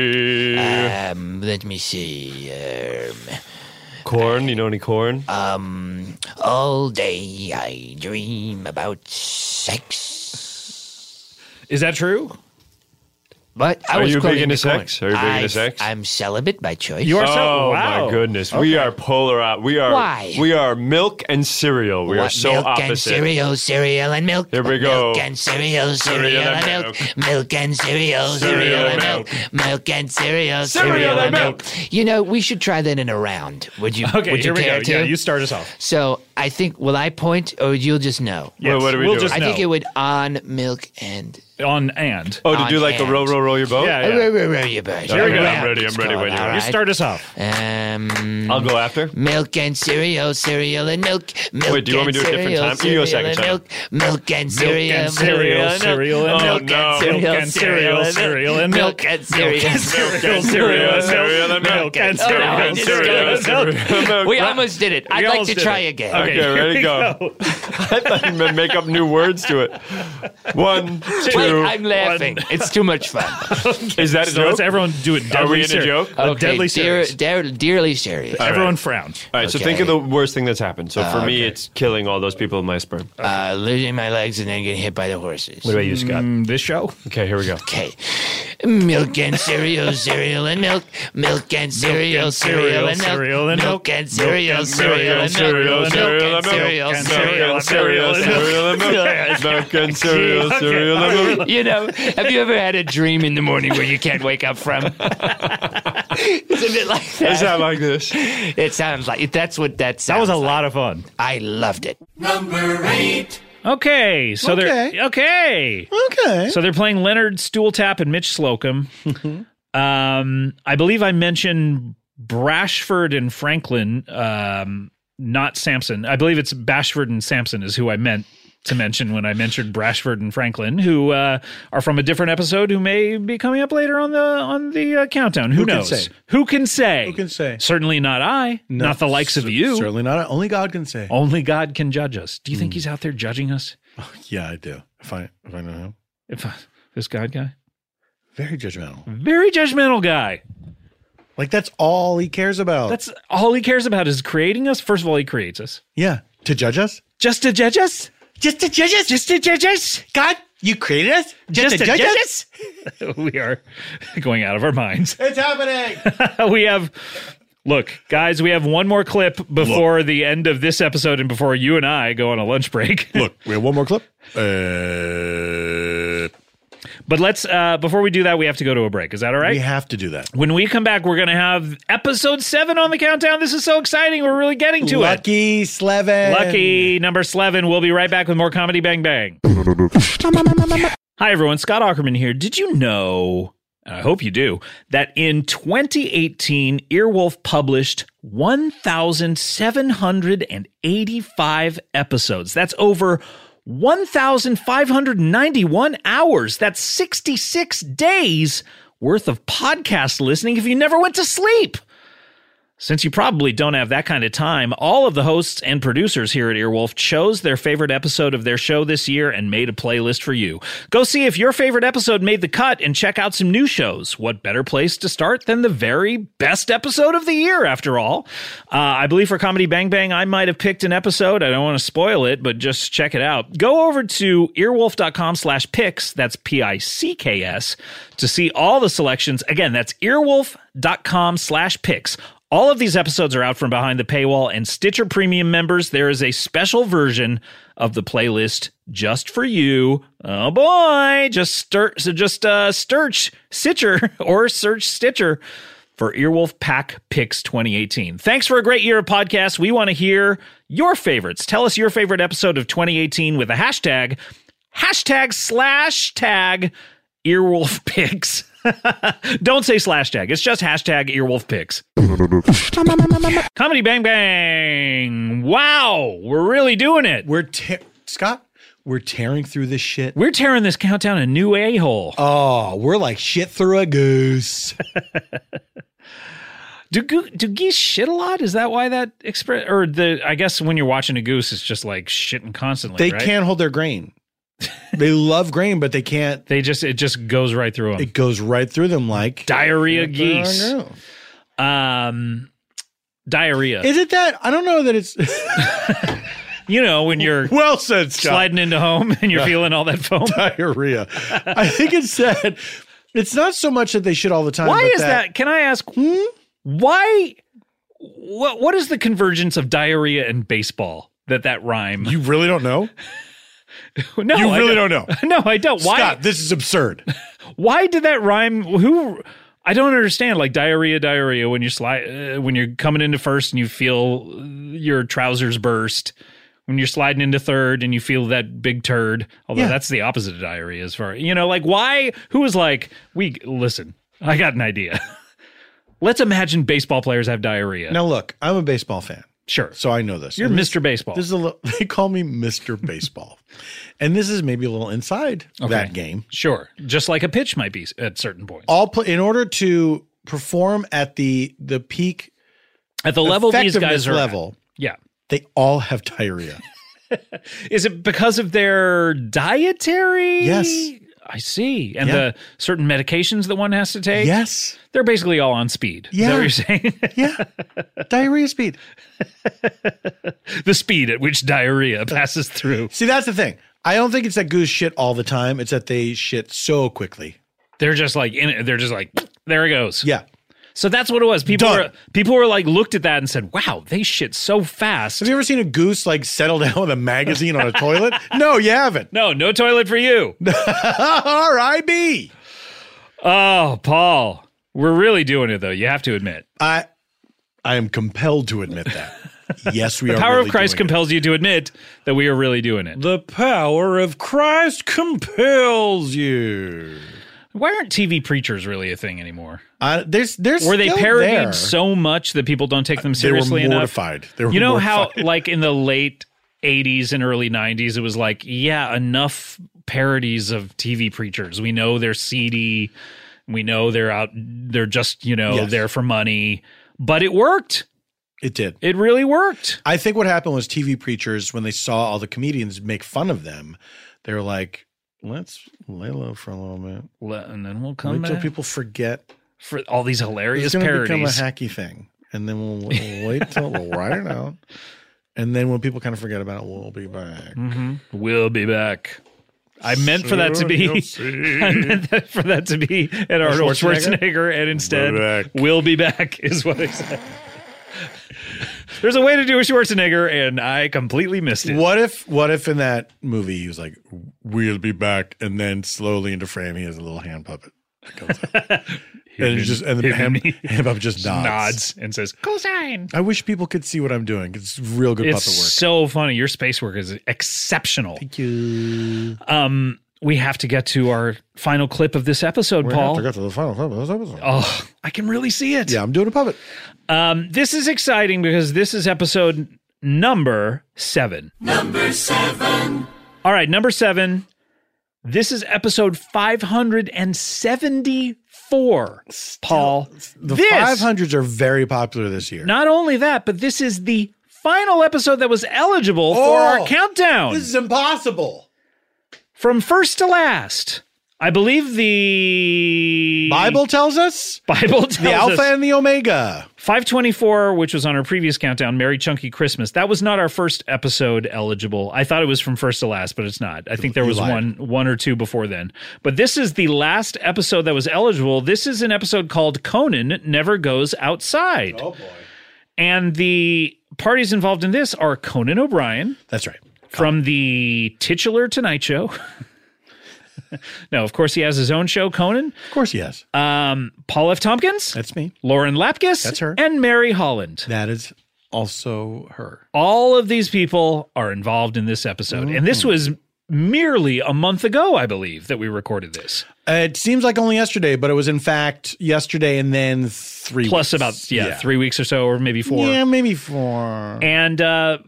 Nookie. Um, let me see. Um, corn. You know any corn? Um, all day I dream about sex. Is that true? But I Are was you big quoting into the Quran. sex? Are you big into I- sex? I'm celibate by choice. Oh my goodness, we are polar out. We are. Why? We are milk and cereal. We are What, so milk and opposite. cereal, cereal and milk. Here we go. Milk and cereal, Cereal cereal and and milk. Milk and cereal, cereal and milk. Milk and cereal, cereal and milk. You know, we should try that in a round. Would you? Okay, would you here we care go. To? Yeah, you start us off. So I think will I point or you'll just know. Yes, Well, what are we we'll doing? just I think know. it would on milk and on and. Oh, to do like a and. row, row, roll your boat. Yeah, yeah. Row, row, row your boat. Here we go. Round I'm ready. I'm it's ready called, when you're all ready. right. You start us off. Um, I'll go after. Milk and cereal, cereal and milk. milk Wait, do you want me and to do it different cereal, time? You go cereal second and time. Milk, milk and cereal, and cereal, cereal and milk. milk. Oh, no. Milk and cereal, cereal and milk. Milk and cereal, and cereal and cereal and milk. Oh, no, Milk I and just cereal got and cereal it. and milk. We almost did it. I'd We like almost to did try it. again. Okay, ready, go. I thought you meant make up new words to it. One, two. Wait, I'm laughing. It's too much fun. Is that a So let's joke? everyone do it Are we deadly in a serious. joke? A deadly dear, serious. dear, Er, dearly serious. All right. Everyone frowned. All right, so think of the worst thing that's happened. So for Uh, me, it's killing all those people in my sperm. uh, losing my legs and then getting hit by the horses. What about you, Scott? this show. Okay, here we go. Okay. Milk and cereal, cereal and milk. Milk and cereal, cereal and milk. Milk and cereal, cereal and cereal, milk. cereal, Milk and and cereal, milk. cereal and cereal, cereal, and milk. Milk and cereal, cereal, and milk. You know, have you ever had a dream in the morning where you can't wake up from? Isn't it like that? It's not like this. It sounds like that's what that sounds. That was a lot of fun. I loved it. Number eight. Okay, so Okay. they're okay. Okay. So they're playing Leonard Stooltap and Mitch Slocum. um, I believe I mentioned Brashford and Franklin, um, not Sampson. I believe it's Bashford and Sampson is who I meant to mention when I mentioned Brashford and Franklin, who uh, are from a different episode, who may be coming up later on the on the uh, countdown. Who, Who can knows? say? Who can say? Who can say? Certainly not I. No, not the likes of cer- you. Certainly not. Only God can say. Mm, Only God can judge us. Do you think he's out there judging us? Yeah, I do. If I if I know him, If this God guy, Mm-hmm. very judgmental. very judgmental guy. Like that's all he cares about. That's all he cares about is creating us. First of all, he creates us yeah. To judge us? just to judge us. Just to judge us. Just to judge us. God, you created us. Just, to judge us. we are going out of our minds. It's happening. we have. Look, guys, we have one more clip before the end of this episode and before you and I go on a lunch break. Look, we have one more clip. Uh, but let's, uh, before we do that, we have to go to a break. Is that all right? We have to do that. When we come back, we're going to have episode seven on the countdown. This is so exciting. We're really getting to it. Lucky Slevin. Lucky number 11. We'll be right back with more Comedy Bang Bang. Hi, everyone. Scott Ackerman here. Did you know, and I hope you do, that in 2018, Earwolf published 1,785 episodes? That's over 1,591 hours. That's 66 days worth of podcast listening if you never went to sleep. Since you probably don't have that kind of time, all of the hosts and producers here at Earwolf chose their favorite episode of their show this year and made a playlist for you. Go see if your favorite episode made the cut and check out some new shows. What better place to start than the very best episode of the year, after all? Uh, I believe for Comedy Bang Bang, I might have picked an episode. I don't want to spoil it, but just check it out. Go over to earwolf.com slash picks, that's P I C K S, to see all the selections. Again, that's earwolf.com slash picks. All of these episodes are out from behind the paywall, and Stitcher Premium members, there is a special version of the playlist just for you. Oh boy! Just stir, so just uh, search Stitcher or search Stitcher for Earwolf Pack Picks 2018. Thanks for a great year of podcasts. We want to hear your favorites. Tell us your favorite episode of 2018 with a hashtag, hashtag slash tag Earwolf Picks. Don't say slash tag. It's just hashtag Earwolf Picks. Comedy Bang Bang. Wow, we're really doing it. We're te- Scott. We're tearing through this shit. We're tearing this countdown a new a hole. Oh, we're like shit through a goose. Do goo do geese shit a lot? Is that why that express or the? I guess when you're watching a goose, it's just like shitting constantly. they right? can't hold their grain. they love grain, but they can't. They just it just goes right through them. It goes right through them like diarrhea I geese. don't Um, diarrhea. Is it that? I don't know that it's. you know when you're well said, Scott. sliding into home and you're Yeah. feeling all that foam. diarrhea. I think it's that it's not so much that they shit all the time. Why but Hmm? is that? Can I ask? Why? What What is the convergence of diarrhea and baseball? That that rhyme. You really don't know. no, You I really don't know. No, I don't. Why? Scott, this is absurd. Why did that rhyme? Who? I don't understand. Like diarrhea, diarrhea. When you're sli- uh, when you're coming into first and you feel uh, your trousers burst. When you're sliding into third and you feel that big turd. Although Yeah. that's the opposite of diarrhea, as far you know. Like why? Who was like we? Listen, I got an idea. Let's imagine baseball players have diarrhea. Now look, I'm a baseball fan. Sure. So I know this. You're And this- Mr. Baseball. This is a little, they call me Mr. Baseball. and this is maybe a little inside that game. Sure. Just like a pitch might be s- at certain points. All pla in order to perform at the the peak At the level these guys effectiveness are at. level, Yeah. they all have diarrhea. Is it because of their dietary? Yes. I see. And Yeah. the certain medications that one has to take? Yes. They're basically all on speed. Is that Yeah. what you're saying? diarrhea speed. the speed at which diarrhea passes through. See, that's the thing. I don't think it's that goose shit all the time. It's that they shit so quickly. They're just like in it. They're just like, there it goes. Yeah. So that's what it was. People Done. were people were like looked at that and said, wow, they shit so fast. Have you ever seen a goose like settle down with a magazine on a toilet? No, you haven't. No, no toilet for you. R.I.B. Oh, Paul. We're really doing it though, you have to admit. I I am compelled to admit that. yes, we the are. power really of Christ doing it. compels you to admit that we are really doing it. The power of Christ compels you. Why aren't TV preachers really a thing anymore? Uh, there's, there's Were they still parodied there. so much that people don't take them They were seriously enough? mortified. They were you know how, mortified. like in the late '80s and early '90s, it was like, yeah, enough parodies of TV preachers. We know they're seedy. We know they're out. They're just you know Yes. there for money. But it worked. it did. It really worked. I think what happened was TV preachers when they saw all the comedians make fun of them, they were like, "Let's lay low for a little bit. Le- And then we'll come Wait till back people forget for all these hilarious it's going to become a parodies. hacky thing, and then we'll, we'll wait till we'll write it out, and then when people kind of forget about it, we'll be back." Mm-hmm. Mhm. We'll be back. I meant for that to be. I meant that for that to be an Arnold Schwarzenegger? Schwarzenegger, and instead, we'll be back is what I said. There's a way to do a Schwarzenegger, and I completely missed it. What if what if in that movie he was like, "We'll be back," and then slowly into frame he has a little hand puppet that comes out. and it's just and the hand, hand puppet just nods. nods and says, Cosine. I wish people could see what I'm doing. It's real good It's puppet work. so funny. Your space work is exceptional. Thank you. Um, we have to get to our final clip of this episode, We're gonna have Paul. to get to the final clip of this episode. Oh, I can really see it. Yeah, I'm doing a puppet. Um, this is exciting because this is episode number seven. Number seven. All right, number seven. This is episode 574, Paul. The this, 500s are very popular this year. Not only that, but this is the final episode that was eligible for Oh, our countdown This is impossible. from first to last. I believe the Bible tells us. Bible tells the Alpha us. and the Omega. 524, which was on our previous countdown, Merry Chunky Christmas. That was not our first episode eligible. I thought it was from first to last, but it's not. I think there You was lied. one one or two before then. But this is the last episode that was eligible. This is an episode called Conan Never Goes Outside. Oh boy. And the parties involved in this are Conan O'Brien. That's right. From the titular Tonight Show. no, of course he has his own show, Conan. Of course he has. Um, Paul F. Tompkins. That's me. Lauren Lapkus. That's her. And Mary Holland. That is also her. All of these people are involved in this episode. And Mm. this was merely a month ago, I believe, that we recorded this. Uh, it seems like only yesterday, but it was in fact yesterday and then three Plus weeks. about, yeah, three weeks or so, or maybe four. Yeah, maybe four. And uh,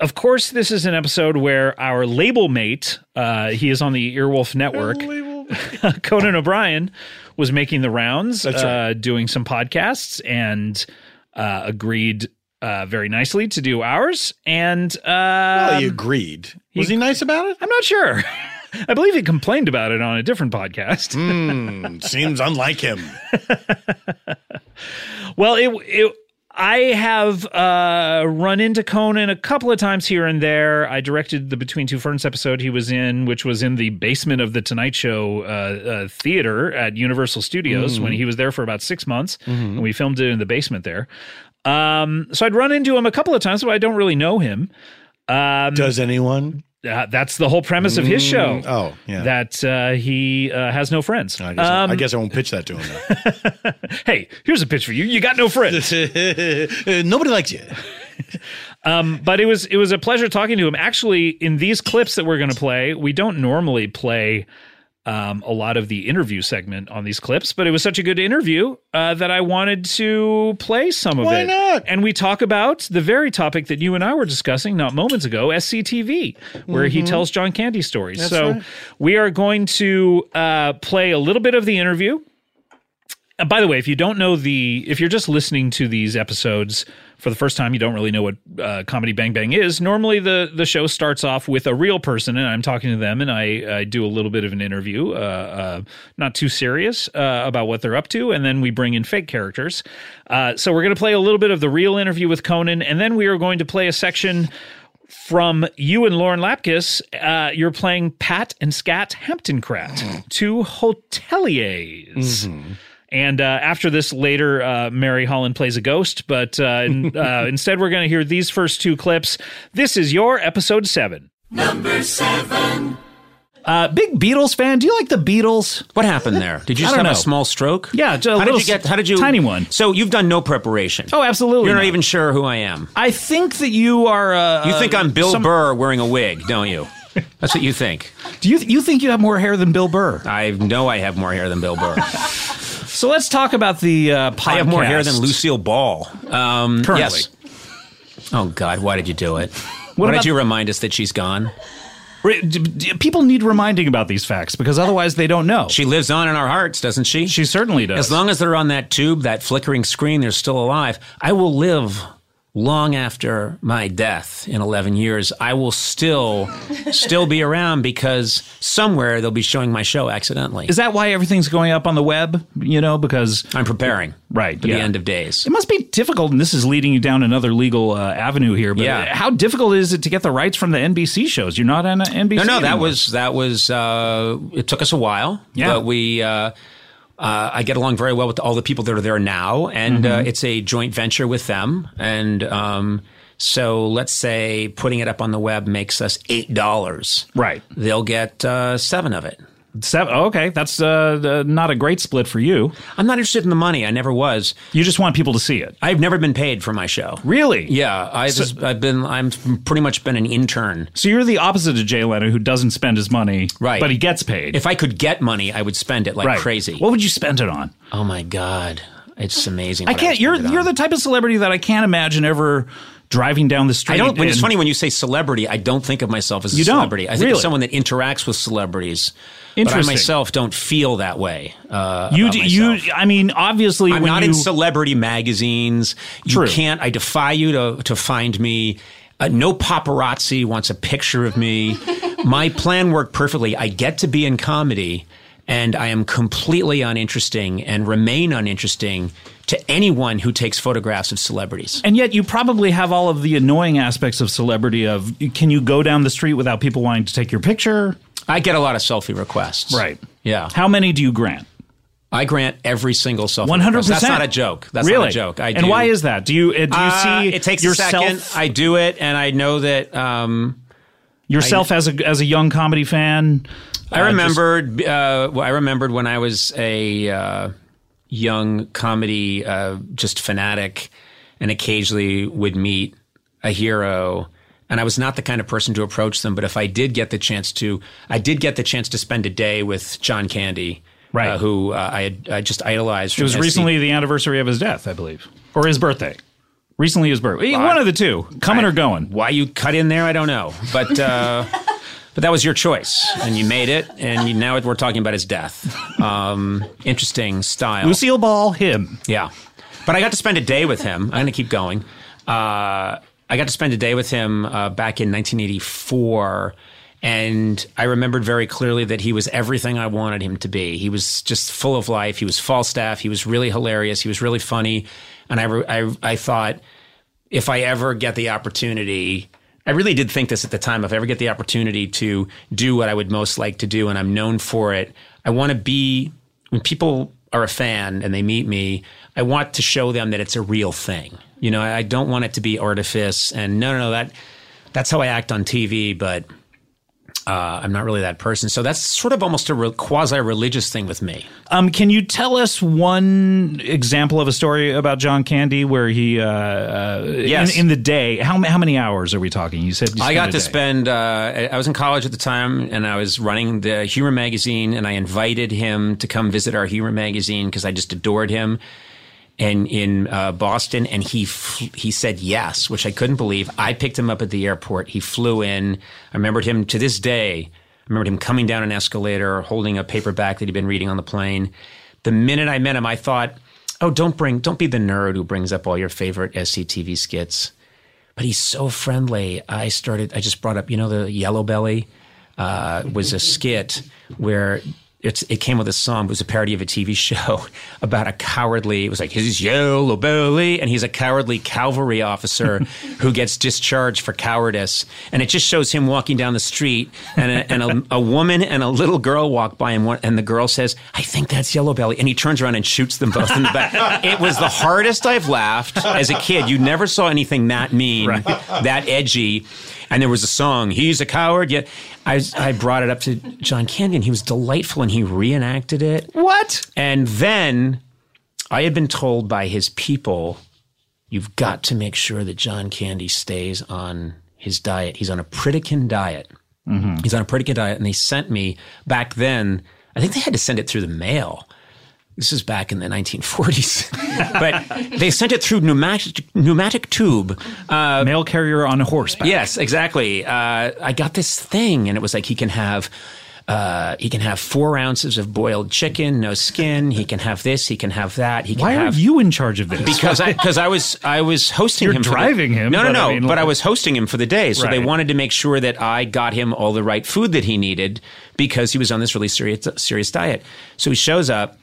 of course, this is an episode where our label mate, uh, he is on the Earwolf Network, Conan O'Brien, was making the rounds, That's right. uh, doing some podcasts, and uh, agreed uh, very nicely to do ours. And uh, he agreed. Was he nice about it? I'm not sure. I believe he complained about it on a different podcast. Hmm, seems unlike him. Well, it, it I have uh, run into Conan a couple of times here and there. I directed the Between Two Ferns episode he was in, which was in the basement of the Tonight Show uh, uh, theater at Universal Studios Mhm. Mm. when he was there for about six months, Mm-hmm. and we filmed it in the basement there. Um, so I'd run into him a couple of times, but I don't really know him. Um, Does anyone? Uh, that's the whole premise of his show. Mm, oh, yeah. That uh, he uh, has no friends. I guess, I, I Um, guess I won't pitch that to him. hey, here's a pitch for you. You got no friends. Nobody likes you. um, but it was it was a pleasure talking to him. Actually, in these clips that we're going to play, we don't normally play um, a lot of the interview segment on these clips, but it was such a good interview uh, that I wanted to play some of Why it. not? And we talk about the very topic that you and I were discussing not moments ago, SCTV, where he Mm-hmm. Mhm. tells John Candy stories. That's so right. we are going to uh, play a little bit of the interview. And Uh, by the way, if you don't know the, if you're just listening to these episodes for the first time, you don't really know what uh, comedy Bang Bang is. Normally, the the show starts off with a real person, and I'm talking to them, and I, I do a little bit of an interview, uh, uh, not too serious uh, about what they're up to, and then we bring in fake characters. Uh, so we're going to play a little bit of the real interview with Conan, and then we are going to play a section from you and Lauren Lapkus, uh, you're playing Pat and Scat Hamptoncrat, two hoteliers. Mm-hmm. And uh, after this, later, uh, Mary Holland plays a ghost. But uh, in- uh, instead, we're going to hear these first two clips. This is your episode seven. Number seven. Uh, big Beatles fan. Do you like the Beatles? What happened there? Did you I just don't have a know. small stroke? Yeah, How did you get? How did you? Tiny one. So you've done no preparation. Oh, absolutely. You're not, not. even sure who I am. I think that you are. Uh, you think I'm Bill some- Burr wearing a wig, don't you? That's what you think. Do you you think you have more hair than Bill Burr? I know I have more hair than Bill Burr. So let's talk about the uh, podcast. I have more hair than Lucille Ball. Um, Currently. Yes. Oh God, why did you do it? What why about- did you remind us that she's gone? Re- d- d- People need reminding about these facts because otherwise they don't know. She lives on in our hearts, doesn't she? She certainly does. As long as they're on that tube, that flickering screen, they're still alive. I will live long after my death in 11 years. I will still still be around because somewhere they'll be showing my show accidentally. Is that why everything's going up on the web? You know, because I'm preparing. Right. for yeah. the end of days. It must be difficult, and this is leading you down another legal uh, avenue here. But Yeah. how difficult is it to get the rights from the NBC shows? You're not on uh, NBC. No, no, that anymore. was that was. Uh, it took us a while, Yeah. but we. Uh, uh, I get along very well with all the people that are there now, and Mm-hmm. uh, it's a joint venture with them. And um, so, let's say putting it up on the web makes us eight dollars. Right, they'll get uh, seven of it. Seven, okay, that's uh, the- not a great split for you. I'm not interested in the money. I never was. You just want people to see it. I've never been paid for my show. Really? Yeah, I've, So- I've been. I'm pretty much been an intern. So you're the opposite of Jay Leno, who doesn't spend his money, Right. But he gets paid. If I could get money, I would spend it like Right. crazy. What would you spend it on? Oh my god, it's amazing. I what can't. would You're spend it you're on. the type of celebrity that I can't imagine ever driving down the street. I don't. When it's and- funny when you say celebrity, I don't think of myself as a You don't, celebrity. I think really. of someone that interacts with celebrities. But Interesting. I myself don't feel that way. Uh, You about d- you. I mean, obviously, I'm when not you, in celebrity magazines. You True. can't. I defy you to to find me. Uh, no paparazzi wants a picture of me. My plan worked perfectly. I get to be in comedy. and I am completely uninteresting and remain uninteresting to anyone who takes photographs of celebrities. And yet, you probably have all of the annoying aspects of celebrity. Of can you go down the street without people wanting to take your picture? I get a lot of selfie requests. Right. Yeah. How many do you grant? I grant every single selfie. One hundred request. percent. That's not a joke. That's really? not a joke. I and do- why is that? Do you uh, do you Uh, see it takes yourself a second. I do it, and I know that um, yourself I, as a as a young comedy fan? I uh, just- remembered. uh, well, I remembered when I was a uh, young comedy uh, just fanatic, and occasionally would meet a hero. And I was not the kind of person to approach them, but if I did get the chance to, I did get the chance to spend a day with John Candy, right? who uh, I had I just idolized. it was from SD. recently the anniversary of his death, I believe, or his birthday. Recently, his birthday. Eh, One of the two, coming or going. Why you cut in there? I don't know, but uh, but that was your choice, and you made it, and you, now we're talking about his death. Um, interesting style, Lucille Ball, him. Yeah, but I got to spend a day with him. I'm going to keep going. Uh, I got to spend a day with him uh, back in 1984. And I remembered very clearly that he was everything I wanted him to be. He was just full of life. He was Falstaff. He was really hilarious. He was really funny. And I, re- I, I thought, if I ever get the opportunity, I really did think this at the time. If I ever get the opportunity to do what I would most like to do and I'm known for it, I want to be, when people are a fan and they meet me, I want to show them that it's a real thing. You know, I I don't want it to be artifice and no, no, no, that, that's how I act on TV, but uh, I'm not really that person. So that's sort of almost a re- quasi religious thing with me. Um, can you tell us one example of a story about John Candy where he, uh, uh, Yes. in, in the day, how, ma- how many hours are we talking? You said you I spent got a to day. spend. Uh, I- I was in college at the time, and I was running the humor magazine, and I invited him to come visit our humor magazine because I just adored him. And in uh, Boston, and he fl- he said yes, which I couldn't believe. I picked him up at the airport. He flew in. I remembered him to this day. I remembered him coming down an escalator, holding a paperback that he'd been reading on the plane. The minute I met him, I thought, "Oh, don't bring, don't be the nerd who brings up all your favorite SCTV skits." but he's so friendly. I started, I just brought up, you know, the Yellow Belly uh, was a skit where it's, it came with a song. It was a parody of a TV show about a cowardly, it was like, his Yellow Belly, and he's a cowardly cavalry officer who gets discharged for cowardice. And it just shows him walking down the street, and a, and a, a woman and a little girl walk by him, and the girl says, I think that's Yellow Belly. And he turns around and shoots them both in the back. it was the hardest I've laughed as a kid. You never saw anything that mean, that edgy. And there was a song, He's a Coward. Yeah. I, was- I brought it up to John Candy, and he was delightful, and he reenacted it. What? And then I had been told by his people, you've got to make sure that John Candy stays on his diet. He's on a Pritikin diet. He's on a Pritikin diet, and they sent me back then. I think they had to send it through the mail. This is back in the 1940s, but they sent it through pneumatic pneumatic tube. Uh, Mail carrier on horseback. Yes, exactly. Uh, I got this thing, and it was like he can have. Uh, he can have four ounces of boiled chicken, no skin. He can have this. He can have that. He can Why are have you in charge of this? because I because I was I was hosting You're him for the- driving him, No, no, but no. I mean, but I like- was hosting him for the day, so they Right. wanted to make sure that I got him all the right food that he needed because he was on this really serious serious diet. So he shows up,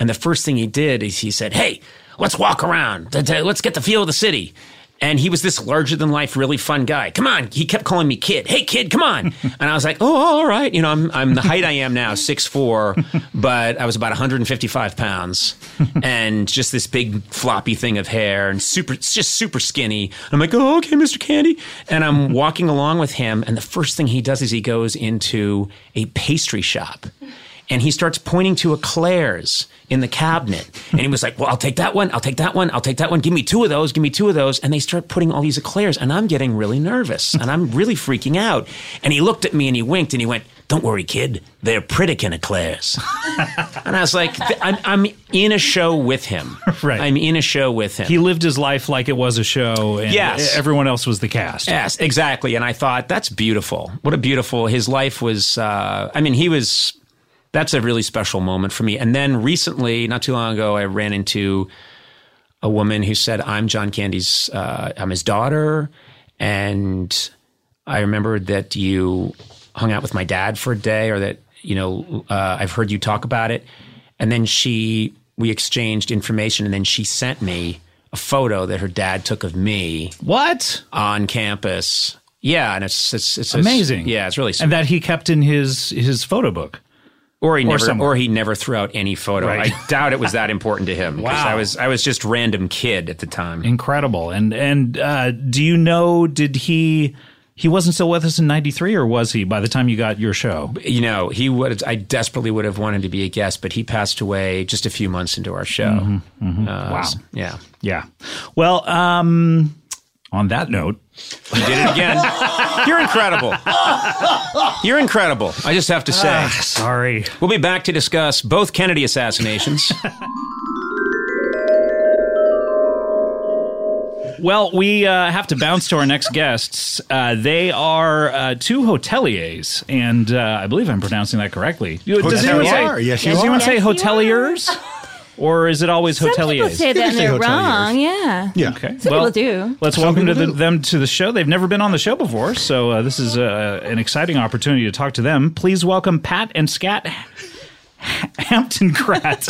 and the first thing he did is he said, "Hey, let's walk around. Th- th- Let's get the feel of the city." And he was this larger than life, really fun guy. Come on, he kept calling me kid. Hey, kid, come on. and I was like, oh, all right. You know, I'm I'm the height I am now, six four, but I was about 155 pounds, and just this big floppy thing of hair, and super, it's just super skinny. I'm like, oh, okay, Mr. Candy. And I'm walking along with him, and the first thing he does is he goes into a pastry shop and he starts pointing to eclairs in the cabinet. And he was like, Well, I'll take that one, I'll take that one, I'll take that one, give me two of those, give me two of those. And they start putting all these eclairs, and I'm getting really nervous and I'm really freaking out. And he looked at me and he winked and he went, Don't worry, kid, they're Pritikin eclairs. and I was like, th- I'm, I'm in a show with him. Right. I'm in a show with him. He lived his life like it was a show, and Yes. everyone else was the cast. Yes, exactly. And I thought that's beautiful. What a beautiful his life was. Uh, I mean, he was. That's a really special moment for me. And then recently, not too long ago, I ran into a woman who said, "I'm John Candy's. Uh, I'm his daughter," and I remembered that you hung out with my dad for a day, or that you know, uh, I've heard you talk about it. And then she, we exchanged information, and then she sent me a photo that her dad took of me. What on campus? Yeah, and it's it's, it's it's- Amazing. yeah, it's really sweet. and that he kept in his his photo book. Or he Or never, somewhere. or, he never threw out any photo. Right. I doubt it was that important to him. 'cause Wow. I was I was just random kid at the time. Incredible. And and uh, do you know? Did he? He wasn't still with us in '93, or was he? By the time you got your show, You know, he would. I desperately would have wanted to be a guest, but he passed away just a few months into our show. Mhm, mhm. Uh, Wow. Yeah. Yeah. Well, um, on that note, You did it again. You're incredible. You're incredible. I just have to say. Ah, sorry. We'll be back to discuss both Kennedy assassinations. Well, we uh, have to bounce to our next guests. Uh, they are uh, two hoteliers, and uh, I believe I'm pronouncing that correctly. You- Does anyone Hotelier. say, Yes, you does anyone are. say Yes, you hoteliers? Or is it always hoteliers? People say that and they're wrong. Yeah. Yeah. Okay. Some well, people do. Let's welcome to the, them to the show. They've never been on the show before, so uh, this is uh, an exciting opportunity to talk to them. Please welcome Pat and Scat Hampton Krat.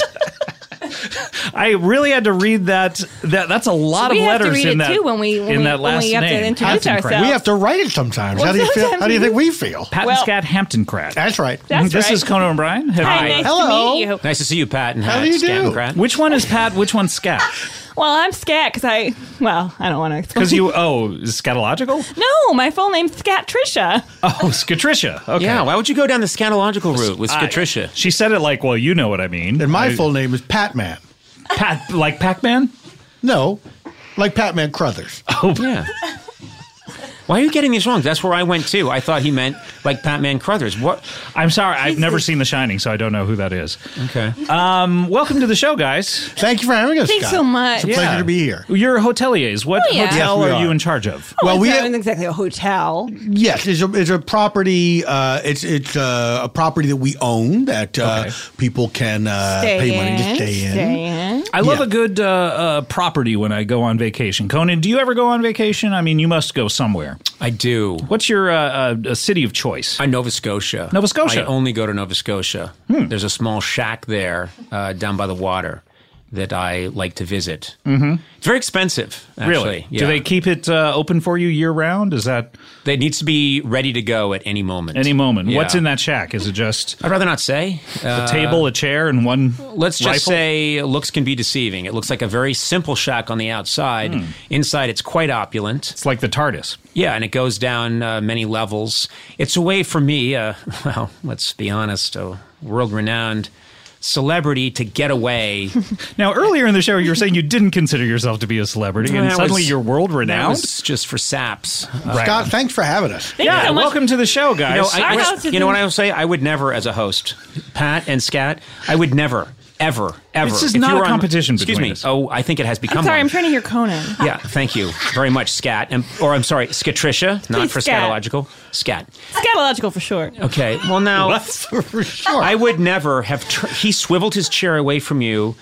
I really had to read that. That that's a lot So we of have to letters read in it, that too, when we- when in we- that when last we have to name. introduce Hampton Krat. ourselves. We have to write it sometimes. Well, how do you feel? sometimes How do you we think we feel? Pat and Scat Hampton Krat. That's right. That's This right. is Conan O'Brien. Have Hi, you- nice Hello. to meet you. nice to see you, Pat and How Hat, do you Scat and do? Krat. Which one is Pat? Which one's Scat? Well, I'm Scat because I, well, I don't want to explain. Because you oh is scatological? No, my full name's Scat Trisha. Oh, Scatricia. Okay. Yeah. Why would you go down the scatological route with I- Scatricia? she said it like, well, you know what I mean. And my I- full name is Pat Man. Pat, like Pac Man? No, like Pat Man Crothers. Oh, yeah. Why are you getting these wrong? That's where I went too. I thought he meant like Pat Man Crothers. What? I'm sorry. I've never seen The Shining, so I don't know who that is. Okay. Um, welcome to the show, guys. Thank you for having us. Thanks Scott. so much. It's a pleasure to be here. You're hoteliers. What Oh, yeah. hotel Yes, we are, you are. in charge of? well, we we not exactly a hotel. Yes, it's a, it's a property. Uh, it's it's uh, a property that we own that uh, people can uh, Stay pay money to in, stay in. stay in. I love a good uh, uh, property when I go on vacation. Conan, do you ever go on vacation? I mean, you must go somewhere. I do. What's your uh, uh, uh, city of choice? I Nova Scotia. Nova Scotia. Hmm. I only go to Nova Scotia. There's a small shack there uh, down by the water that I like to visit. Mhm. It's very expensive. Mm-hmm. Actually. Really? Yeah. Do they keep it uh, open for you year round? Is that It needs to be ready to go at any moment. any moment? Yeah. What's in that shack? Is it just I'd rather not say. Uh, a table, a chair, and one? Let's just rifle? say looks can be deceiving. It looks like a very simple shack on the outside. Inside, it's quite opulent. It's Hmm. like the TARDIS. Yeah, and it goes down uh, many levels. It's a way for me, uh, well, let's be honest, a world renowned celebrity to get away. Now, earlier in the show, you were saying you didn't consider yourself to be a celebrity, and That suddenly was- you're world that renowned. was just for saps. Uh, Scott, thanks for having us. Thank you so much. welcome to the show, You guys. know, I- you know what I will say? I would never, as a host, Pat and Scat, I would never, ever, ever. This is if not you a were on- competition Excuse between me. us. Oh, I think it has become. I'm sorry, one. I'm trying to hear Conan. Yeah, thank you very much, Scat. And, or I'm sorry, Scatricia, not Please, for Scat. scatological. Scat. Scatological for short. Okay. Well, now That's for sure. I would never have. Tr- he swiveled his chair away from you.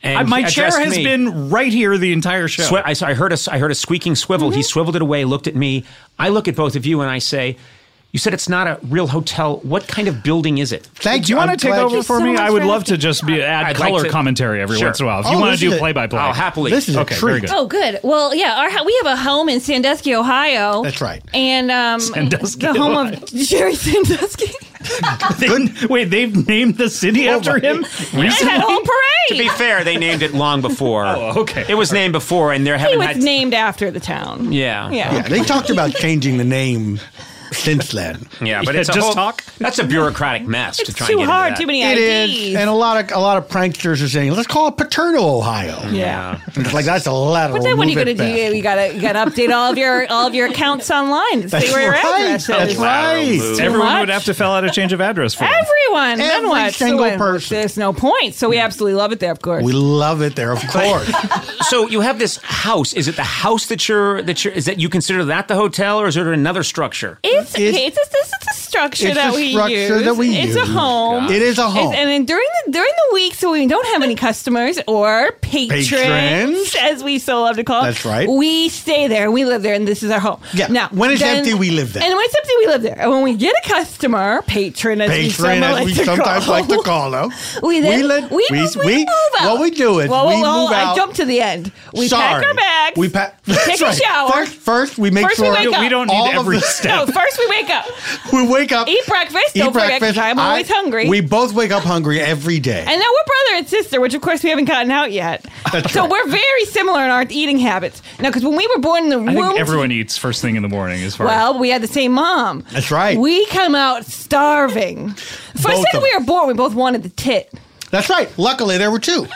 And Uh, my chair addressed has me. been right here the entire show. Swi- I, saw- I heard a, s- I heard a squeaking swivel. He swiveled it away, looked at me. I look at both of you and I say, "You said it's not a real hotel. What kind of building is it?" Thank do you want to take over for me? I would love to just be add I'd like color to- commentary every Sure. once in a while. If Oh, you want this to do is a- play by play, I'll happily. This is a okay, very good. Oh, good. Well, yeah, our ho- we have a home in Sandusky, Ohio. That's right. And um, Sandusky, the home Ohio. of Jerry Sandusky. They- wait, they've named the city Oh, after him. Yeah. They had a whole parade. To be fair, they named it long before. oh, okay. It was named before, and there he haven't was had. named after the town. yeah. Yeah. Yeah, they talked about changing the name since then. Yeah, but Yeah, it's a just whole, talk. That's a bureaucratic mess to try too and get hard, into that. too many It is, IDs. and a lot of a lot of pranksters are saying, "Let's call it Paterno, Ohio." Yeah. And it's like that's a lateral. But then when you move go to it do, back. you gotta you gotta update all of your all of your accounts online to see That's where your right. address That's is. right. Too Everyone much. would have to fill out a change of address form. Everyone, then Every what? So single what- There's no point, so we absolutely love it there, of course. we love it there, of course. So you have this house. Is it the house that you're that you're is that you consider that the hotel, or is it another structure? It's it's, it's, a, it's a structure It's that the we structure use. that we it's use. a home. It is a home. and then during the during the weeks when we don't have any customers or patrons, Patrons? as we so love to call. That's right. We stay there. We live there, and this is our home. Yeah. Now, When it's empty, we live there. And when it's empty, we live there. And when we get a customer, patron, as we, patron, somehow as we to sometimes call, like to call her. we then, we let- we, we- move, we, we- move out. what we do is well, we well, well, move I out. jump to the end. We Sorry. pack our bags. We pa- Take That's a right. shower. First, first we make First sure we wake up. all of the- No, first we wake up. we wake up, Eat breakfast. eat Don't forget, 'cause breakfast. I'm I- always hungry. We both wake up hungry every day. And now we're brother and sister, which of course we haven't gotten out yet. That's so we're very similar in our eating habits. Now, because when we were born in the I womb, think everyone eats first thing in the morning. As far well, we had the same mom. That's right. We come out starving. First Both second of we were born, we both wanted the tit. That's right. Luckily, there were two.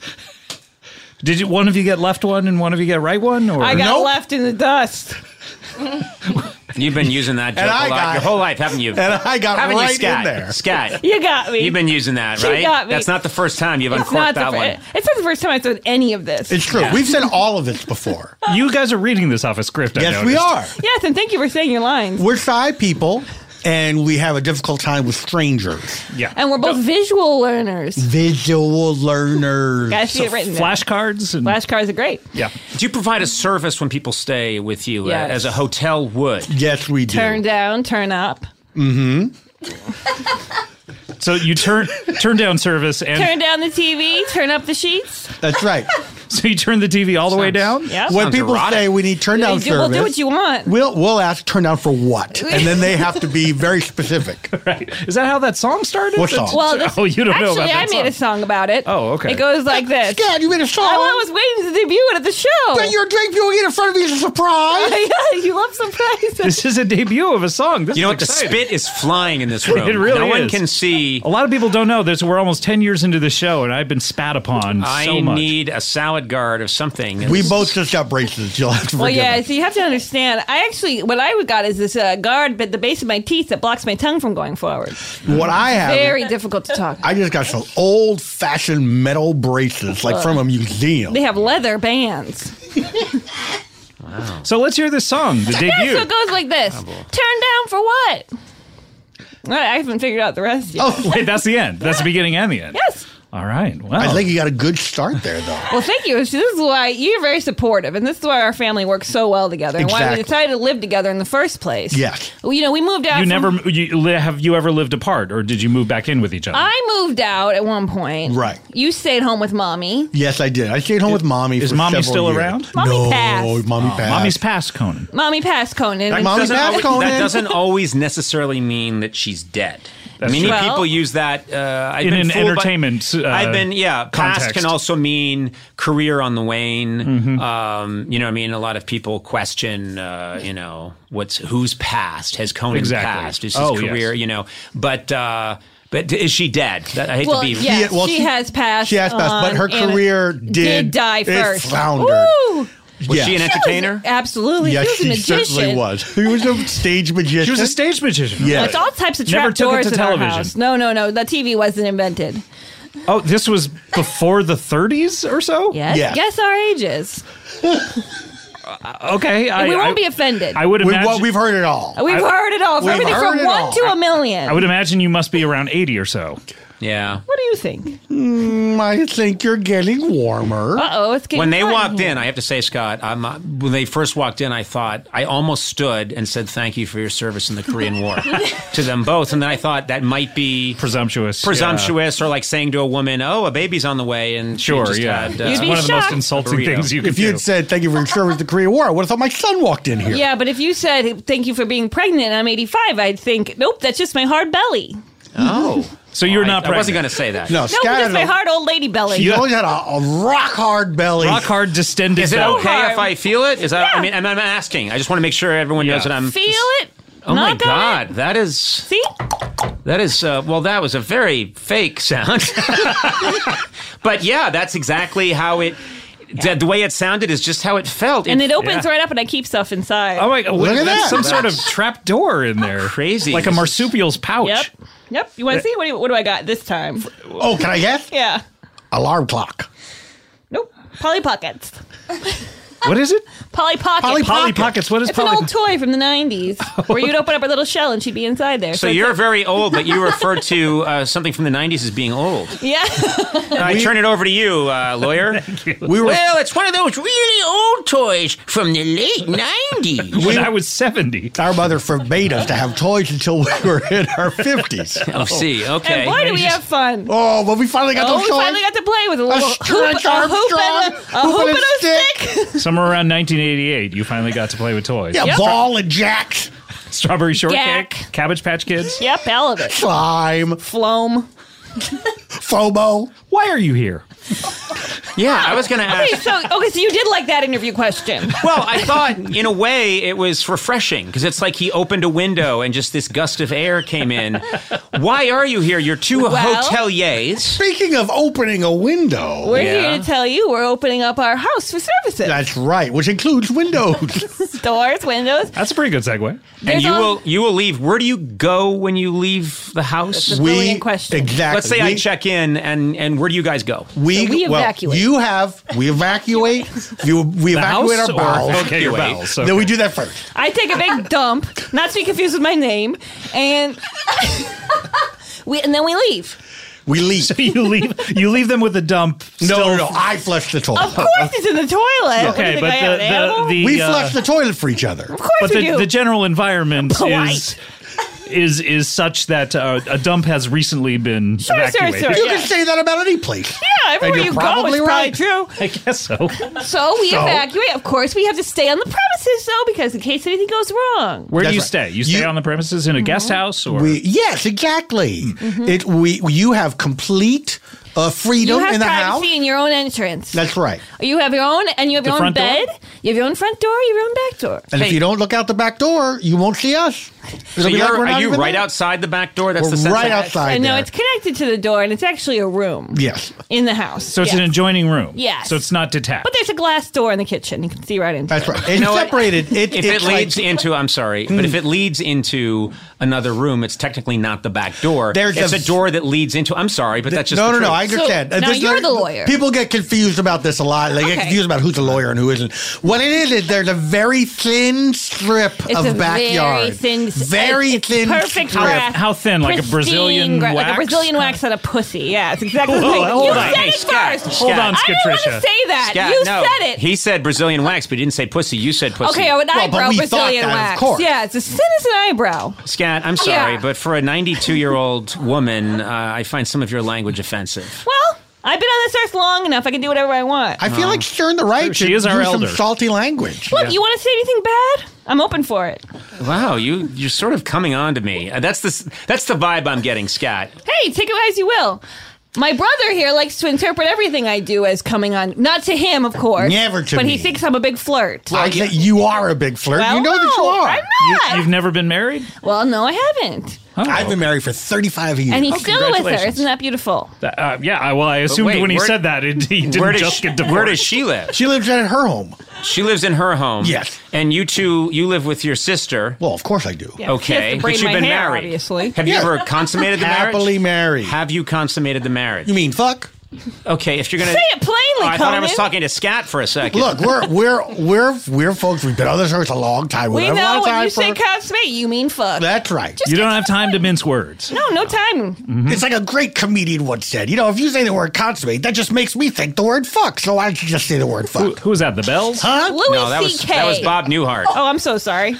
as did you, one of you get left one and one of you get right one? Oh, Or I got left in the dust. You've been using that joke And I a lot got- your whole life, haven't you? and I got haven't right you, in Scott? there. Scott, You got me. You've been using that, She right? got me. That's not the first time you've It's not uncorked the that fir- one. It's not the first time I said any of this. It's true. We've said all of this before. You guys are reading this off a script. I Yes, we noticed. are. Yes, and thank you for saying your lines. We're shy people, and we have a difficult time with strangers. Yeah. And we're both visual learners. Visual learners. Gotta see it written. flashcards and flashcards are great. Yeah. Do you provide a service when people stay with you uh, Yes. as a hotel would? Yes, we Turn down, turn up. Mm-hmm. so you turn turn down service and turn down the TV, turn up the sheets. That's right. so you turn the TV all the way down. yeah. When people say we need turn down They do- well, service, do what you want. We'll we'll ask turn down for what, and then they have to be very specific. right? Is that how that song started? What song? Well, this, oh, you don't actually, know about that I made a song about it. Oh, okay. It goes like this. God, you made a song. Oh, I was waiting to debut it at the show. But you're debuting it in front of me as a surprise. yeah, you love surprises. This is a debut of a song. This you know is what? exciting. The spit is flying in this room. It really no one is. can see. A lot of people don't know this. We're almost ten years into the show, and I've been spat upon I so much. need a salad guard of something. We both just got braces. You'll have to Well, forgive yeah. us. So you have to understand. I actually, what I got is this uh, guard at the base of my teeth that blocks my tongue from going forward. What I have- very difficult to talk. I just got some old fashioned metal braces, like from a museum. They have leather bands. So let's hear this song, the Yeah, debut. so it goes like this. Ah, Turn down for what? I haven't figured out the rest yet. Oh, wait, that's the end. That's the beginning and the end. Yes. All right. Well, I think you got a good start there, though. Well, thank you. This is why you're very supportive, and this is why our family works so well together, and why we Exactly. decided to live together in the first place. Yes. Well, you know, we moved out. you from- never you, li- have you ever lived apart, or did you move back in with each other? I moved out at one point. Right. You stayed home with mommy. Yes, I did. I stayed home with mommy. Is for mommy several still years. around? Mommy no, passed. mommy Oh. passed. Mommy's passed, Conan. Mommy passed Conan. That And- doesn't, always, that doesn't always necessarily mean that she's dead. That's Many true. Well- people use that uh, I've In been an fooled by- entertainment, uh, I've been yeah. Past context. Mm-hmm. can also mean career on the wane. Um, you know, what I mean, a lot of people question, uh, you know, what's who's past? Has Conan Exactly. passed? Is his Oh, yes. career? You know, but uh, but is she dead? That, I hate well, to be. yes, she, has passed. she has passed, but on her and- career did did- die it first. floundered. Ooh. Was she an was- entertainer? absolutely. Yes, she was a magician. certainly was. He was a stage magician. She was a stage magician. Yeah, It's all types of Never trap took it doors to in our television. house. No, no, no. The TV wasn't invented. oh, this was before the 30s or so. Yes. Guess our ages. Uh, Okay. And we won't be offended. I would We- imagine well, we've heard it all. We've heard it all. From everything from one to a million. I would imagine you must be around 80 or so. Yeah. What do you think? Mm, I think you're getting warmer. Uh-oh, it's getting when they hot walked here. in, I have to say, Scott, I'm, uh, when they first walked in, I thought I almost stood and said thank you for your service in the Korean War to them both, and then I thought that might be presumptuous, presumptuous, or like saying to a woman, "Oh, a baby's on the way," and she Sure, just yeah. had, uh, You'd It's be one of the most shocked. insulting burrito. things you if you had said thank you for your service to the Korean War, I would have thought my son walked in here. Yeah, but if you said thank you for being pregnant, and I'm 85, I'd think nope, that's just my hard belly. Oh, so you're not. I, I wasn't pregnant. going to say that. no, that's my hard old lady belly. She's always had a, rock hard belly. Rock hard distended. Is it belly. okay if I feel it? Is that? Yeah. I mean, I'm, I'm asking. I just want to make sure everyone knows that I'm. Feel it? Oh my Knock on it? God, that is See? that is uh, well, that was a very fake sound. but yeah, that's exactly how it. The, the way it sounded is just how it felt, And it opens right up, and I keep stuff inside. Oh my! Look at that! Some sort of trap door in there. crazy, like a marsupial's pouch. Yep. Yep. You want to see? What do, you, what do I got this time? Oh, can I guess? Yeah. Alarm clock. Nope. Polly Pockets. What is it? Polly Pocket. Polly Polly Pocket. Pockets. What is it's Polly an old toy from the 90s where you'd open up a little shell and she'd be inside there. So it's you're like- very old, but you refer to uh, something from the 90s as being old. Yeah. I turn it over to you, uh, lawyer. We were- well, it's one of those really old toys from the late 90s. When I was 70. Our mother forbade us to have toys until we were in our 50s. Oh, see, okay. And boy, do we have fun. Oh, well, we finally got oh, those we toys. finally got to play with a little hoop, stretch a hoop, Armstrong, and a, a hoop and a stick. Somewhere around 1988, you finally got to play with toys. Yeah, Yep. ball and jacks. Strawberry shortcake, Jack. Cabbage Patch Kids. Yep, all of it. Slime. Floam. FOMO. Why are you here? yeah, I was going to ask. Okay, so okay, so you did like that interview question. Well, I thought in a way it was refreshing because it's like he opened a window and just this gust of air came in. Why are you here? You're two Well- hoteliers. Speaking of opening a window, We're here to tell you we're opening up our house for services. That's right, which includes windows. Doors, windows. That's a pretty good segue. and There's you al- will you will leave. Where do you go when you leave the house? That's a We- brilliant question. exactly. Let's say I We- check in, and and where do you guys go? We, well, You have we evacuate. you, we The evacuate house our or- bowels. okay, your bowels, Then we okay. do that first. I take a big dump, not to be confused with my name, and we and then we leave. We leave. So you leave you leave them with the dump. No, no, no. I flush the toilet. Of course, it's in the toilet. What do you Okay, think, but I am, an the, animal? the, the we uh, flush the toilet for each other. Of course but we the, do. the general environment Polite. is is is such that uh, a dump has recently been evacuated. You can say that about any place. yeah, everywhere you're you go probably is right. probably true. I guess so. So we So? evacuate. Of course, we have to stay on the premises though, because in case anything goes wrong. Where do you stay? You stay on the premises in a guest Mm-hmm. house, or We yes, exactly. Hmm. It we you have complete uh, You freedom have in the house. privacy in your own entrance. That's right. You have your own, and you have The your own front bed. door? You have your own front door. You have your own back door. And if you don't look out the back door, you won't see us. So you're, are you right outside the back door? That's We're the sense right I had? outside And no, it's connected to the door, and it's actually a room Yes. in the house. So it's Yeah. an adjoining room. Yes. So it's not detached. But there's a glass door in the kitchen. You can see right into That's it. You know what? if it it's like- leads into, I'm sorry, but if it leads into another room, it's technically not the back door. There's it's a- a, door that leads into. I'm sorry, but that's just no, the no, no. truth. I understand. Uh, this- there- lawyer. People get confused about this a lot. They get Okay. confused about who's a lawyer and who isn't. What it is is there's a very thin strip It's of a backyard. very thin, s- Very it's thin perfect strip. grass. How thin? Like a Pristine Brazilian gra- Like a wax? Brazilian wax on a pussy. Yeah, it's exactly. the Whoa, thing. hold you on. said Hey, it Scott, first. Scott. Hold on, I didn't want to Scatricia. say that. Scott, you no. said it. He said Brazilian wax, but he didn't say pussy. You said pussy. Okay, an eyebrow Brazilian wax. Yeah, it's as thin as an eyebrow. Scat, I'm sorry, Yeah. but for a 92 year old woman, uh, I find some of your language offensive. Well, I've been on this earth long enough. I can do whatever I want. I feel Oh. like she's earned the right She to is our use elder. some salty language. Look, you want to say anything bad? I'm open for it. Wow, you you're sort of coming on to me. Uh, that's the s- that's the vibe I'm getting, Scat. Hey, take it as you will. My brother here likes to interpret everything I do as coming on. Not to him, of course. Never to But me. he thinks I'm a big flirt. I think you are a big flirt. Well, you know that you no, are. I'm You, you've never been married? Oh. Well, no, I haven't. I've been married for 35 years. Oh, And he's still with her. Isn't that beautiful? Uh, yeah, I- well, I assumed wait, when he where- said that, it, he didn't where does just she- get divorced. Where does she live? She lives at her home. She lives in her home. Yes. And you two, you live with your sister. Well, of course I do. Yeah, she has okay, to but braid you've my been hair, married. obviously. Have you Yeah. ever consummated the marriage? Happily married. Have you consummated the marriage? You mean fuck? Okay, if you're gonna Say it plainly, Oh, I thought I was Conan. talking to Scat for a second. Look, we're we're we're we're folks. We've been on this earth a long time. We have a lot know of when time you say for- consummate, you mean fuck. That's right. Just you don't have time to mince words. Mm-hmm. No, no time. It's like a great comedian once said. You know, if you say the word consummate, that just makes me think the word fuck. So why don't you just say the word fuck? Who, who was that? The Bells? Huh? Louis no, that was C.K. that was Bob Newhart. Oh, I'm so sorry.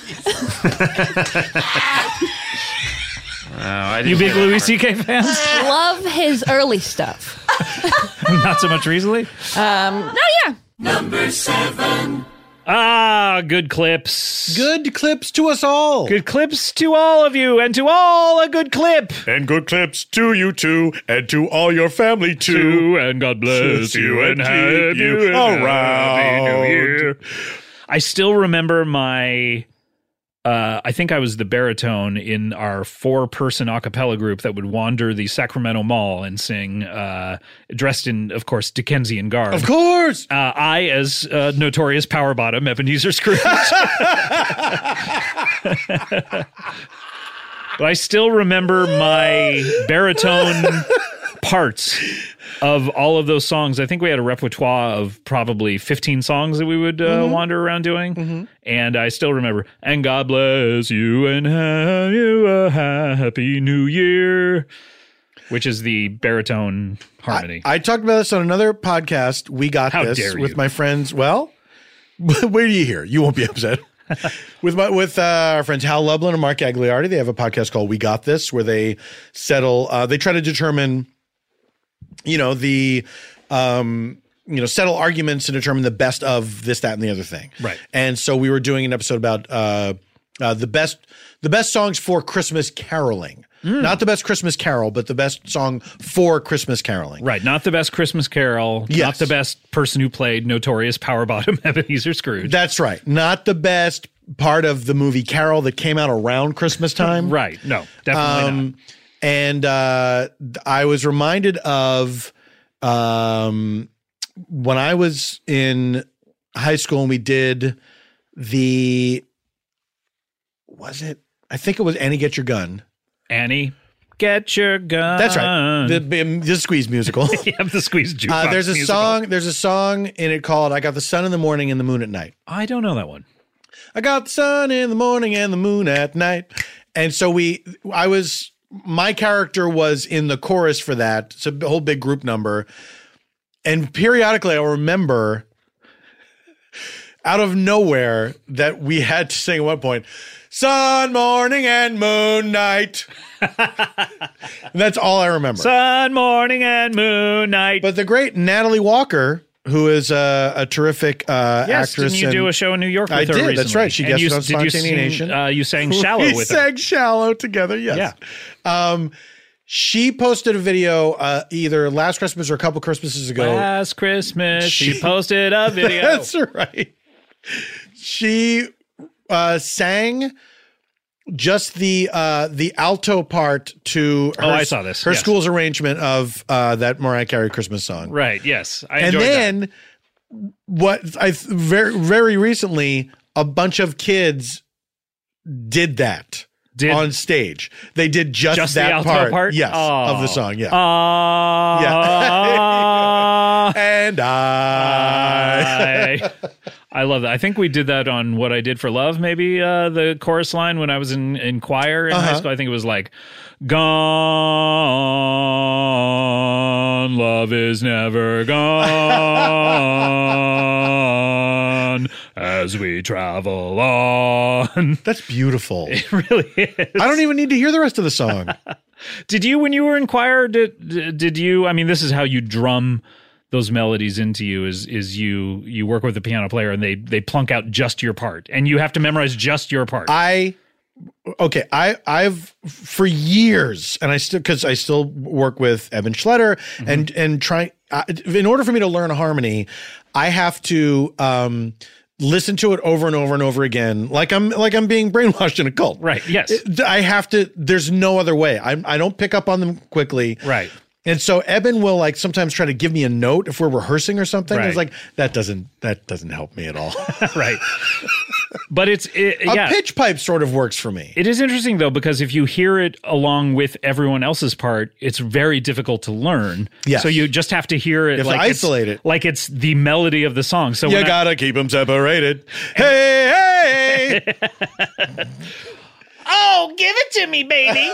You big Louis C.K. fan? Love his early stuff. Not so much recently. Um, no, yeah. Number seven. Ah, good clips. Good clips to us all. Good clips to all of you, and to all a good clip. And good clips to you too, and to all your family too. and God bless you and have you around. I still remember my. Uh, I think I was the baritone in our four-person a cappella group that would wander the Sacramento Mall and sing, uh, dressed in, of course, Dickensian garb. Of course. Uh, I, as uh, notorious power bottom Ebenezer Scrooge. but I still remember my baritone parts of all of those songs. I think we had a repertoire of probably 15 songs that we would uh, Mm-hmm. Mhm. wander around doing. And I still remember, and God bless you and have you a happy new year, which is the baritone harmony. I talked about this on another podcast. We got How this dare with you. my friends. Well, wait do you hear? You won't be upset. with my with uh, our friends Hal Lublin and Mark Agliardi, they have a podcast called "We Got This," where they settle. Uh, they try to determine, you know, the, um, you know, settle arguments and determine the best of this, that, and the other thing. Right. And so we were doing an episode about uh, uh, the best the best songs for Christmas caroling. Hmm. Not the best Christmas carol, but the best song for Christmas caroling. Right, not the best Christmas Carol, not the best person who played notorious power bottom Ebenezer Scrooge. That's right. Not the best part of the movie Carol that came out around Christmas time. right. No, definitely not. And uh, th- I was reminded of um, when I was in high school and we did the was it? I think it was Annie Get Your Gun. Annie, get your gun. That's right. The, the, the Squeeze musical. yeah, the Squeeze jukebox Uh, there's a musical. song. There's a song in it called "I Got the Sun in the Morning and the Moon at Night." I don't know that one. I got the sun in the morning and the moon at night. And so we, I was, my character was in the chorus for that. It's a whole big group number. And periodically I'll remember out of nowhere that we had to sing at one point, sun, morning, and moon, night. And that's all I remember. Sun, morning, and moon, night. But the great Natalie Walker, who is a, a terrific uh, Yes, actress. didn't you do and- a show in New York? With I her did. That's recently? right. She And guested you- on did you Spontaneous sing, Nation. Uh, you sang "Shallow" we with her. sang "Shallow" together. Yes. Yeah. Um, she posted a video uh, either last Christmas or a couple Christmases ago. Last Christmas, she, posted a video. That's right. She uh, sang just the uh, the alto part to her, Oh, I saw this, her yes. school's arrangement of uh, that Mariah Carey Christmas song. Right. Yes, I and enjoyed that. then what I th- very very recently a bunch of kids did that on stage. They did just, Just the that alto part, part? Oh. yes, Aw. of the song, yeah. Ah. yeah. and I. I, I love that. I think we did that on what I did for love, maybe uh, the chorus line when I was in, in choir in high Uh-huh. school. I think it was like, "Gone, love is never gone." As we travel on, that's beautiful. It really is. I don't even need to hear the rest of the song. Did you, when you were in choir, did did you? I mean, this is how you drum those melodies into you. Is is you you work with a piano player and they they plunk out just your part, and you have to memorize just your part. I okay, I I've for years, and I still because I still work with Evan Schletter, Mm-hmm. and and try I, in order for me to learn a harmony, I have to um listen to it over and over and over again, like I'm like I'm being brainwashed in a cult. Right. Yes. It- I have to. There's no other way. I I don't pick up on them quickly. Right. And so Eben will like sometimes try to give me a note if we're rehearsing or something. It's Right. like that doesn't that doesn't help me at all. right. But it's it, a yeah. pitch pipe sort of works for me. It is interesting though because if you hear it along with everyone else's part, it's very difficult to learn. Yes. So you just have to hear it You have to like it's- isolate it. like it's the melody of the song. So you when I- gotta keep them separated. Hey, hey! Oh, give it to me, baby.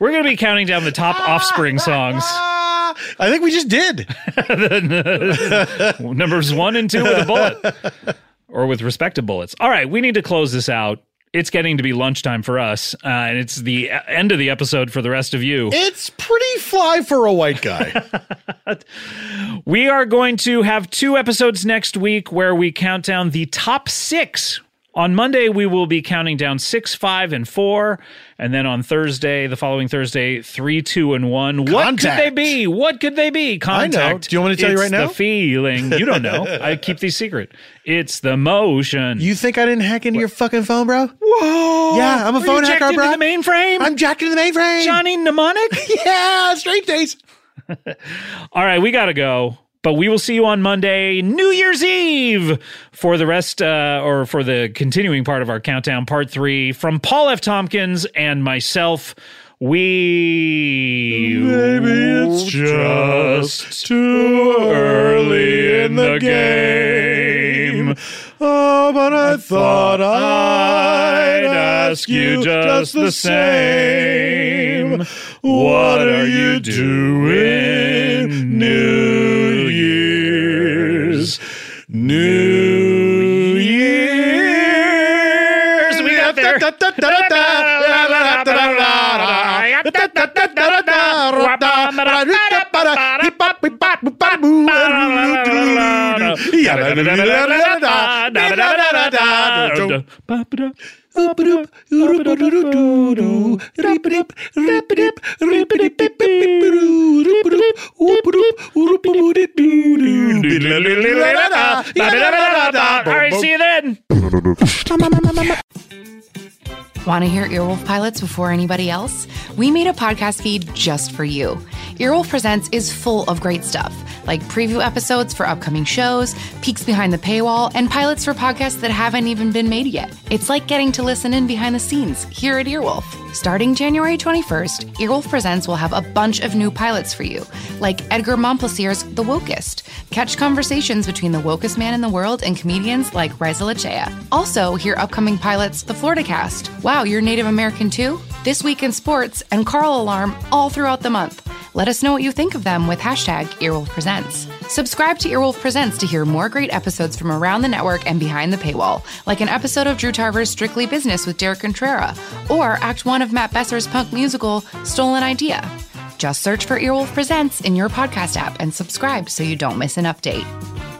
We're going to be counting down the top offspring songs. I think we just did. numbers one and two with a bullet or with respective bullets. All right, we need to close this out. It's getting to be lunchtime for us, uh, and it's the uh, end of the episode for the rest of you. it's pretty fly for a white guy. We are going to have two episodes next week where we count down the top six. On Monday, we will be counting down six, five, and four. And then on Thursday, the following Thursday, three, two, and one. What could Contact. they be? What could they be? I know. Contact. Do you want me to tell you It's right now? The feeling. You don't know. I keep these secret. It's the motion. You think I didn't hack into your fucking phone, bro? Whoa! Yeah, I'm a Were you phone jacked hacker, bro. into the mainframe. I'm jacked into the mainframe. Johnny mnemonic. yeah, straight days. All right, we got to go. But we will see you on Monday, New Year's Eve, for the rest uh, or for the continuing part of our countdown, part three, from Paul F. Tompkins and myself. We maybe it's just too early in the game. Oh, but I thought I'd ask you just the same. What are you doing New Year's? New Year's. We got there. All right, see you then. Want to hear Earwolf pilots before anybody else? We made a podcast feed just for you. Earwolf Presents is full of great stuff, like preview episodes for upcoming shows, peeks behind the paywall, and pilots for podcasts that haven't even been made yet. It's like getting to listen in behind the scenes here at Earwolf. Starting January 21st, Earwolf Presents will have a bunch of new pilots for you, like Edgar Montplaisir's The Wokest. Catch conversations between the wokest man in the world and comedians like Reza Lachea. Also, hear upcoming pilots The Florida Cast, Wow, you're Native American too? This Week in Sports, and Carl Alarm all throughout the month. Let us know what you think of them with hashtag Earwolf Presents. Subscribe to Earwolf Presents to hear more great episodes from around the network and behind the paywall, like an episode of Drew Tarver's Strictly Business with Derek Contrera, or Act 1 of Matt Besser's punk musical, Stolen Idea. Just search for Earwolf Presents in your podcast app and subscribe so you don't miss an update.